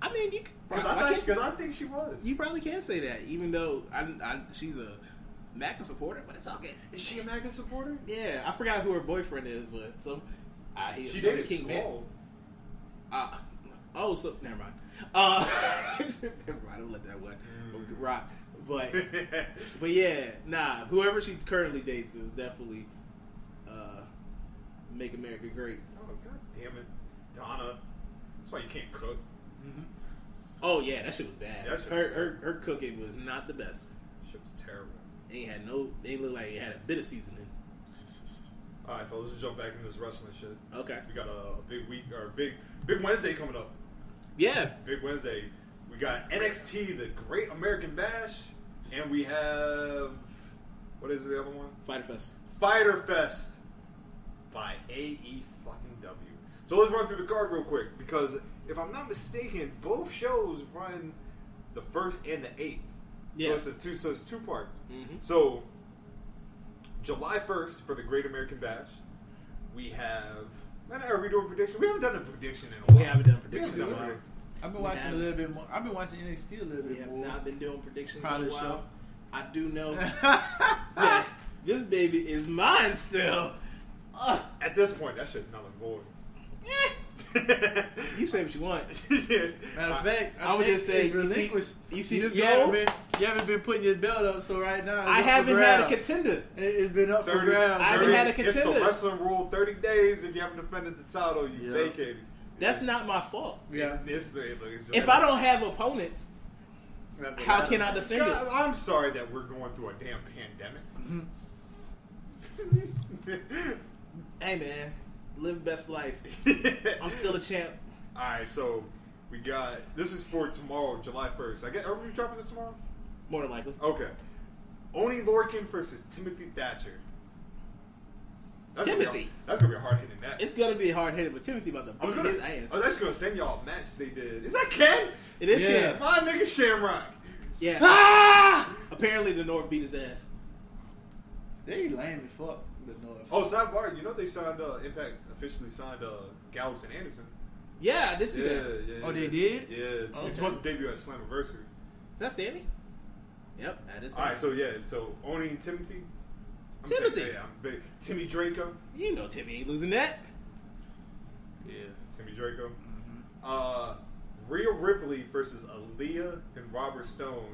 H: I mean, you could-
E: Because
H: why
E: I,
H: can't-
E: thought- 'cause I think she was.
H: you probably can say that, even though I, I, she's a MACA supporter, but it's okay.
E: Is she a MAGA supporter?
H: Yeah, I forgot who her boyfriend is, but some I he's
E: She
H: Larry
E: dated
H: King Van-
E: Small.
H: Uh, oh, so never mind. Uh, never mind. Don't let that one
E: Mm.
H: rock. But but yeah, nah. Whoever she currently dates is definitely uh, make America great.
E: Oh god damn it, Donna. That's why you can't cook.
H: Oh yeah, that shit was bad.
E: That shit
H: her,
E: was
H: her her cooking was not the best.
E: Shit was terrible.
H: They ain't had no. They looked like it had a bit of seasoning.
E: All right, fellas, let's jump back into this wrestling shit.
H: Okay.
E: We got a big week or big big Wednesday coming up.
H: Yeah.
E: Big Wednesday. We got NXT, the Great American Bash, and we have what is the other one?
H: Fighter Fest.
E: Fighter Fest by AE fucking W. So let's run through the card real quick because if I'm not mistaken, both shows run the first and the eighth.
H: Yes.
E: So
H: Mm-hmm.
E: it's a two. So it's two part. So July first for the Great American Bash, we have. Man, are we doing prediction? We haven't done a prediction in a while.
H: We haven't done prediction
E: We haven't
H: in a
E: done
H: while.
G: I've been
H: We
G: watching
H: have-
G: a little bit more. I've been watching NXT a little
H: We
G: bit
H: have
G: more.
H: not been doing predictions
G: Probably
H: in a while.
G: so.
H: I do know that this baby is mine still. Ugh.
E: At this point, that shit's null and void.
H: you say what you want.
G: Matter of fact, I
H: I would
G: think
H: just say,
G: it's
H: you see-
G: relinquished.
H: you see this
G: You haven't,
H: goal?
G: been, you haven't been putting your belt up, so right now it's
H: I
G: up for
H: haven't had a
G: grabs.
H: contender.
G: It- It's been up
E: 30,
G: for grabs.
H: I haven't
G: bro.
H: had a
E: It's
H: contender.
E: the wrestling rule: thirty days. If you haven't defended the title, you
G: Yeah.
E: vacated.
H: That's not my fault.
G: Yeah.
E: It's, it's, it's
H: If I don't have opponents, how can I defend
E: God,
H: it?
E: I'm sorry that we're going through a damn pandemic.
H: Mm-hmm. Hey man, live best life. I'm still a champ.
E: All right, so we got this is for tomorrow, July first. I get. Are we dropping this tomorrow?
H: More than likely.
E: Okay. Oni Lorkin versus Timothy Thatcher. That's Gonna
H: Timothy?
E: be, a- that's gonna be a hard hitting match.
H: It's gonna be hard headed, but Timothy about to
E: I was
H: beat
E: gonna.
H: his
E: I
H: ass.
E: was actually gonna send y'all a match they did. Is that Ken?
H: It is
G: Yeah.
H: Cam.
E: My nigga Shamrock.
H: Yeah.
E: Ah!
H: Ah! Apparently the North beat his ass.
G: They lame as fuck. The North.
E: Oh, sidebar. You know they signed uh, Impact officially signed uh, Gallows and Anderson.
H: Yeah, I did see
E: Yeah,
H: that.
E: yeah.
G: Oh, they did?
E: Yeah.
G: Okay.
E: It's supposed to debut at Slammiversary.
H: Is that Sammy? Yep, that is
E: All right, so
H: Sammy.
E: yeah, so Oni and Timothy. I'm
H: Timothy.
E: Saying, yeah, I'm big. Timmy Draco.
H: You know Timmy ain't losing that.
G: Yeah.
E: Timmy Draco. Uh, Rhea Ripley versus Aaliyah and Robert Stone.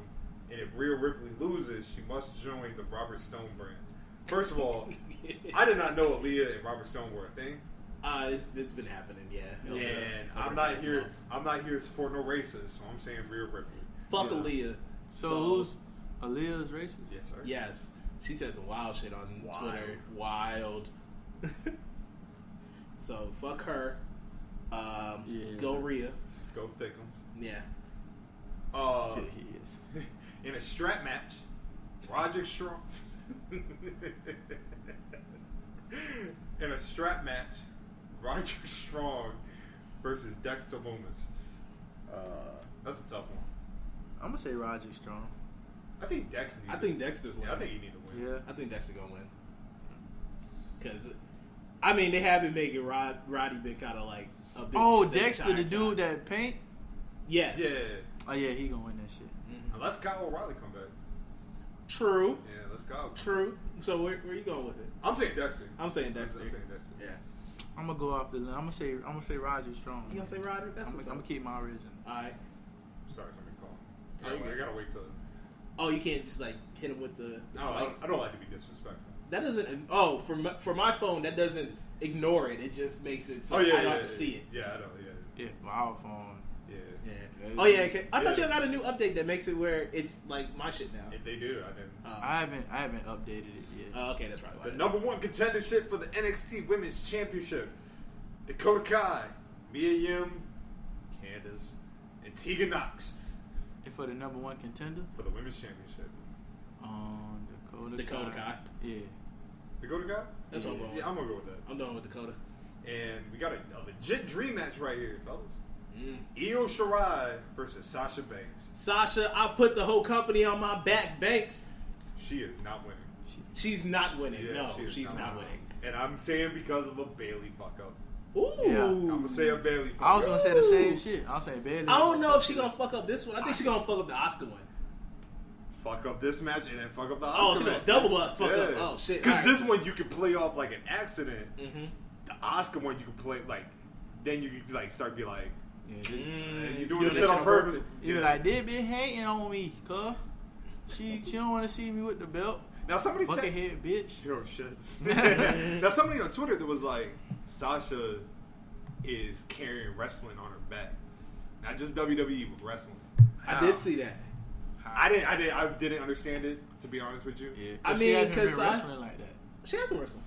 E: And if Rhea Ripley loses, she must join the Robert Stone brand. First of all, I did not know Aaliyah and Robert Stone were a thing.
H: Uh, it's, it's been happening, yeah. Over the-
E: And
H: over
E: I'm
H: the
E: not
H: past
E: here.
H: month.
E: I'm not here to support no racists, so I'm saying Rhea Ripley.
H: Fuck
G: Yeah.
H: Aaliyah.
G: So, who's Aaliyah's racist?
E: Yes, sir.
H: Yes, she said some wild shit on
E: Wild.
H: Twitter. Wild. so fuck her. Um,
G: Yeah.
H: Go Rhea.
E: Go Thickums.
H: Yeah.
E: Uh,
G: Yeah, Oh, he is.
E: in a strap match, Roger Strong. in a strap match, Roger Strong versus Dexter Loomis. Uh, That's a tough one.
G: I'm gonna say Roger Strong.
E: I think Dex. Needs
H: I think Dexter's
E: Yeah, I
H: winning.
E: think you need to win.
G: Yeah.
H: I think Dexter gonna win. Cause, I mean, they have been making Rod Roddy been kind of like a bitch
G: Oh,
H: the
G: Dexter, the
H: entire time.
G: dude that paint.
H: Yes.
E: Yeah.
H: Mm-hmm.
G: Oh yeah, he gonna win that shit.
E: Unless Kyle O'Reilly come back.
H: True.
E: Yeah, let's go.
H: True. So where, where you going with it?
E: I'm saying Dexter.
H: I'm saying Dexter.
E: I'm saying Dexter.
H: Yeah.
G: I'm gonna go off the. I'm gonna say. I'm gonna say Roger Strong.
H: You gonna say Roderick? That's
G: I'm,
H: what's
G: gonna- I'm gonna
H: up.
G: keep my original.
H: All right.
E: Sorry, somebody called.
H: Oh, you
E: I, I
H: good.
E: gotta wait till.
H: Oh, you can't just like hit him with the.
E: I
H: the
E: don't, I
H: spike.
E: don't- I don't like to be disrespectful.
H: That doesn't. Oh, for my, for my phone, that doesn't ignore it. It just makes it so I don't have to see it.
E: Oh, Yeah, I don't. Yeah,
G: Yeah, my old phone.
E: yeah.
H: Yeah.
G: Yeah.
H: Oh yeah. Okay. I thought
E: Yeah.
H: y'all got a new update that makes it where it's like my shit now.
E: If they do, I didn't.
H: Uh,
G: I haven't. I haven't updated it yet.
H: uh, okay, that's probably why.
E: The number one contendership for the NXT Women's Championship: Dakota Kai, Mia Yim, Candace, and Tegan Knox
G: and for the number one contender,
E: for the Women's Championship.
G: um, Dakota.
H: Dakota Kai.
G: Yeah.
E: Dakota Kai?
H: That's what I'm
E: yeah,
H: going
E: yeah, I'm
H: with.
E: gonna go with that.
H: I'm done with Dakota.
E: And we got a, a legit dream match right here, fellas.
H: Mm.
E: Io Shirai versus Sasha Banks.
H: Sasha, I put the whole company on my back. Banks,
E: She is not winning.
H: she's not winning.
E: Yeah,
H: no,
E: she is
H: she's not,
E: not
H: winning.
E: And I'm saying because of a Bailey fuck up.
H: Ooh.
G: Yeah.
E: I'm gonna say a Bailey. for
G: I was
E: real.
G: gonna say the same shit. I was saying Bailey.
H: I don't know if she's gonna fuck up this one. I think she's gonna fuck up the Oscar one.
E: fuck up this match and then fuck up the
H: Oh,
E: Oscar
H: she's gonna
E: match.
H: double up, fuck up. Oh shit!
E: Because
H: All right.
E: this one you can play off like an accident.
H: Mhm.
E: The Oscar one you can play like, then you can like start be like,
H: Mm.
E: you doing this shit on purpose.
G: You
E: Yeah.
G: be like, they been hating on me, cuz. She she don't want to see me with the belt.
E: Now somebody said,
G: Buckethead bitch.
E: "Oh shit." now somebody on Twitter that was like, Sasha is carrying wrestling on her back, not just WWE but wrestling.
H: I did see that.
E: I didn't, I didn't, I didn't understand it to be honest with you.
G: Yeah,
H: I
G: I mean,
H: mean,
G: hasn't
H: 'cause
G: been
H: I-
G: wrestling like that.
H: She has to wrestle.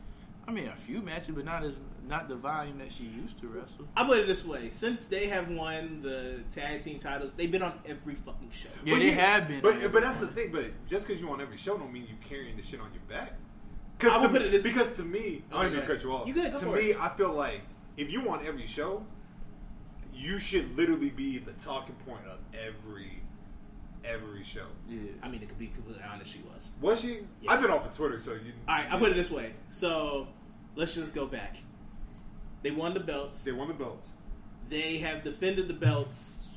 G: I mean, a few matches, but not as not the volume that she used to wrestle.
H: I put it this way: since they have won the tag team titles, they've been on every fucking show.
G: Yeah, they have been.
E: But but that's the thing. But just because you on every show don't mean you carrying the shit on your back. Because
H: I
E: to,
H: would put it this-
E: because to me,
H: Oh,
E: I'm
H: yeah.
E: gonna cut you off.
H: You good, go
E: to
H: for
E: me,
H: it.
E: I feel like if you on every show, you should literally be the talking point of every every show.
G: Yeah.
H: I mean, to be completely honest, she was.
E: Was she?
H: Yeah.
E: I've been off of Twitter, so you.
H: All right, I put it this way. So let's just go back. They won the belts.
E: They won the belts,
H: They have defended the belts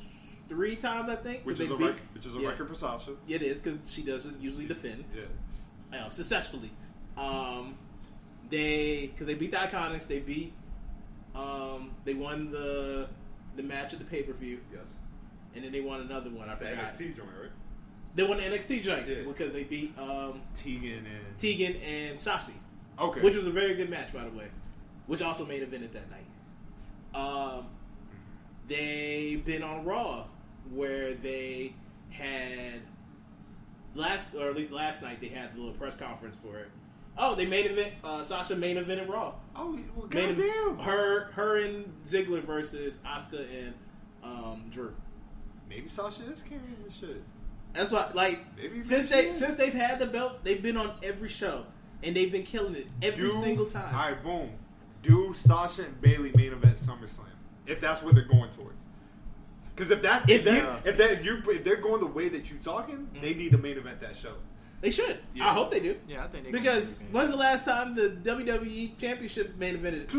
H: three times, I think. 'cause
E: which
H: they
E: is a
H: beat-
E: record, which is a
H: Yeah.
E: record for Sasha.
H: It is because she doesn't usually defend
E: Yeah,
H: um, successfully. Um, they because they beat the Iconics. They beat. Um, they won the the match at the pay per view,
E: yes.
H: and then they won another one. I
E: The
H: forgot.
E: NXT joint, right?
H: They won the NXT joint
E: Yeah.
H: because they beat um,
E: Tegan and
H: Tegan and Shotzi,
E: okay,
H: which was a very good match, by the way, which also main evented that night. Um, they've been on Raw, where they had last, or at least last night, they had a little press conference for it. Oh, they main event uh, Sasha main evented Raw.
E: oh well,
H: Main ev-
E: goddamn.
H: her, her and Ziggler versus Oscar and um, Drew.
E: Maybe Sasha is carrying this shit.
H: That's why, like,
E: Maybe
H: since
E: they
H: they
E: should.
H: since they've had the belts, they've been on every show and they've been killing it every
E: Do-
H: single time.
E: All right, boom. Do Sasha and Bailey main event SummerSlam if that's what they're going towards? Because if that's if,
H: If
E: that,
H: you- Mm-hmm.
E: if that if you if they're going the way that you talking, they need to main event that show.
H: They should.
E: Yeah.
H: I hope they do.
G: Yeah, I think they
H: because
G: can-
H: when's the last time the WWE Championship main evented?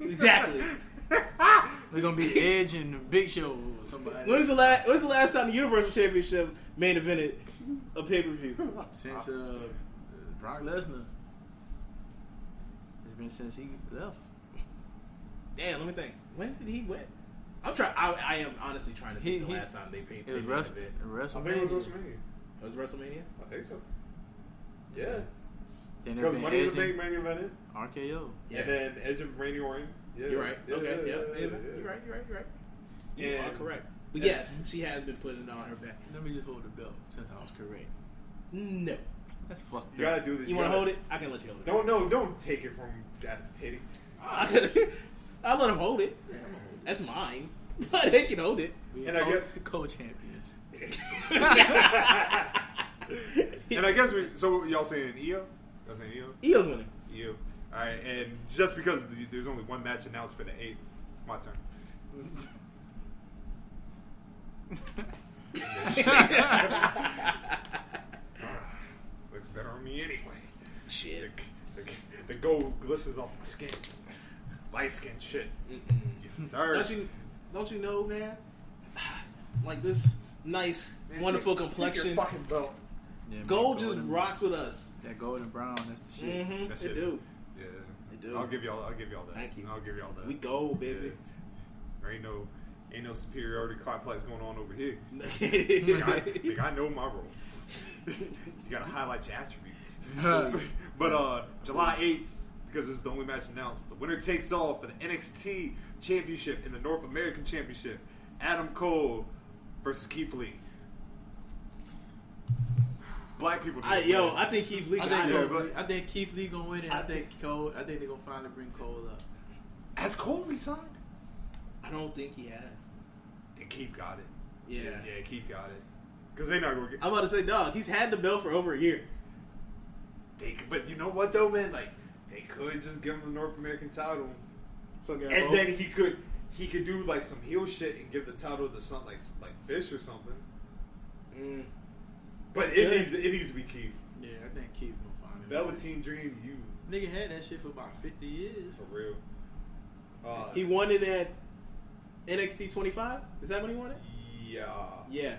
H: exactly.
G: They're gonna be Edge and the Big Show or somebody.
H: When's the last When's the last time the Universal Championship main evented a pay per view?
G: Since uh, Brock Lesnar, it's been since he left.
H: Damn, let me think. When did he win? I'm trying. I, I am honestly trying to
G: He-
H: think the
G: he's-
H: last time they paid.
G: It was
H: main
G: Wrest-
H: event. Oh,
E: I
G: WrestleMania.
E: think it was WrestleMania.
H: It was WrestleMania.
E: I think so. Yeah,
G: Then it's
E: because
G: been
E: Money in
G: Edge
E: the Bank
G: and
E: main evented,
G: RKO.
H: Yeah.
E: and then Edge and Randy Orton. Yeah,
H: You're right.
E: Yeah,
H: okay.
E: yeah,
H: yep.
E: yeah,
H: You're right.
E: yeah.
H: You're right. You're right. You're right. You
E: Yeah.
H: are Oh, correct. But
E: Yeah.
H: yes, she has been putting it on her back.
G: Let me just hold the belt since I was correct.
H: No.
G: That's fucked
E: You
G: up.
E: gotta do this.
H: You want to
E: gotta-
H: hold it? I can let you hold it.
E: Don't no. Don't take it from that pity.
H: I can- I'll let him hold it. That's mine. But they can hold it.
G: We
E: And I
G: co-
E: get-
G: co-champions.
E: And I guess we. So y'all saying EO? Y'all saying E EO?
H: Eo's winning.
E: You. All right, and just because th- there's only one match announced for the eighth, it's my turn. Looks better on me anyway.
H: Shit.
E: The, the gold glistens off my skin, light skin shit.
H: Mm-hmm.
E: Yes, sir.
H: Don't you, don't you know, man? Like this nice,
E: Man,
H: wonderful
E: take- take your
H: complexion.
E: fucking belt.
G: Yeah, man,
H: Gold just
G: golden-
H: rocks with us.
G: That golden brown, that's the shit.
H: Mm-hmm.
E: That
H: It
E: shit.
H: do.
E: Yeah.
H: It do.
E: I'll give y'all. I'll give y'all that.
H: Thank you.
E: I'll give
G: uh,
E: y'all that.
H: We gold, baby.
E: There ain't no, ain't no superiority complex going on over here. I,
H: That's
E: like, I know my role. you gotta highlight your attributes. but uh, July 8th, because this is the only match announced, the winner takes all for the NXT Championship and the North American Championship. Adam Cole versus Keith Lee. Black people.
H: I, yo, I think Keith Lee
G: I
H: got
G: think,
H: it.
E: Yeah,
G: Cole,
E: but-
G: I think Keith Lee gonna win it. I,
H: I
G: think Cole. I think they're gonna finally bring Cole up.
E: has Cole resigned?
H: I don't think he has.
E: Then Keith got it.
H: Yeah.
E: yeah, Keith got it. Because they're not gonna get.
H: I'm about to say, dog, he's had the belt for over a year.
E: They, but you know what though, man? Like they could just give him the North American title.
H: So get
E: and then he could he could do like some heel shit and give the title to something like like Fish or something.
H: Mm.
E: But it
H: Yeah.
E: needs it needs to be Keith.
G: Yeah, I think Keith gonna finally. win it.
E: Velveteen Dream, you
G: Nigga had that shit for about fifty years.
E: for real.
H: He won it at NXT 25. Is that what he won it?
E: Yeah.
H: Yeah,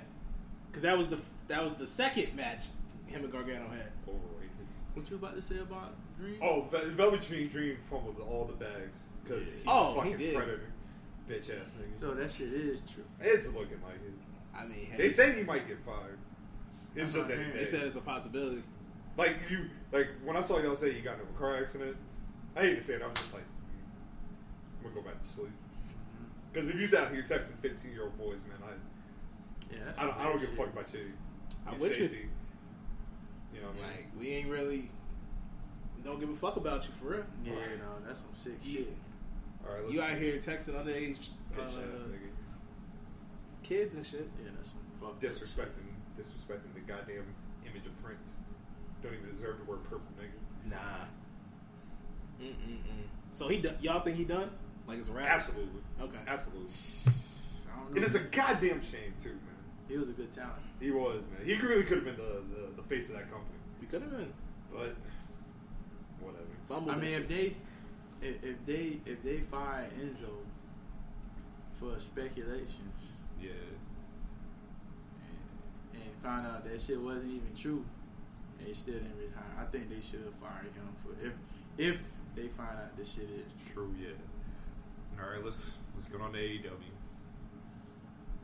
H: because that was the that was the second match him and Gargano had.
E: Overrated.
G: What you about to say about Dream?
E: Oh, Vel- Velvet Dream Dream fumbled all the bags because he's
H: Oh,
E: a
H: he
E: fucking
H: did.
E: predator, bitch ass nigga.
G: So Oh, that shit is true.
E: it's looking like it.
H: Oh. I mean, hey,
E: They said he might get fired. It's
G: I'm
E: just
G: not
E: that
G: hearing
H: they
G: it.
H: said it's a possibility.
E: like you like when I saw y'all say you got into a car accident. I hate to say it, I'm just like, I'm gonna go back to sleep. Because if you're out here texting 15 year old boys, man, I.
G: Yeah, that's
E: I don't, I don't give a
G: shit.
E: fuck about you.
H: I
E: Your
H: wish it-
E: safety. You know, what I mean?
H: Like we ain't really don't give a fuck about you for real.
G: Yeah, no, that's some sick
H: Yeah.
G: shit.
E: all right, let's
H: You out here texting underage
E: Bitch ass
H: uh,
E: nigga.
H: kids and shit.
G: Yeah, that's some fucked up shit.
E: Disrespecting, disrespecting the goddamn image of Prince. Don't even deserve the word purple, nigga.
H: Nah. Mm mm mm. So he do- y'all think he done? Like it's a wrap?
E: Absolutely.
H: Okay.
E: Absolutely.
G: I don't know.
E: It is a goddamn shame, too, man.
G: He was a good talent.
E: He was, man. He really could have been the, the, the face of that company.
H: We could have been
E: But, whatever.
H: fumbled.
G: I
H: and
G: mean,
H: shit.
G: if they, if, if they, if they fire Enzo for speculations
E: Yeah.
G: and found out that shit wasn't even true, and they still didn't retire, I think they should have fired him for if if they find out this shit is true.
E: True, yeah. All right, let's let's get on to AEW.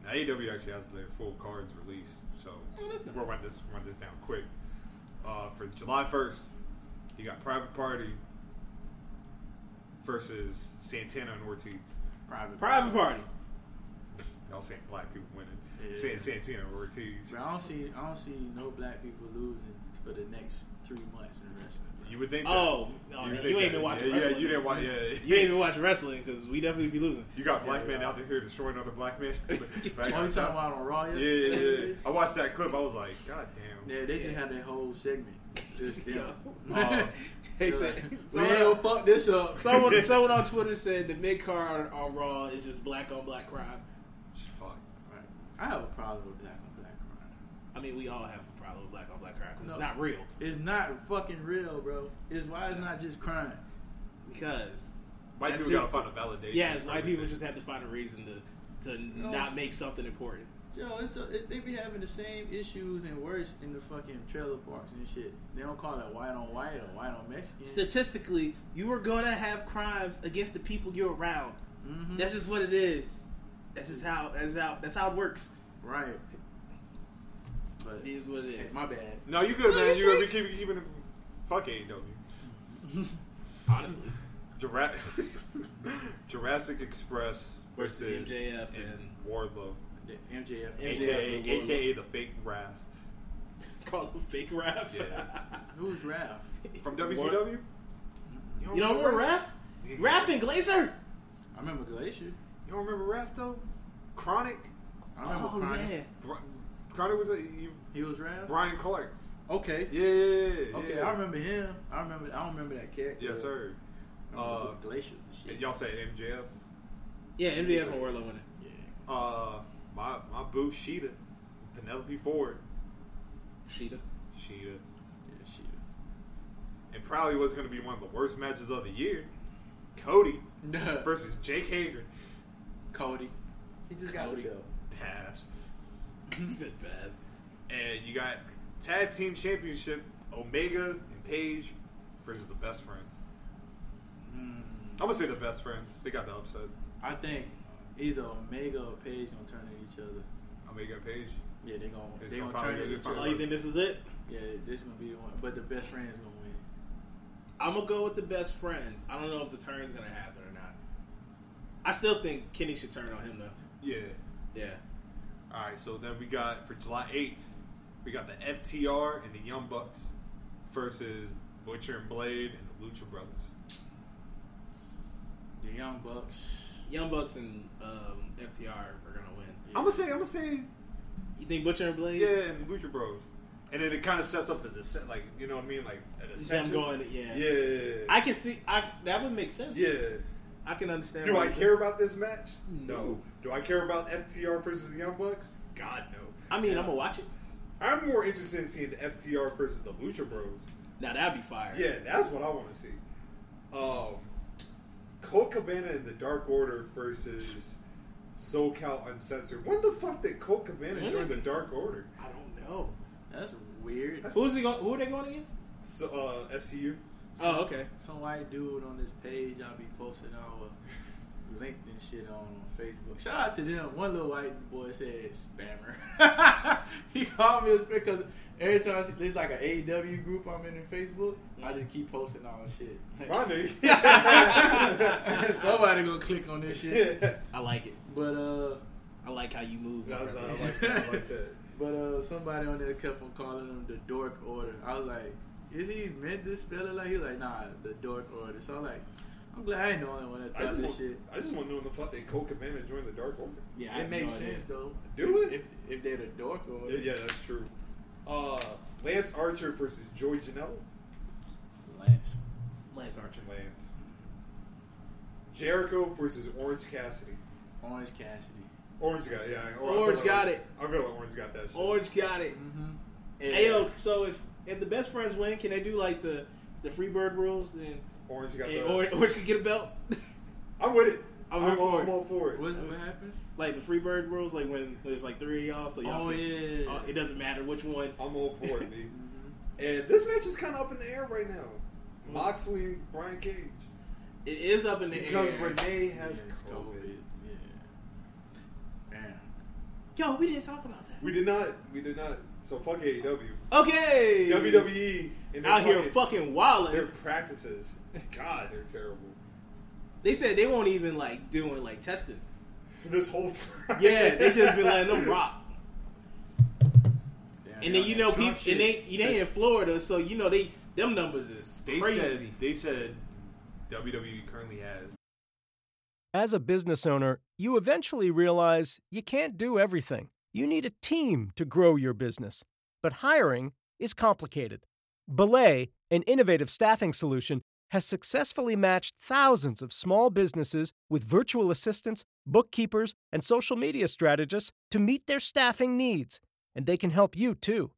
E: Now, AEW actually has their full cards released, so
H: that's nice.
E: we'll run this run this down quick. Uh, for July first, you got Private Party versus Santana and Ortiz.
G: private.
H: private party.
E: Y'all saying black people winning?
G: Yeah.
E: Saying Santana and Ortiz.
G: But I don't see, I don't see no black people losing for the next three months in wrestling.
E: You would think.
H: Oh,
E: that,
H: no,
E: would
H: you
E: think
H: ain't
E: that-
H: been
E: yeah,
H: watching
E: Yeah,
H: wrestling.
E: you didn't watch. Yeah,
H: You ain't even watch wrestling because we definitely be losing.
E: You got black
G: Yeah,
E: men
G: yeah.
E: out here destroying other black men.
G: Only time about on Raw
E: Yeah, yeah,
G: yesterday.
E: yeah. I watched that clip. I was like, God damn.
G: Yeah, they just had their whole segment. Just them.
E: Uh,
H: They
G: They're
H: said
G: like, we ain't
H: someone,
G: gonna fuck this up.
H: someone, someone on Twitter said the mid card on Raw is just black on black crime.
E: fuck.
G: Right. I have a problem with black on black crime.
H: I mean, we all have a problem with black on black crime 'cause it's
G: No.
H: not real.
G: It's not fucking real, bro. It's why it's not just crime.
H: Because
E: White
H: That's
E: people
H: just-
E: gotta find a validation.
H: yeah, it's
E: for
H: white people
E: everything.
H: just have to find a reason to to
G: No, it's-
H: not make something important.
G: Yo, it's a, it, they be having the same issues and worse in the fucking trailer parks and shit. They don't call it white on white or white on Mexican.
H: Statistically, you are gonna have crimes against the people you're around. That's just what it is. That's just how. That's how. That's how it works.
G: right. But
H: It is what it
G: hey,
H: is.
G: my bad.
E: No, you good, man. You we keep keeping it. Fuck AEW.
H: Honestly,
E: Jura- Jurassic Express versus
H: MJF and
E: Wardlow,
G: The MJF.
E: aka
H: and Wardlow.
E: aka the fake Wrath
H: call it fake ref.
E: Yeah.
G: Who's Raph?
E: from WCW.
H: you don't remember ref? Ref and Glazer.
G: I remember Glacier.
E: You don't remember Wrath though? Chronic.
G: I remember
H: Oh,
G: Chronic.
H: yeah.
E: Bri- Chronic was a you,
G: He was Raph?
E: Brian Clark.
G: Okay.
E: Yeah. yeah,
G: Okay,
E: yeah.
G: I remember him. I remember. I don't remember that character.
E: Yes, sir.
G: I remember
E: Uh,
G: the glacier. and shit.
E: y'all say MJF.
H: Yeah, MJF and Wardlow won it.
G: Yeah.
E: Uh, my my boo Sheeta, Penelope Ford,
H: Sheeta.
E: Sheeta.
G: Yeah, shit.
E: and probably was going to be one of the worst matches of the year. Cody
G: Nah.
E: versus Jake Hager.
G: Cody. He just got
H: Cody.
G: go.
E: Pass.
H: Said fast.
E: And you got tag team championship Omega and Paige versus the best friends.
G: Hmm.
E: I'm gonna say the best friends. They got the upset.
G: I think either Omega or Paige gonna turn at each other.
E: Omega and Paige.
G: Yeah, they gonna
E: It's
G: they
E: gonna
G: gonna,
E: finally
G: turn at
E: be
G: each
E: the
G: other.
H: Oh, you think this is it?
G: Yeah, this gonna be the one. But the best friend's gonna win.
H: I'm gonna go with the best friends. I don't know if the turn's gonna happen or not. I still think Kenny should turn on him though.
E: Yeah.
H: Yeah.
E: All right. So then we got for July 8th, we got the FTR and the Young Bucks versus Butcher and Blade and the Lucha Brothers.
G: The Young Bucks.
H: Young Bucks and um, FTR are gonna win.
E: I'm gonna say. I'm gonna say
H: You think Butcher and Blade?
E: Yeah, and Lucha Bros. And then it kind of sets up the descent, like you know what I mean, like an ascension.
H: going, yeah.
E: yeah.
H: I can see. I that would make sense.
E: yeah.
H: I can understand.
E: Do
H: why
E: I
H: you
E: care about this match?
H: No.
E: Do I care about FTR versus the Young Bucks? God no.
H: I mean, I'm gonna watch it.
E: I'm more interested in seeing the FTR versus the Lucha Bros.
H: Now that'd be fire.
E: Yeah, that's what I want to see. Um, Colt Cabana and the Dark Order versus SoCal Uncensored. When the fuck did Colt Cabana
G: Mm.
E: join the Dark Order?
G: I don't know.
H: That's weird.
E: That's-
G: Who's he going? Who are they going against?
E: So, uh, SCU.
G: Oh, okay.
H: Some white dude on this page I'll be posting our LinkedIn shit on on Facebook. Shout out to them. One little white boy said spammer. he called me a spammer because every time I see, there's like an AEW group I'm in in Facebook, I
E: Mm-hmm.
H: just keep posting all shit.
E: My name.
H: Somebody gonna click on this shit.
G: I like it.
H: But uh,
G: I like how you move.
E: I, was, uh, I like that. I like that.
H: but uh, somebody on there kept on calling him the Dork Order. I was like, is he meant to spell it like? He was like, nah, the Dork Order. So I'm like, I'm glad I ain't the only one that
E: I
H: thought
E: just,
H: this
E: want,
H: shit.
E: I just want to know when the fuck did Colt Cabana join the Dark Order?
G: yeah, I
H: it
G: have no
H: makes
G: idea.
H: sense though.
E: Do
H: If
E: it?
H: if they're the dork or
E: Yeah, yeah, that's true. Uh, Lance Archer versus Joy Janela.
H: Lance.
G: Lance Archer.
E: Lance. Jericho versus Orange Cassidy.
H: Orange Cassidy.
E: Orange got yeah. Oh, I- I
G: Orange
E: feel like-
G: got it.
E: I feel like Orange got that shit.
G: Orange got it.
E: And
G: Hey, yo, so if if the best friends win, can they do like the the free bird rules and,
E: Orange got
G: and
E: the.
G: or, Orange can get a belt?
E: Uh, I'm with it.
G: I'm
E: I'm,
G: here for
E: all,
G: it.
E: I'm all for it.
H: What what happened?
G: like the free bird rules, like when there's like three of y'all, so y'all.
H: Oh,
G: can-
H: yeah.
G: uh, it doesn't matter which one.
E: I'm all for it, B.
G: Mm-hmm.
E: And this match is kind of up in the air right now. Moxley and Brian Cage.
G: It is up in the
E: Because
G: air.
E: Renee has
H: Yeah, it's
E: COVID.
H: Yeah. Damn.
G: Yo, we didn't talk about that.
E: We did not. We did not. So fuck E AEW.
G: Okay,
E: WWE E and their
G: E out here
E: fucking-
G: fucking
E: their
G: wilding.
E: practices. God, they're terrible.
G: They said they won't even like doing like testing.
E: This whole time.
G: Yeah, they just been letting them rock.
H: Damn,
G: And then you know
H: y'all
G: people,
H: Trump
G: and they
H: shit.
G: and they in Florida, so you know they them numbers is
E: They
G: crazy.
E: said they said WWE currently has
K: As a business owner, you eventually realize you can't do everything. You need a team to grow your business. But hiring is complicated. Belay, an innovative staffing solution, has successfully matched thousands of small businesses with virtual assistants, bookkeepers, and social media strategists to meet their staffing needs. And they can help you too.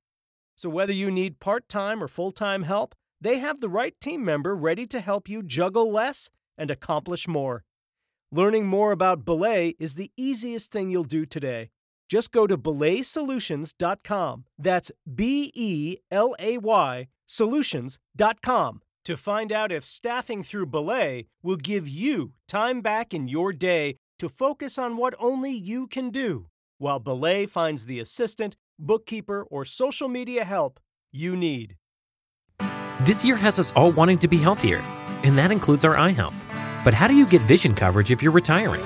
K: So, whether you need part time or full time help, they have the right team member ready to help you juggle less and accomplish more. Learning more about Belay is the easiest thing you'll do today. Just go to belaysolutions.com. That's B E L A Y solutions.com to find out if staffing through Belay will give you time back in your day to focus on what only you can do, while Belay finds the assistant, bookkeeper, or social media help you need.
D: This year has us all wanting to be healthier, and that includes our eye health. But how do you get vision coverage if you're retiring?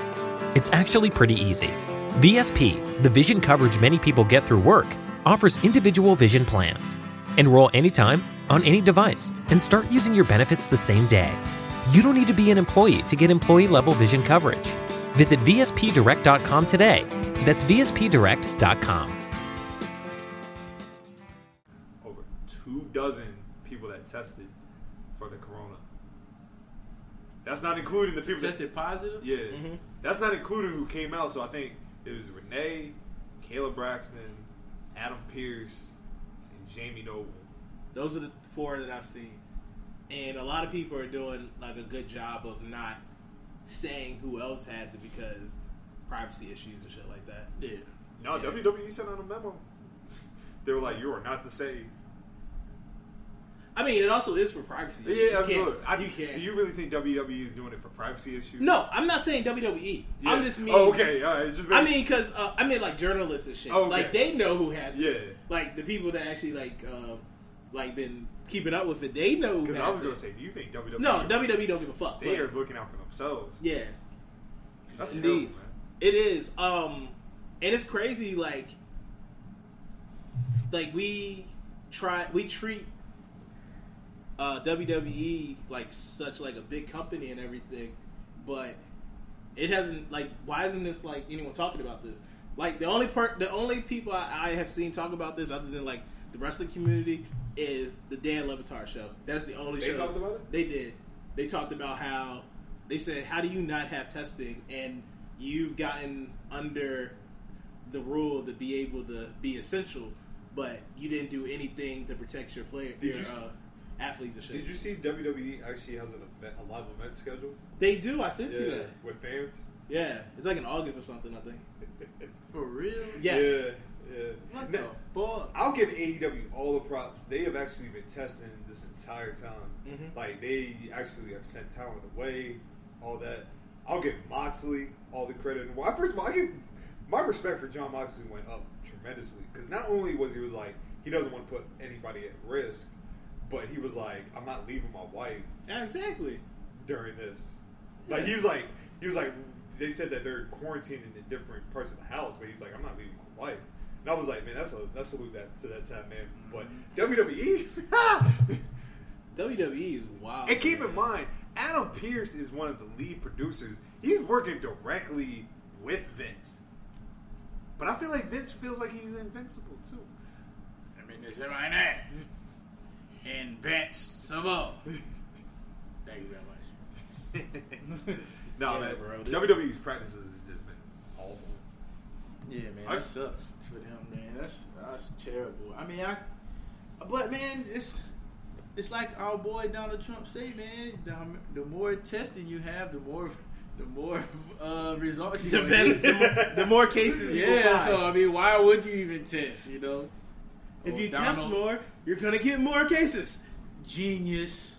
D: It's actually pretty easy. VSP, the vision coverage many people get through work, offers individual vision plans. Enroll anytime, on any device, and start using your benefits the same day. You don't need to be an employee to get employee level vision coverage. Visit VSPDirect.com today. That's VSPDirect.com.
E: over two dozen people that tested for the corona. That's not including the people that-
H: tested positive. Mm-hmm.
E: Yeah,
G: Mm-hmm.
E: that's not including who came out. So I think it was Renee, Caleb Braxton, Adam Pierce, and Jamie Noble.
G: Those are the four that I've seen. And a lot of people are doing like a good job of not saying who else has it because privacy issues and shit like that.
H: Yeah.
E: No,
G: Yeah.
E: WWE sent out a memo. they were like, "You are not the same."
G: I mean, it also is for privacy. issues.
E: Yeah,
G: you
E: absolutely.
G: Can't,
E: I,
G: you can't.
E: Do you really think WWE is doing it for privacy issues?
G: no, I'm not saying WWE.
E: Yeah.
G: I'm just mean.
E: Oh, okay. All right. Just
G: I mean, because uh, I mean, like journalists and shit.
E: Okay.
G: Like they know who has it.
E: Yeah.
G: Like the people that actually like uh, like been keeping up with it, they know. Who
E: because
G: has
E: I was
G: it.
E: gonna say, do you think WWE?
G: no, WWE don't give a fuck.
E: They
G: but-
E: are looking out for themselves.
G: yeah,
E: That's
G: indeed,
E: terrible, man.
G: it is. Um, and it's crazy. Like, like we try we treat uh, WWE like such like a big company and everything, but it hasn't like why isn't this like anyone talking about this? Like the only part the only people I, I have seen talk about this other than like the wrestling community is the Dan Levitar show. That's the only
E: They
G: show
E: talked about it?
G: They did. They talked about how they said how do you not have testing and you've gotten under the rule to be able to be essential, but you didn't do anything to protect your player.
E: Did
G: your,
E: you s-
G: uh,
H: athletes and shit.
E: Did you see
G: E
E: WWE actually has an event, a live event schedule?
H: They do. I did see that.
E: with fans.
H: Yeah, it's like in August or something. I think.
G: For real?
H: Yes.
E: Yeah, yeah.
G: What
E: Now,
G: the fuck?
E: I'll give AEW all the props. They have actually been testing this entire time.
H: Mhm.
E: Like they actually have sent talent away, all that. I'll give Moxley all the credit. And why? First of all, I give my respect for John Moxley went up tremendously because not only was he was like he doesn't want to put anybody at risk, but he was like I'm not leaving my wife
H: Exactly.
E: during this. Like he's like he was like they said that they're quarantining in different parts of the house, but he's like I'm not leaving my wife. And I was like, man, that's a that's salute that to that time, man. But
H: Mm-hmm.
E: WWE,
G: E
H: WWE is wild.
E: and keep
H: man.
E: in mind, Adam Pierce is one of the lead producers. He's working directly with Vince, but I feel like Vince feels like he's invincible too.
G: I mean, it's him right now. And Vince Samoa. Thank you very much.
E: no,
H: Yeah,
E: man,
H: bro, this-
E: WWE's practices has just been awful.
G: Yeah, man,
E: I-
G: that sucks for them, man. That's that's terrible. I mean, I, but man, it's it's like our boy Donald Trump say, man. The, the more testing you have, the more the more uh, results you
H: The,
G: gonna
H: better,
G: get.
H: the, more, the more cases you will
G: Yeah,
H: find.
G: so I mean, why would you even test? You know,
H: if
G: Oh,
H: you test
G: Donald-
H: more, you're gonna get more cases.
G: genius,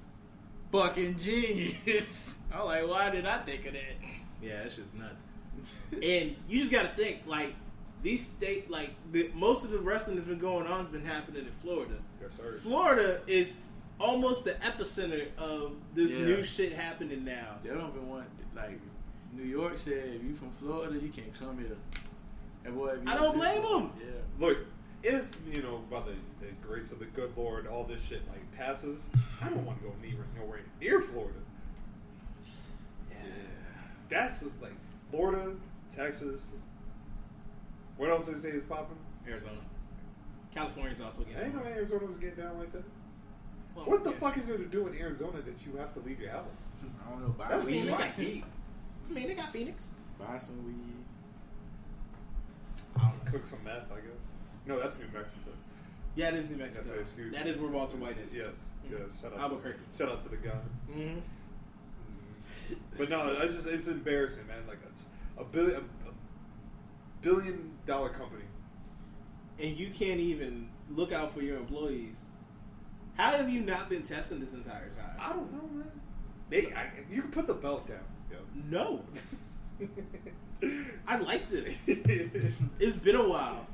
G: fucking genius. I'm like, why did I think of that?
H: Yeah, that shit's nuts. and you just got to think like these state like the, most of the wrestling that's been going on has been happening in Florida.
E: Yes, sir.
H: Florida is almost the epicenter of this
G: Yeah.
H: new shit happening now.
G: They don't even want like New York said, if you from Florida, you can't come here. And boy, if you
H: I don't blame
G: do-
H: 'em.
G: Yeah.
E: Look, if you know by the, the grace of the good Lord, all this shit like passes, I don't want to go near nowhere near Florida. That's like Florida, Texas. What else they say is popping?
H: Arizona, California's also
E: I didn't
H: getting.
E: know
H: one.
E: Arizona was getting down like that.
H: Well,
E: What the
H: yeah.
E: fuck is there to do in Arizona that you have to leave your house?
G: I don't know. Buy
E: That's
G: weed.
E: what you like heat.
H: I mean, they got Phoenix.
G: Buy some weed.
E: I don't know. cook some meth, I guess. No, that's New Mexico.
H: Yeah, it is New
E: That's
H: Mexico.
E: an excuse.
H: That is where Walter White is.
E: Yes, yes. Shout out
H: Mm-hmm. Albuquerque.
E: To, shout out to the guy. Mm-hmm.
H: Mm-hmm.
E: But no, I just it's embarrassing, man. Like a, a billion, a, a billion dollar company.
H: And you can't even look out for your employees. How have you not been testing this entire time?
E: I don't know, man. They, I, you can put the belt down.
H: no.
E: Yo.
H: I like this.
E: Who the
H: It's been a while.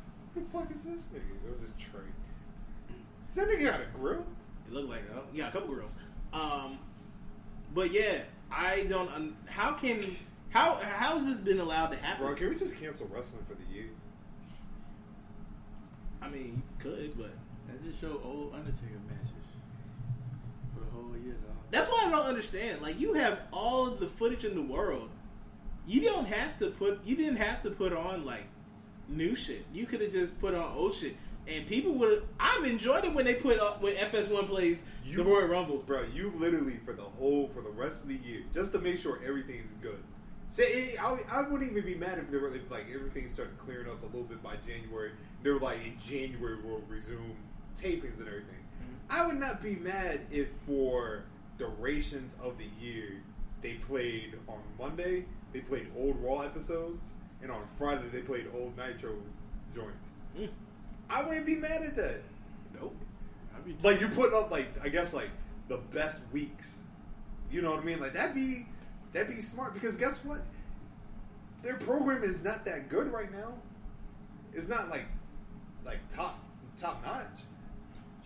E: fuck is this nigga? It was a tray. Is that nigga got a grill?
H: It looked like
G: oh,
H: uh, yeah, a couple girls. Um, but yeah, I don't. Un- how can how how has this been allowed to happen?
E: Bro, can we just cancel wrestling for the year?
H: I mean, you could, but
G: That just show old Undertaker matches for the whole year, dog.
H: that's why I don't understand. Like, you have all of the footage in the world. You don't have to put. You didn't have to put on like new shit. You could have just put on old shit, and people would. I've enjoyed it when they put up when FS1 plays the Royal Rumble.
E: Bro, you literally for the whole for the rest of the year, just to make sure everything's good. Say, I, I wouldn't even be mad if they were if, like everything started clearing up a little bit by January. They were like in January we'll resume tapings and everything. I would not be mad if for durations of the year they played on Monday they played old Raw episodes and on Friday they played old Nitro joints.
H: Mm.
E: I wouldn't be mad at that. Nope
G: I be
E: like you put up like I guess like the best weeks. You know what I mean? Like that'd be that'd be smart because guess what? Their program is not that good right now. It's not like like top top notch.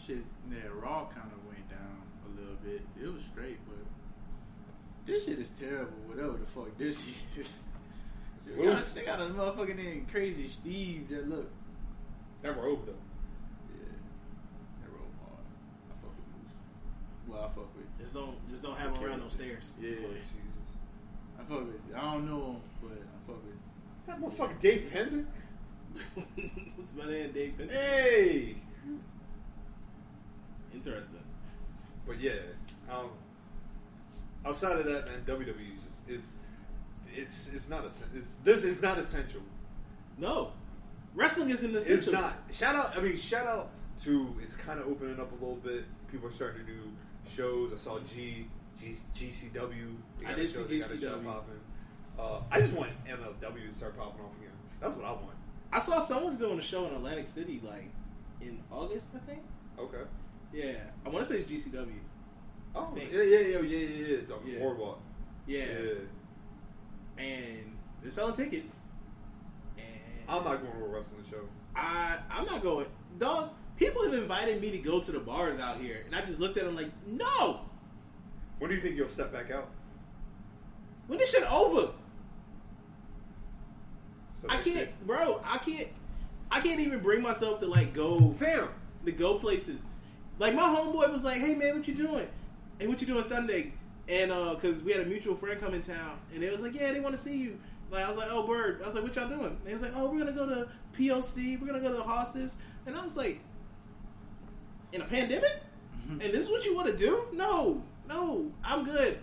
G: shit. Yeah, Raw kind of went down a little bit. It was straight, but this shit is terrible. Whatever the fuck this is. they, got,
E: Woo.
G: they got a motherfucking name, Crazy Steve. That look.
E: That robe though.
G: Yeah, that roll hard. I fuck with Moose. Well, I fuck with.
H: Just don't just don't have him around no stairs.
G: Yeah,
E: Lord Jesus.
G: I fuck with. I don't know him, but I fuck with.
E: Is that motherfucking Dave Penzer?
H: What's my name, Dave? Benson?
E: Hey.
H: Interesting.
E: But yeah, um, outside of that, man, WWE just is it's it's not essential. It's, this is not essential.
H: No, wrestling isn't
E: It's
H: essential.
E: not. Shout out. I mean, shout out Two, it's kind of opening up a little bit. People are starting to do shows. I saw G, G GCW. They
H: I
E: got a
H: did
E: show- they
H: see
E: got a show
H: GCW.
E: popping. Uh, I just want MLW to start popping off again. That's what I want.
H: I saw someone's doing a show in Atlantic City, like in August, I think.
E: Okay.
H: Yeah, I want to say it's GCW.
E: Oh,
H: Think.
E: yeah, yeah, yeah, yeah, yeah, yeah. The
H: Yeah.
E: Boardwalk.
H: Yeah.
E: yeah.
H: and they're selling tickets. And
E: I'm not going to a wrestling show.
H: I I'm not going. Dog, people have invited me to go to the bars out here, and I just looked at them like, no.
E: When do you think you'll step back out?
H: When this shit over,
E: So
H: I
E: that
H: can't,
E: shit-
H: bro. I can't. I can't even bring myself to like go
E: Fam,
H: to go places. Like my homeboy was like, "Hey man, what you doing? Hey, what you doing Sunday?" And uh, cause we had a mutual friend come in town, and they was like, "Yeah, they want to see you." Like I was like, "Oh, bird." I was like, "What y'all doing?" They was like, "Oh, we're gonna go to POC. We're gonna go to Hosses." And I was like, "In a pandemic? And
E: Mm-hmm.
H: this is what you want to do? No, no, I'm good.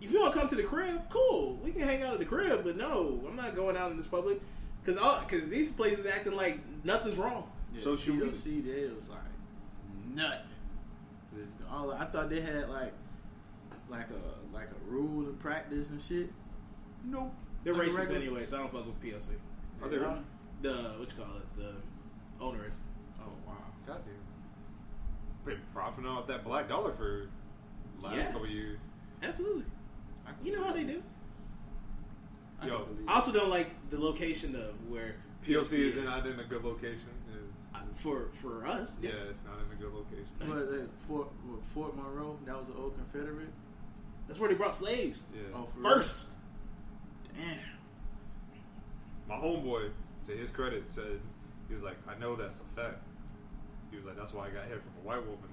H: If you want to come to the crib, cool. We can hang out at the crib, but no, I'm not going out in this public." Cause, all, cause these places acting like nothing's wrong.
G: Yeah,
E: So should we-
G: POC there was like nothing. Just All, I thought they had like like a like a rule and practice and shit. Nope.
H: They're
G: Like
H: racist
G: regular-
H: anyway, so I don't fuck with PLC.
E: Are they really?
H: The what you call it? The owner is.
G: Oh wow.
E: Goddamn. Been profiting off that black dollar for the last
H: Yes.
E: couple years.
H: Absolutely.
G: I can-
H: You know how they do.
G: I
E: Yo.
G: can believe
H: I also don't like the location of where
E: POC is not in a good location. It's,
H: for for us.
E: yeah, it's not in a good location.
G: What, uh, Fort, what, Fort Monroe, that was an old Confederate.
H: That's where they brought slaves
E: Yeah.
G: Oh, for
H: first.
G: real? Damn.
E: My homeboy, to his credit, said he was like, "I know that's a fact." He was like, "That's why I got hit from a white woman."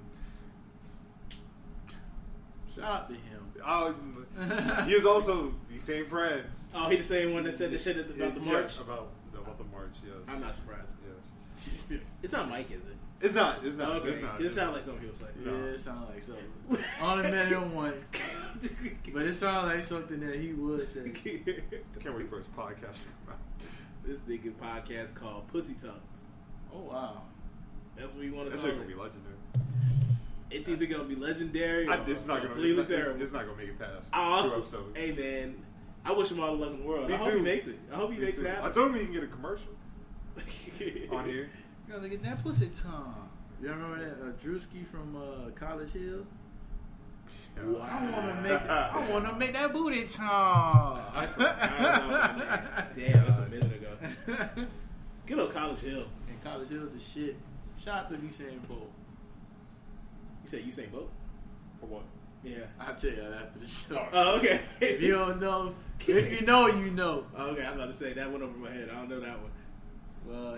G: Shout out to him.
E: Oh, he was also the same friend.
H: Oh, he the same one that said the shit at the- about the
E: Yeah,
H: march.
E: about about the march. Yes,
H: I'm not surprised.
E: Yes,
H: It's not Mike, is it?
E: it's not. It's not.
H: okay.
E: It's not.
H: it
E: It's
H: sounds
E: not.
H: like something people say.
G: Yeah, it sounded like something. Only met him once, but it sounded like something that he would say.
E: Can't wait for his podcast.
H: this nigga podcast called Pussy Talk.
G: Oh wow.
H: That's what you want to
E: that
H: call
E: shit gonna be
H: it.
E: legendary.
H: It's either gonna be legendary or
E: I, it's not gonna.
H: completely
E: it's, not-
H: terrible.
E: It's, it's not gonna make it past
H: I
E: two
H: also,
E: episodes.
H: hey man, I wish him all the luck in the world.
E: Me
H: I hope
E: too.
H: he makes it. I hope he
E: Me
H: makes
E: too.
H: it
E: I
H: happen.
E: told him he can get a commercial on here.
G: You gotta get that pussy tongue. You remember that uh, Drewski from uh, College Hill? I wanna make I wanna make that booty tongue.
H: I forgot about that, man. Damn, that's a minute ago. Good old College Hill.
G: And College Hill the shit. Shout out to Usain Bolt.
H: You said Usain Bolt?
E: For what?
H: Yeah.
G: I'll tell you that after the show.
H: Oh, okay.
G: if you don't know, if you know, you know.
H: Oh, okay, I was about to say that went over my head. I don't know that one.
G: Well,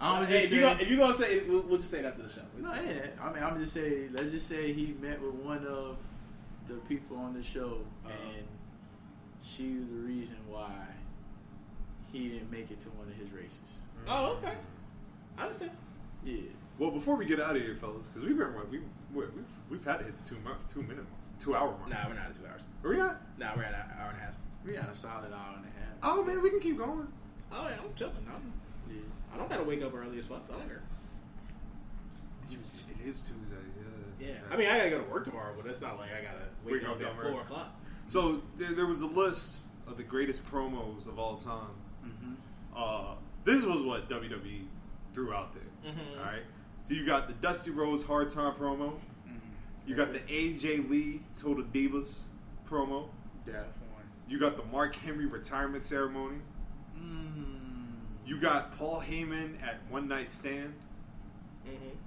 G: I'm
H: hey,
G: just
H: if you
G: saying.
H: gonna- if you're gonna say, it, we'll, we'll just say it after the show. It's
G: No,
H: fine.
G: yeah. I mean, I'm just saying. Let's just say he met with one of the people on the show,
H: Uh-huh.
G: and she was the reason why he didn't make it to one of his races.
H: Oh, okay. I understand. Mm-hmm.
G: Yeah.
E: Well, before we get out of here, fellas, because we've been we we- we've we've had to hit the two mark, two minute mark, two hour mark.
H: Nah, we're not at two hours.
E: Are we not?
H: Nah, we're at an hour and a half.
G: We had a solid hour and a half.
E: Oh man, we can keep going.
H: Oh, yeah, I'm chilling. I'm,
G: Yeah.
H: I don't gotta wake up early as fuck. So I don't care.
E: It is Tuesday. Yeah.
H: Yeah, I mean, I gotta go to work tomorrow, but it's not like I gotta wake, up, at four o'clock.
E: So there, there was a list of the greatest promos of all time. Uh, this was what WWE threw out there. All right. So you got the Dusty Rose Hard Time promo. You got the AJ Lee Total Divas promo.
G: That one.
E: You got the Mark Henry retirement ceremony.
G: Mm.
E: You got Paul Heyman at One Night Stand.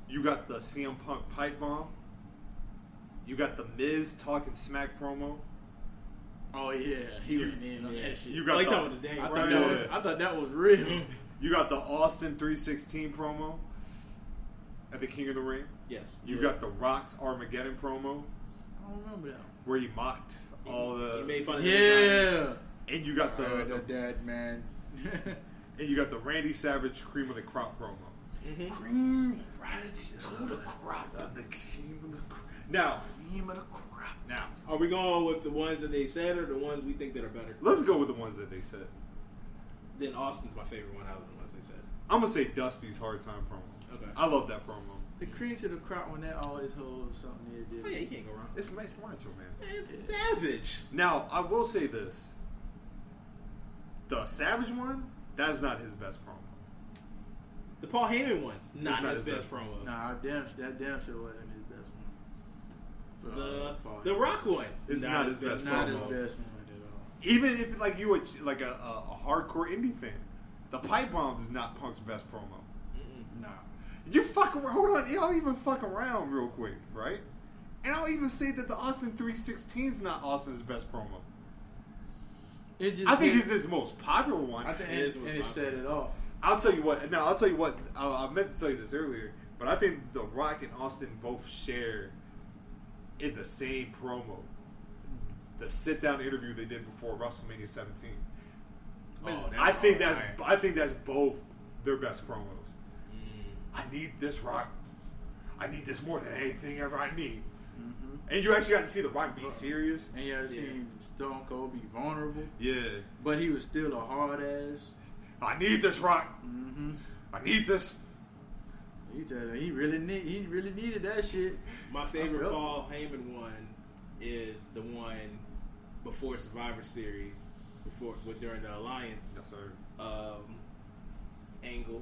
E: You got the CM Punk pipe bomb. You got the Miz talking smack promo.
G: Oh yeah, he went in on
H: yeah. Mm-hmm.
G: that shit.
E: You
H: Oh,
E: got
H: you
E: the,
H: talking about the Dave
G: I thought
H: Bryan?
G: that was.
E: Yeah.
G: I thought that was real.
E: You got the Austin 316 promo at the King of the Ring.
H: Yes.
E: You
G: Yeah.
E: got the Rock's Armageddon promo
G: I don't remember that.
E: where he mocked all the
H: He made fun
G: One.
H: of everybody.
G: Yeah.
E: and you got the,
G: the Oh, dead man.
E: and you got the Randy Savage cream of the crop promo. Cream rides to the crop of the cream of the crop. Now, cream of the crop. Now,
H: Are we going with the ones that they said or the ones we think that are better?
E: let's go with the ones that they said.
H: Then Austin's my favorite one out of the ones they said.
E: I'm gonna say Dusty's hard time promo.
H: Okay.
E: I love that promo.
G: The cream to the crop when that always holds something there, dude.
H: Oh, yeah, you can't go wrong.
E: It's Max Macho, man.
H: It's savage.
E: Now, I will say this. The Savage one, that's not his best promo.
H: The Paul Heyman one's not,
E: not
H: his,
E: his best.
H: best, promo.
G: Nah, I damn, that damn sure wasn't his best one. For, uh,
H: The
G: Paul
H: the
G: Heyman.
H: Rock one
E: It's not his best
G: Not his
E: promo.
G: best one at
E: Even if like you were like a, a, a hardcore indie fan, the pipe bomb is not Punk's best promo.
G: all. Nah.
E: You fucking hold on, y'all even fuck around real quick, right? And I'll even say that the Austin 316's not Austin's best promo.
G: It just
E: I think
G: did-
E: it's his most popular one.
G: I think
H: It
G: and,
H: is what's
G: and it
H: popular.
G: set it off.
E: I'll tell you what. No, I'll tell you what. Uh, I meant to tell you this earlier, but I think The Rock and Austin both share in the same promo the sit down interview they did before WrestleMania 17.
H: Oh,
E: I think that's
H: alright.
E: I think that's both their best promos.
G: Mm.
E: I need this Rock. I need this more than anything ever I need. And you actually got to see The Rock be serious.
G: Mm-hmm. And you ever seen Stone Cold be vulnerable,
E: Yeah.
G: but he was still a hard ass.
E: I need this Rock.
G: Mm-hmm.
E: I need this.
G: He tell he really need he really needed that shit.
H: My favorite
G: Yep.
H: Paul Heyman one is the one before Survivor Series, before with- during the Alliance um, angle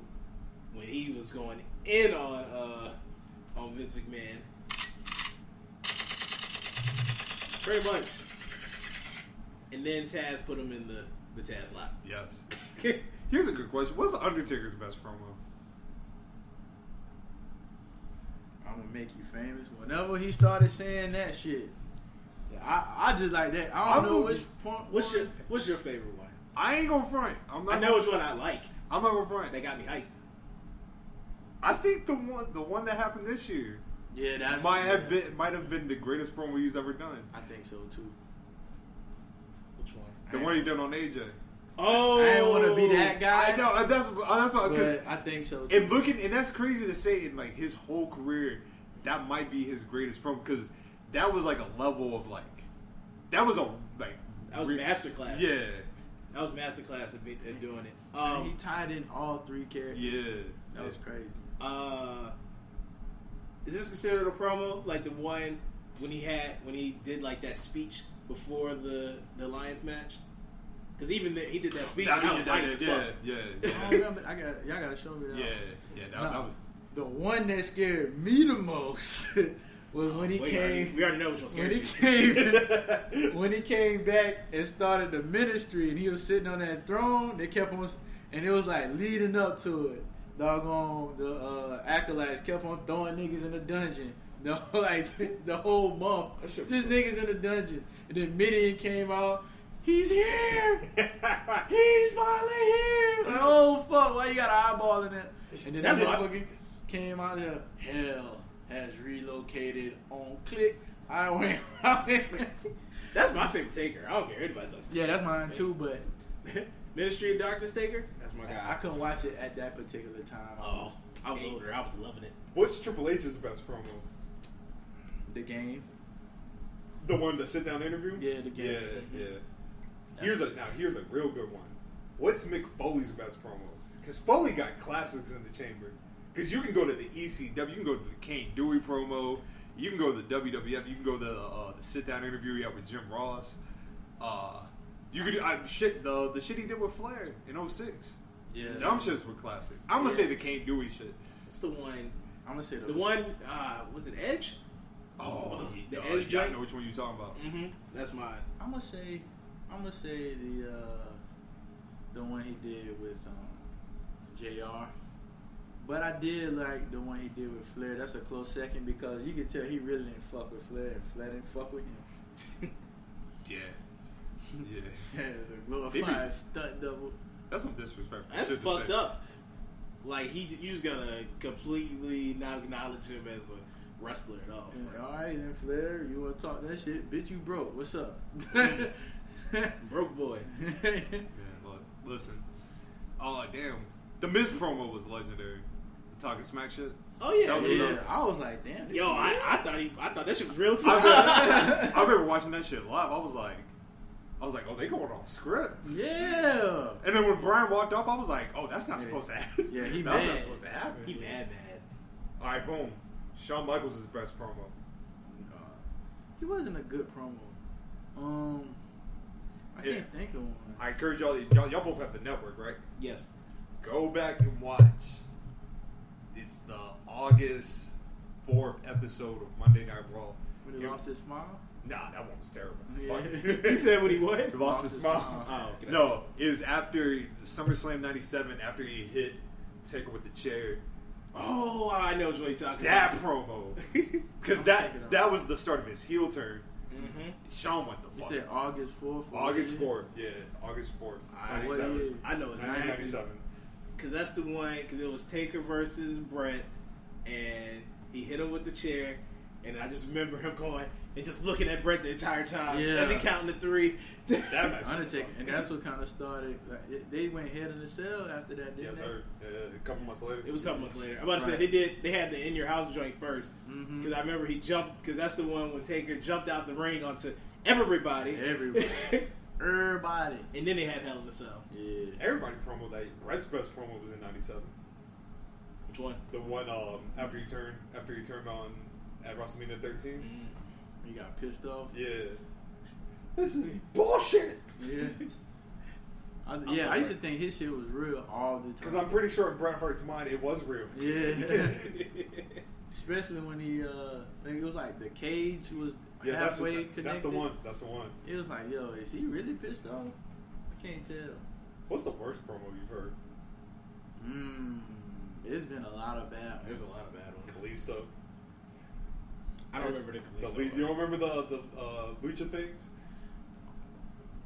H: when he was going in on uh, on Vince McMahon. Pretty much, and then Taz put him in the the Taz lock.
E: Yes. Here's a good question. What's Undertaker's best promo?
G: I'm gonna make you famous. Whenever he started saying that shit, yeah, I, I just like that. I don't
E: I'm
G: know
E: gonna
G: which
E: be-
G: point.
H: What's
G: one-
H: your What's your favorite one?
E: I ain't gonna front. I'm not.
H: I know which one I like.
E: I'm not gonna front.
H: They got me hyped.
E: I think the one, the one that happened this year,
G: Yeah, that's
E: might
G: yeah.
E: have been, might have been the greatest promo he's ever done.
G: I think so too.
H: Which one?
E: The one he done on AJ.
H: Oh,
G: I didn't want to be that guy.
E: I know. uh, That's uh, that's what. Cause
G: but I think so. Too.
E: and looking, and that's crazy to say. In like his whole career, that might be his greatest promo because that was like a level of like, that was a like
H: That was
E: re-
H: masterclass.
E: Yeah,
H: That was masterclass at, be- at doing it.
G: he
H: Um,
G: tied in all three characters.
E: yeah.
G: that was crazy.
H: uh, is this considered a promo? Like the one when he had when he did like that speech before the the Lions match? Because even the, he did that speech.
E: That-
H: and I was
E: yeah,
H: hyped as
E: yeah,
H: fuck.
E: yeah,
G: I
E: yeah,
G: remember. I got y'all gotta show me that.
E: yeah,
G: one.
E: yeah. That,
G: Nah,
E: that was.
G: the one that scared me the most was when he
H: Wait, we, already,
G: came.
H: we already know which one scared
G: when he
H: you.
G: came, when he came back and started the ministry, and he was sitting on that throne, they kept on, and it was like leading up to it. Doggone, the uh, acolytes kept on throwing niggas in the dungeon. The whole- like the whole month,
H: shit
G: just
H: was
G: niggas in the dungeon. And then Midian came out. He's here. He's finally here. Like, oh fuck! Why you got an eyeball in it? And then
H: That's
G: that
H: what I-
G: motherfucker came out there. Hell has relocated on click. I went. out there.
H: That's my favorite Taker. I don't care anybody else.
G: yeah, that's mine too. But
H: Ministry of Darkness Taker. That's my
G: I
H: guy.
G: couldn't watch it at that particular time.
H: oh, I was older. I was loving it.
E: What's Triple H's best promo?
G: the game.
E: The one, the sit down interview.
G: Yeah, the Mm-hmm. game.
E: Yeah, yeah. Here's a now. Here's a real good one. What's Mick Foley's best promo? Because Foley got classics in the chamber. Because you can go to the ECW, you can go to the Kane Dewey promo, you can go to the WWF, you can go to the, uh, the sit down interview he had with Jim Ross. Uh, you could I, shit the the shit he did with Flair in 06.
G: Yeah,
E: Dumb shits were classic. I'm gonna say the Kane Dewey shit.
H: It's the one.
G: I'm gonna say the,
H: The one uh, was it Edge?
E: Oh,
H: The
E: the
H: Edge
E: yeah, I
H: joint?
E: know which one you're talking about.
H: Mm-hmm. That's mine.
G: I'm gonna say. I'm gonna say the uh, the one he did with um, Jr. But I did like the one he did with Flair. That's a close second because you could tell he really didn't fuck with Flair. and Flair didn't fuck with him.
E: Yeah, yeah.
G: Yeah, it's a
E: Maybe.
G: glorified stunt double.
E: That's some disrespect.
H: That's
E: Shit to
H: fucked
E: say.
H: up. Like he, you just gonna completely not acknowledge him as a wrestler at all.
G: And, all right, then Flair, you want to talk that shit? Bitch, you broke. What's up?
H: Broke boy.
G: Mm.
E: Man, look, listen. Oh damn, the Miz promo was legendary. The talking smack shit.
H: Oh yeah,
E: That was
H: yeah.
G: yeah, I was like, damn. this
H: Yo,
G: is-
H: I, I thought he, I thought that shit was real. as
E: I
H: fuck.
E: remember, I remember watching that shit live. I was like, I was like, oh, they going off script.
G: yeah.
E: And then when Brian walked off, I was like, oh, that's not supposed to happen.
G: Yeah, he
E: that's
G: mad.
E: not supposed to happen.
H: he mad, mad.
E: All right, boom. Shawn Michaels is best promo.
G: He wasn't a good promo. Um, I
E: Yeah.
G: can't think of one.
E: I encourage y'all, y'all. Y'all both have the network, right?
H: Yes.
E: Go back and watch. It's the August fourth episode of Monday Night Raw.
G: When he
E: You-
G: lost his smile.
E: Nah, that one was terrible.
G: Yeah.
E: Fuck.
G: He said when he what?
E: He lost his smile.
H: Oh, okay.
E: No, it was after SummerSlam 97, after he hit Taker with the chair.
H: Oh, I know what you're talking
E: That
H: about.
E: promo. Because that
G: out.
E: that was the start of his heel turn.
H: Mhm.
E: Sean went the
G: You
E: fuck.
G: said August fourth. or
E: August
G: what?
E: 4th. Yeah, August 4th.
H: I,
G: What year?
H: I know exactly
E: 1997.
H: because that's the one because it was Taker versus Brett, and he hit him with the chair, and I just remember him going and just looking at Brett the entire time
G: Yeah.
H: as he counting the three.
E: That match. was
G: Undertaker,
E: fucked.
G: and that's what kind of started. Like, it, they went head in the cell after that, didn't
E: Yes,
G: they?
E: sir. Yeah, a couple months later.
H: It was a couple months later. I'm about to say
G: Right. Mm-hmm.
H: they did. They had the in your house joint first because I remember he jumped because that's the one when Taker jumped out the ring onto everybody,
G: Everybody. Everybody.
H: and then they had Hell in a Cell.
G: Yeah.
E: Everybody promo that. Brett's best promo was in 97.
H: Which one?
E: The one um, after he turned after he turned on at WrestleMania 13.
G: He got pissed off.
E: Yeah. This is bullshit.
G: Yeah. I, yeah, I used to think his shit was real all the time.
E: Because I'm pretty sure in Bret Hart's mind, it was real.
G: Yeah. Especially when he, uh, I think it was like the cage was
E: Yeah, that's,
G: halfway
E: the,
G: connected.
E: that's the one. That's the one.
G: It was like, yo, is he really pissed off? I can't tell.
E: What's the worst promo you've heard?
G: Mm, it's been a lot of bad.
H: There's a lot of bad ones.
E: Kalisto.
H: I don't remember the
E: The
H: Kalisto.
E: Le-
H: one.
E: you don't remember the the uh, lucha things?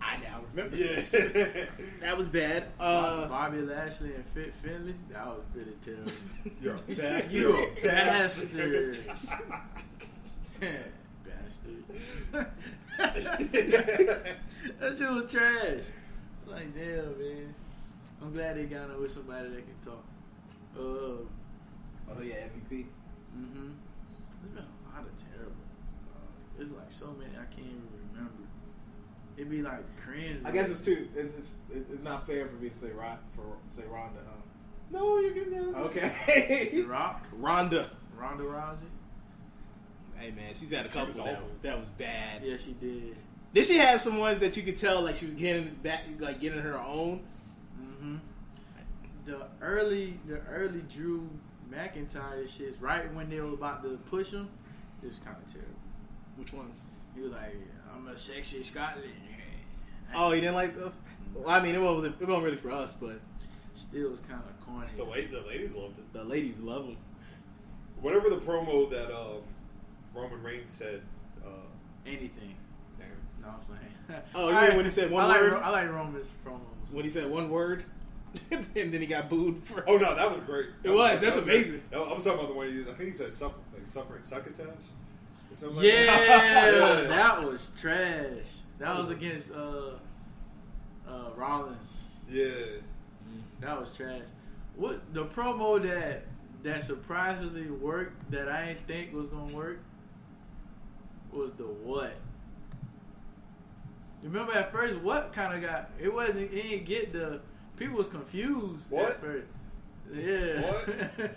H: I now remember. this.
E: Yeah.
H: that was bad.
G: Bo-
H: Uh,
G: Bobby Lashley and Fit Finley. That was pretty terrible.
E: You're a bad.
G: you a
E: bastard.
G: bastard. bastard. that shit was trash. I'm like, damn, man. I'm glad they got on with somebody that can talk. Uh,
H: oh yeah, MVP.
G: hmm There's been a lot of terrible. ones, dog. There's like so many I can't even remember. It'd be like cringe.
F: I guess it's too. It's, it's it's not fair for me to say Ron for say Ronda. Huh?
E: No, you're good now.
F: Okay,
G: The Rock,
F: Ronda.
G: Ronda Rousey.
H: Hey man, she's had a
E: She
H: couple
E: was
H: that,
E: awful.
H: that was bad.
G: Yeah, she did.
H: Then she had some ones that you could tell like she was getting back, like getting her own.
G: hmm The early, the early Drew McIntyre shits. Right when they were about to push him, it was kind of terrible.
H: Which ones?
G: He was like, "I'm a sexy Scotland." Mm-hmm.
H: Oh, you didn't like those? Well, I mean, it wasn't it wasn't really for us, but
G: Still was kind of corny.
E: The, la- the ladies loved it.
H: the ladies love them.
E: Whatever the promo that um, Roman Reigns said. Uh,
G: Anything.
E: damn.
G: No, I'm playing.
H: Oh, you mean when he said one
G: I like
H: word?
G: Ro- I like Roman's promos.
H: When he said one word, and then he got booed for.
E: Oh no, that was great.
H: It
E: That
H: was,
E: that
H: that's
E: great.
H: amazing.
E: No, I was talking about the one he used. I think he said suffer, like suffering succotash. or something like
G: Yeah,
E: that.
G: that was trash. That was against uh, uh, Rollins.
E: yeah.
G: That was trash. What the promo that that surprisingly worked that I didn't think was gonna work was the what? Remember at first what kind of got it wasn't it didn't get the people was confused
E: What?
G: at first. Yeah.
E: What?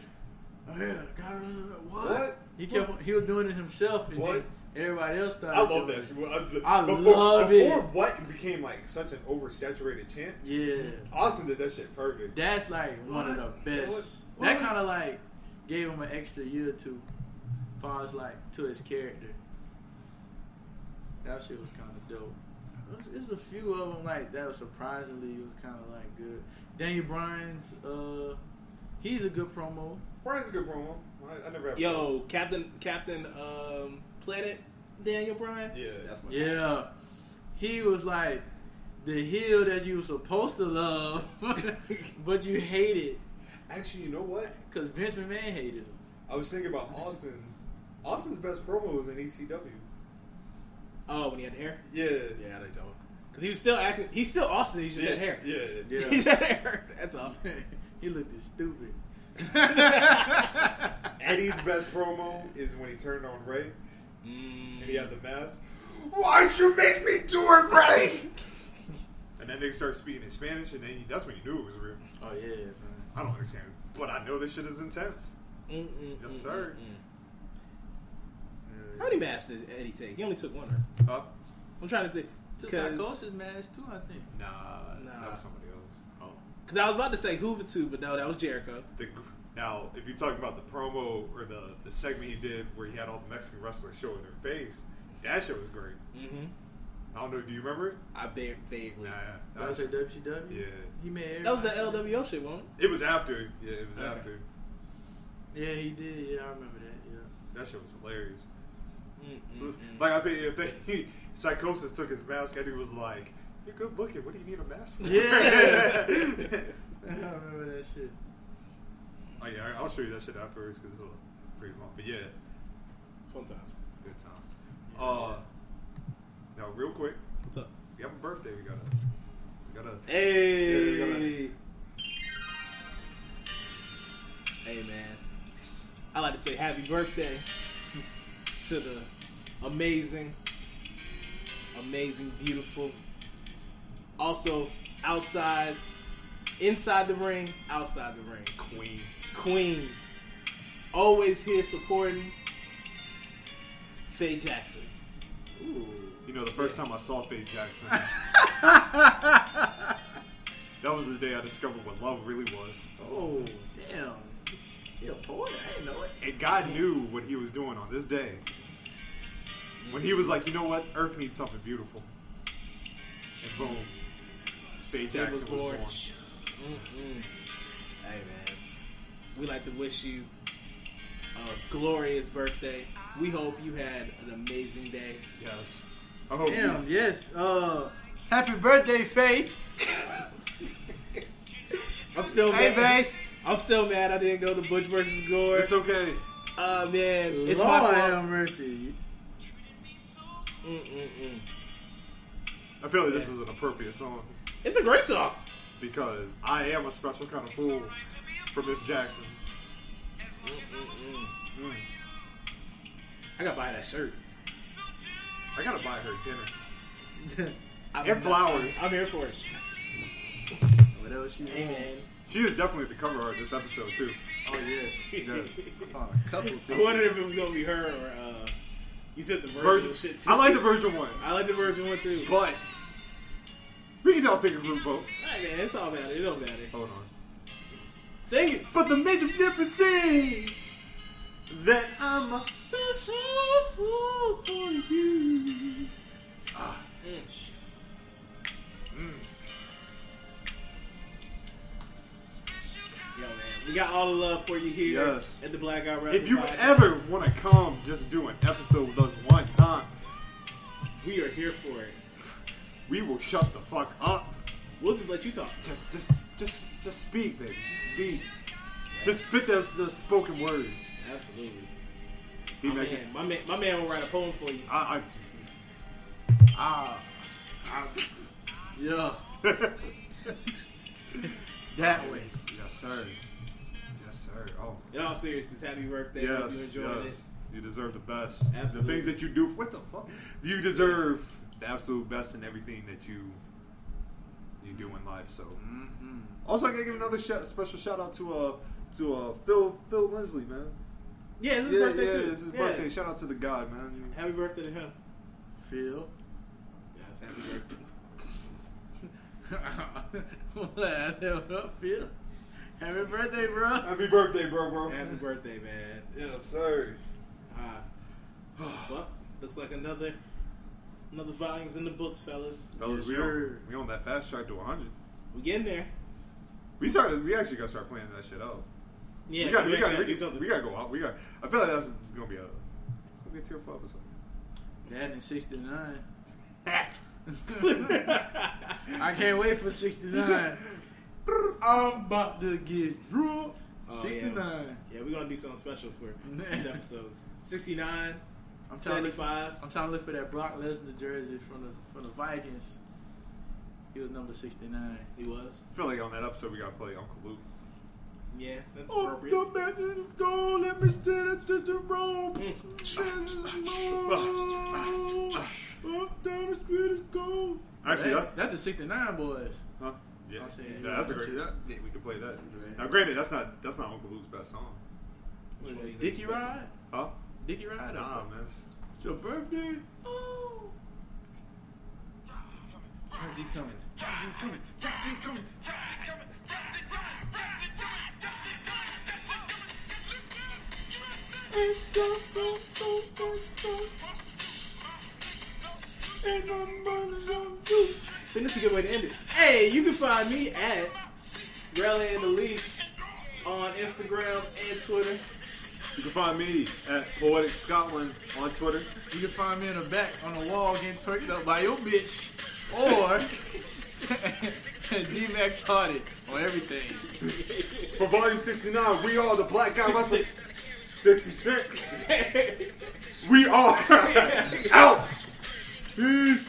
G: oh yeah, got it. What?
E: What?
G: He kept he was doing it himself and
E: What?
G: then everybody else started.
E: I love
G: doing
E: that. shit. Well,
G: I
E: before,
G: love it.
E: before what became like such an oversaturated chant,
G: Yeah.
E: Austin did that shit perfect.
G: That's like one of the
E: What?
G: best.
E: What?
G: That
E: What?
G: kind of like gave him an extra year or two, far as like to his character. That shit was kind of dope. There's, there's a few of them like that. Was surprisingly, was kind of like good. Daniel Bryan's, uh, he's a good promo.
E: Brian's a good promo. I, I never have.
H: Yo, Captain Captain um, Planet Daniel Bryan.
E: Yeah.
H: that's my
G: Yeah, he was like the heel that you were supposed to love, but you hated
E: Actually, you know what?
G: because Vince McMahon hated him.
E: I was thinking about Austin. Austin's best promo was in E ECW.
H: Oh, when he had the hair.
E: Yeah.
H: Yeah, they told him because he was still acting. He's still Austin. He just
E: yeah.
H: had hair.
E: Yeah.
G: Yeah.
H: he's had hair. That's all.
G: he looked as stupid.
E: Eddie's best promo is when he turned on Ray and he
H: Mm.
E: had the mask. Why'd you make me do it, Ray? and then they start speaking in Spanish, and then you, that's when you knew it was real.
G: Oh yeah, man.
E: I don't understand, but I know this shit is intense. Yes, sir.
H: How many masks did Eddie take? He only took one. Right? I'm trying to think.
G: To
H: Because
G: psychosis mask too, I think.
E: Nah, that was somebody else.
G: Oh.
H: I was about to say Hoover too, but no, that was Jericho.
E: The, now, if you're talking about the promo or the, the segment he did where he had all the Mexican wrestlers showing their face, that shit was great.
H: Mm-hmm.
E: I don't know. Do you remember it?
H: I ba- vaguely.
E: Nah,
G: That was at WCW.
E: yeah.
G: He made.
H: That was the
G: everybody-
H: LWO shit, wasn't
E: It was after. Yeah, it was
H: Okay.
E: after.
G: Yeah, he did. Yeah, I remember that. Yeah.
E: That shit was hilarious.
H: it?
E: It was- Like I think if they, psychosis took his mask and he was like, "You're good looking. What do you need a mask for?"
G: Yeah. I remember that shit.
E: oh yeah, I- I'll show you that shit afterwards because it's a pretty long. But yeah,
H: Sometimes.
E: good time. Uh, now real quick,
H: What's up?
E: we have a birthday. We gotta, we gotta. Yeah,
H: Hey.
E: we
H: Hey man. I like to say happy birthday to the amazing, amazing, beautiful. Also outside, inside the ring, outside the ring. Queen. Queen. Always here supporting Faye Jackson.
E: You know, the first time I saw Faye Jackson, that was the day I discovered what love really was.
G: Oh damn. You a poet? I didn't know it.
E: And God knew what He was doing on this day. When He was like, you know what? Earth needs something beautiful. And boom. Faye Jackson was
H: was born.
E: born.
H: Hey man, we like to wish you a glorious birthday. We hope you had an amazing day.
E: Yes. I hope
G: Damn. Yes. Uh. Happy birthday, Faith.
H: I'm still
G: Hey,
H: mad.
G: Bass.
H: I'm still mad I didn't go to Butch versus Gore.
E: It's okay.
H: oh man, it's
G: Lord
H: my
G: have
H: fault.
G: mercy.
H: Mm-mm-mm.
E: I feel like this is an appropriate song
H: It's a great song.
E: because I am a special kind of fool for Miss Jackson. Mm.
H: I gotta buy that shirt.
E: I gotta buy her dinner
H: I'm
E: and flowers.
H: I'm here for it.
G: Whatever she
H: Hey
G: wants.
H: man,
E: She is definitely the cover art of this episode too.
G: Oh yes.
E: Yeah.
G: Oh, a couple.
H: I wondered if it was gonna be her or uh, you said the Virgil
E: Virgil.
H: shit. Too.
E: I like the Virgil one,
H: I like the Virgil one too. All
E: but we can all take a group vote.
H: right, man, it's all matter. It don't matter.
E: Hold on.
H: Sing it.
E: But the major difference is that I'm a special fool for you.
H: Yo, man, we got all the love for you here
E: Yes.
H: at the Black Guy Wrestling
E: If you
H: Podcast.
E: ever want to come, just do an episode with us one time.
H: we are here for it.
E: We will shut the fuck up.
H: We'll just let you talk.
E: Just, just, just, just speak, baby. Just speak. Just spit those the spoken words.
H: Absolutely.
E: D
H: My
E: Mac,
H: man, my man, my man will write a poem for you.
E: I, I,
G: Yeah. that way.
E: yes, sir. Yes, sir. Oh.
H: In all seriousness, happy birthday. Hope
E: Yes,
H: you enjoying
E: yes.
H: it.
E: You deserve the best.
H: Absolutely.
E: The things that you do. What the fuck? You deserve the absolute best in everything that you you do in life. So.
H: Mm-hmm.
E: Also, I gotta give another shout, special shout out to uh to uh Phil Phil Lindsley, man.
H: Yeah, it's his
E: yeah,
H: birthday
E: yeah,
H: too.
E: it's his
H: Yeah.
E: birthday. Shout out to the God, man. You-
H: Happy birthday to him.
G: Phil.
H: Yes, happy birthday.
G: Blast him up, Phil. Happy birthday, bro.
E: Happy birthday, bro, bro.
H: happy birthday, man.
E: Yes, sir.
H: Ah. well, looks like another another volume's in the books, fellas.
E: Fellas,
G: Yes,
E: we,
G: sir.
E: on, we on that fast track to 100.
H: We getting there.
E: We started. We actually gotta start planning that shit out.
H: Yeah,
E: we gotta, we,
H: actually
E: gotta,
H: gotta
E: we,
H: do something.
E: we gotta go out. We got. I feel like that's gonna be a. It's gonna be a tier four episode.
G: That in 69. I can't wait for 69. I'm about to get drunk.
H: Oh,
G: 69.
H: Yeah, we're gonna do something special for these episodes. 69,
G: I'm, trying to look,
H: 75.
G: I'm trying to look for that Brock Lesnar jersey from the from the Vikings. He was number 69.
H: He was.
E: I feel like on that episode we gotta play Uncle Luke.
H: Yeah, that's
E: Oh,
H: appropriate.
E: the man is gone. Let me stand up to the rope. Mm. Up down the street is cold. Actually,
G: That-
E: that's
G: that's the 69 boys.
E: huh? Yeah,
G: I'm saying-
E: yeah that's a great. That, yeah, we can play that.
G: Right.
E: Now, granted, that's not that's not Uncle Luke's best song.
G: What, a Dicky ride?
E: Huh?
G: Dicky ride?
E: Nah,
G: or-
E: man.
G: It's your birthday? Oh. Tag coming. Tag coming. Tag coming.
L: Then this is a good way to end it. Hey, you can find me at Rally and the Leaf on Instagram and Twitter.
E: You can find me at Poetic Scotland on Twitter.
G: You can find me in the back on the wall getting turned up by your bitch. Or D Mac Tardy on everything.
E: For Volume 69, we are the Black Guy Wrestling 66. we are out. Peace.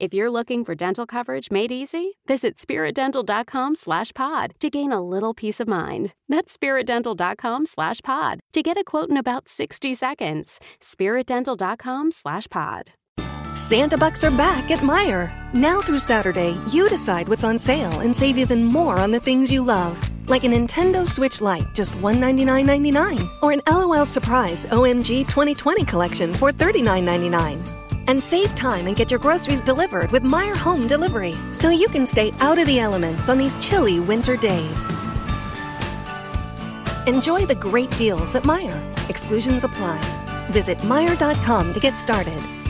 B: If you're looking for dental coverage made easy, visit spiritdental.com slash pod to gain a little peace of mind. That's spiritdental.com slash pod to get a quote in about 60 seconds. spiritdental.com slash pod.
H: Santa Bucks are back at Meijer. Now through Saturday, you decide what's on sale and save even more on the things you love. Like a Nintendo Switch Lite, just $199.99, or an LOL Surprise OMG 2020 collection for $39.99. And save time and get your groceries delivered with Meijer Home Delivery, so you can stay out of the elements on these chilly winter days. Enjoy the great deals at Meijer. Exclusions apply. Visit Meijer.com to get started.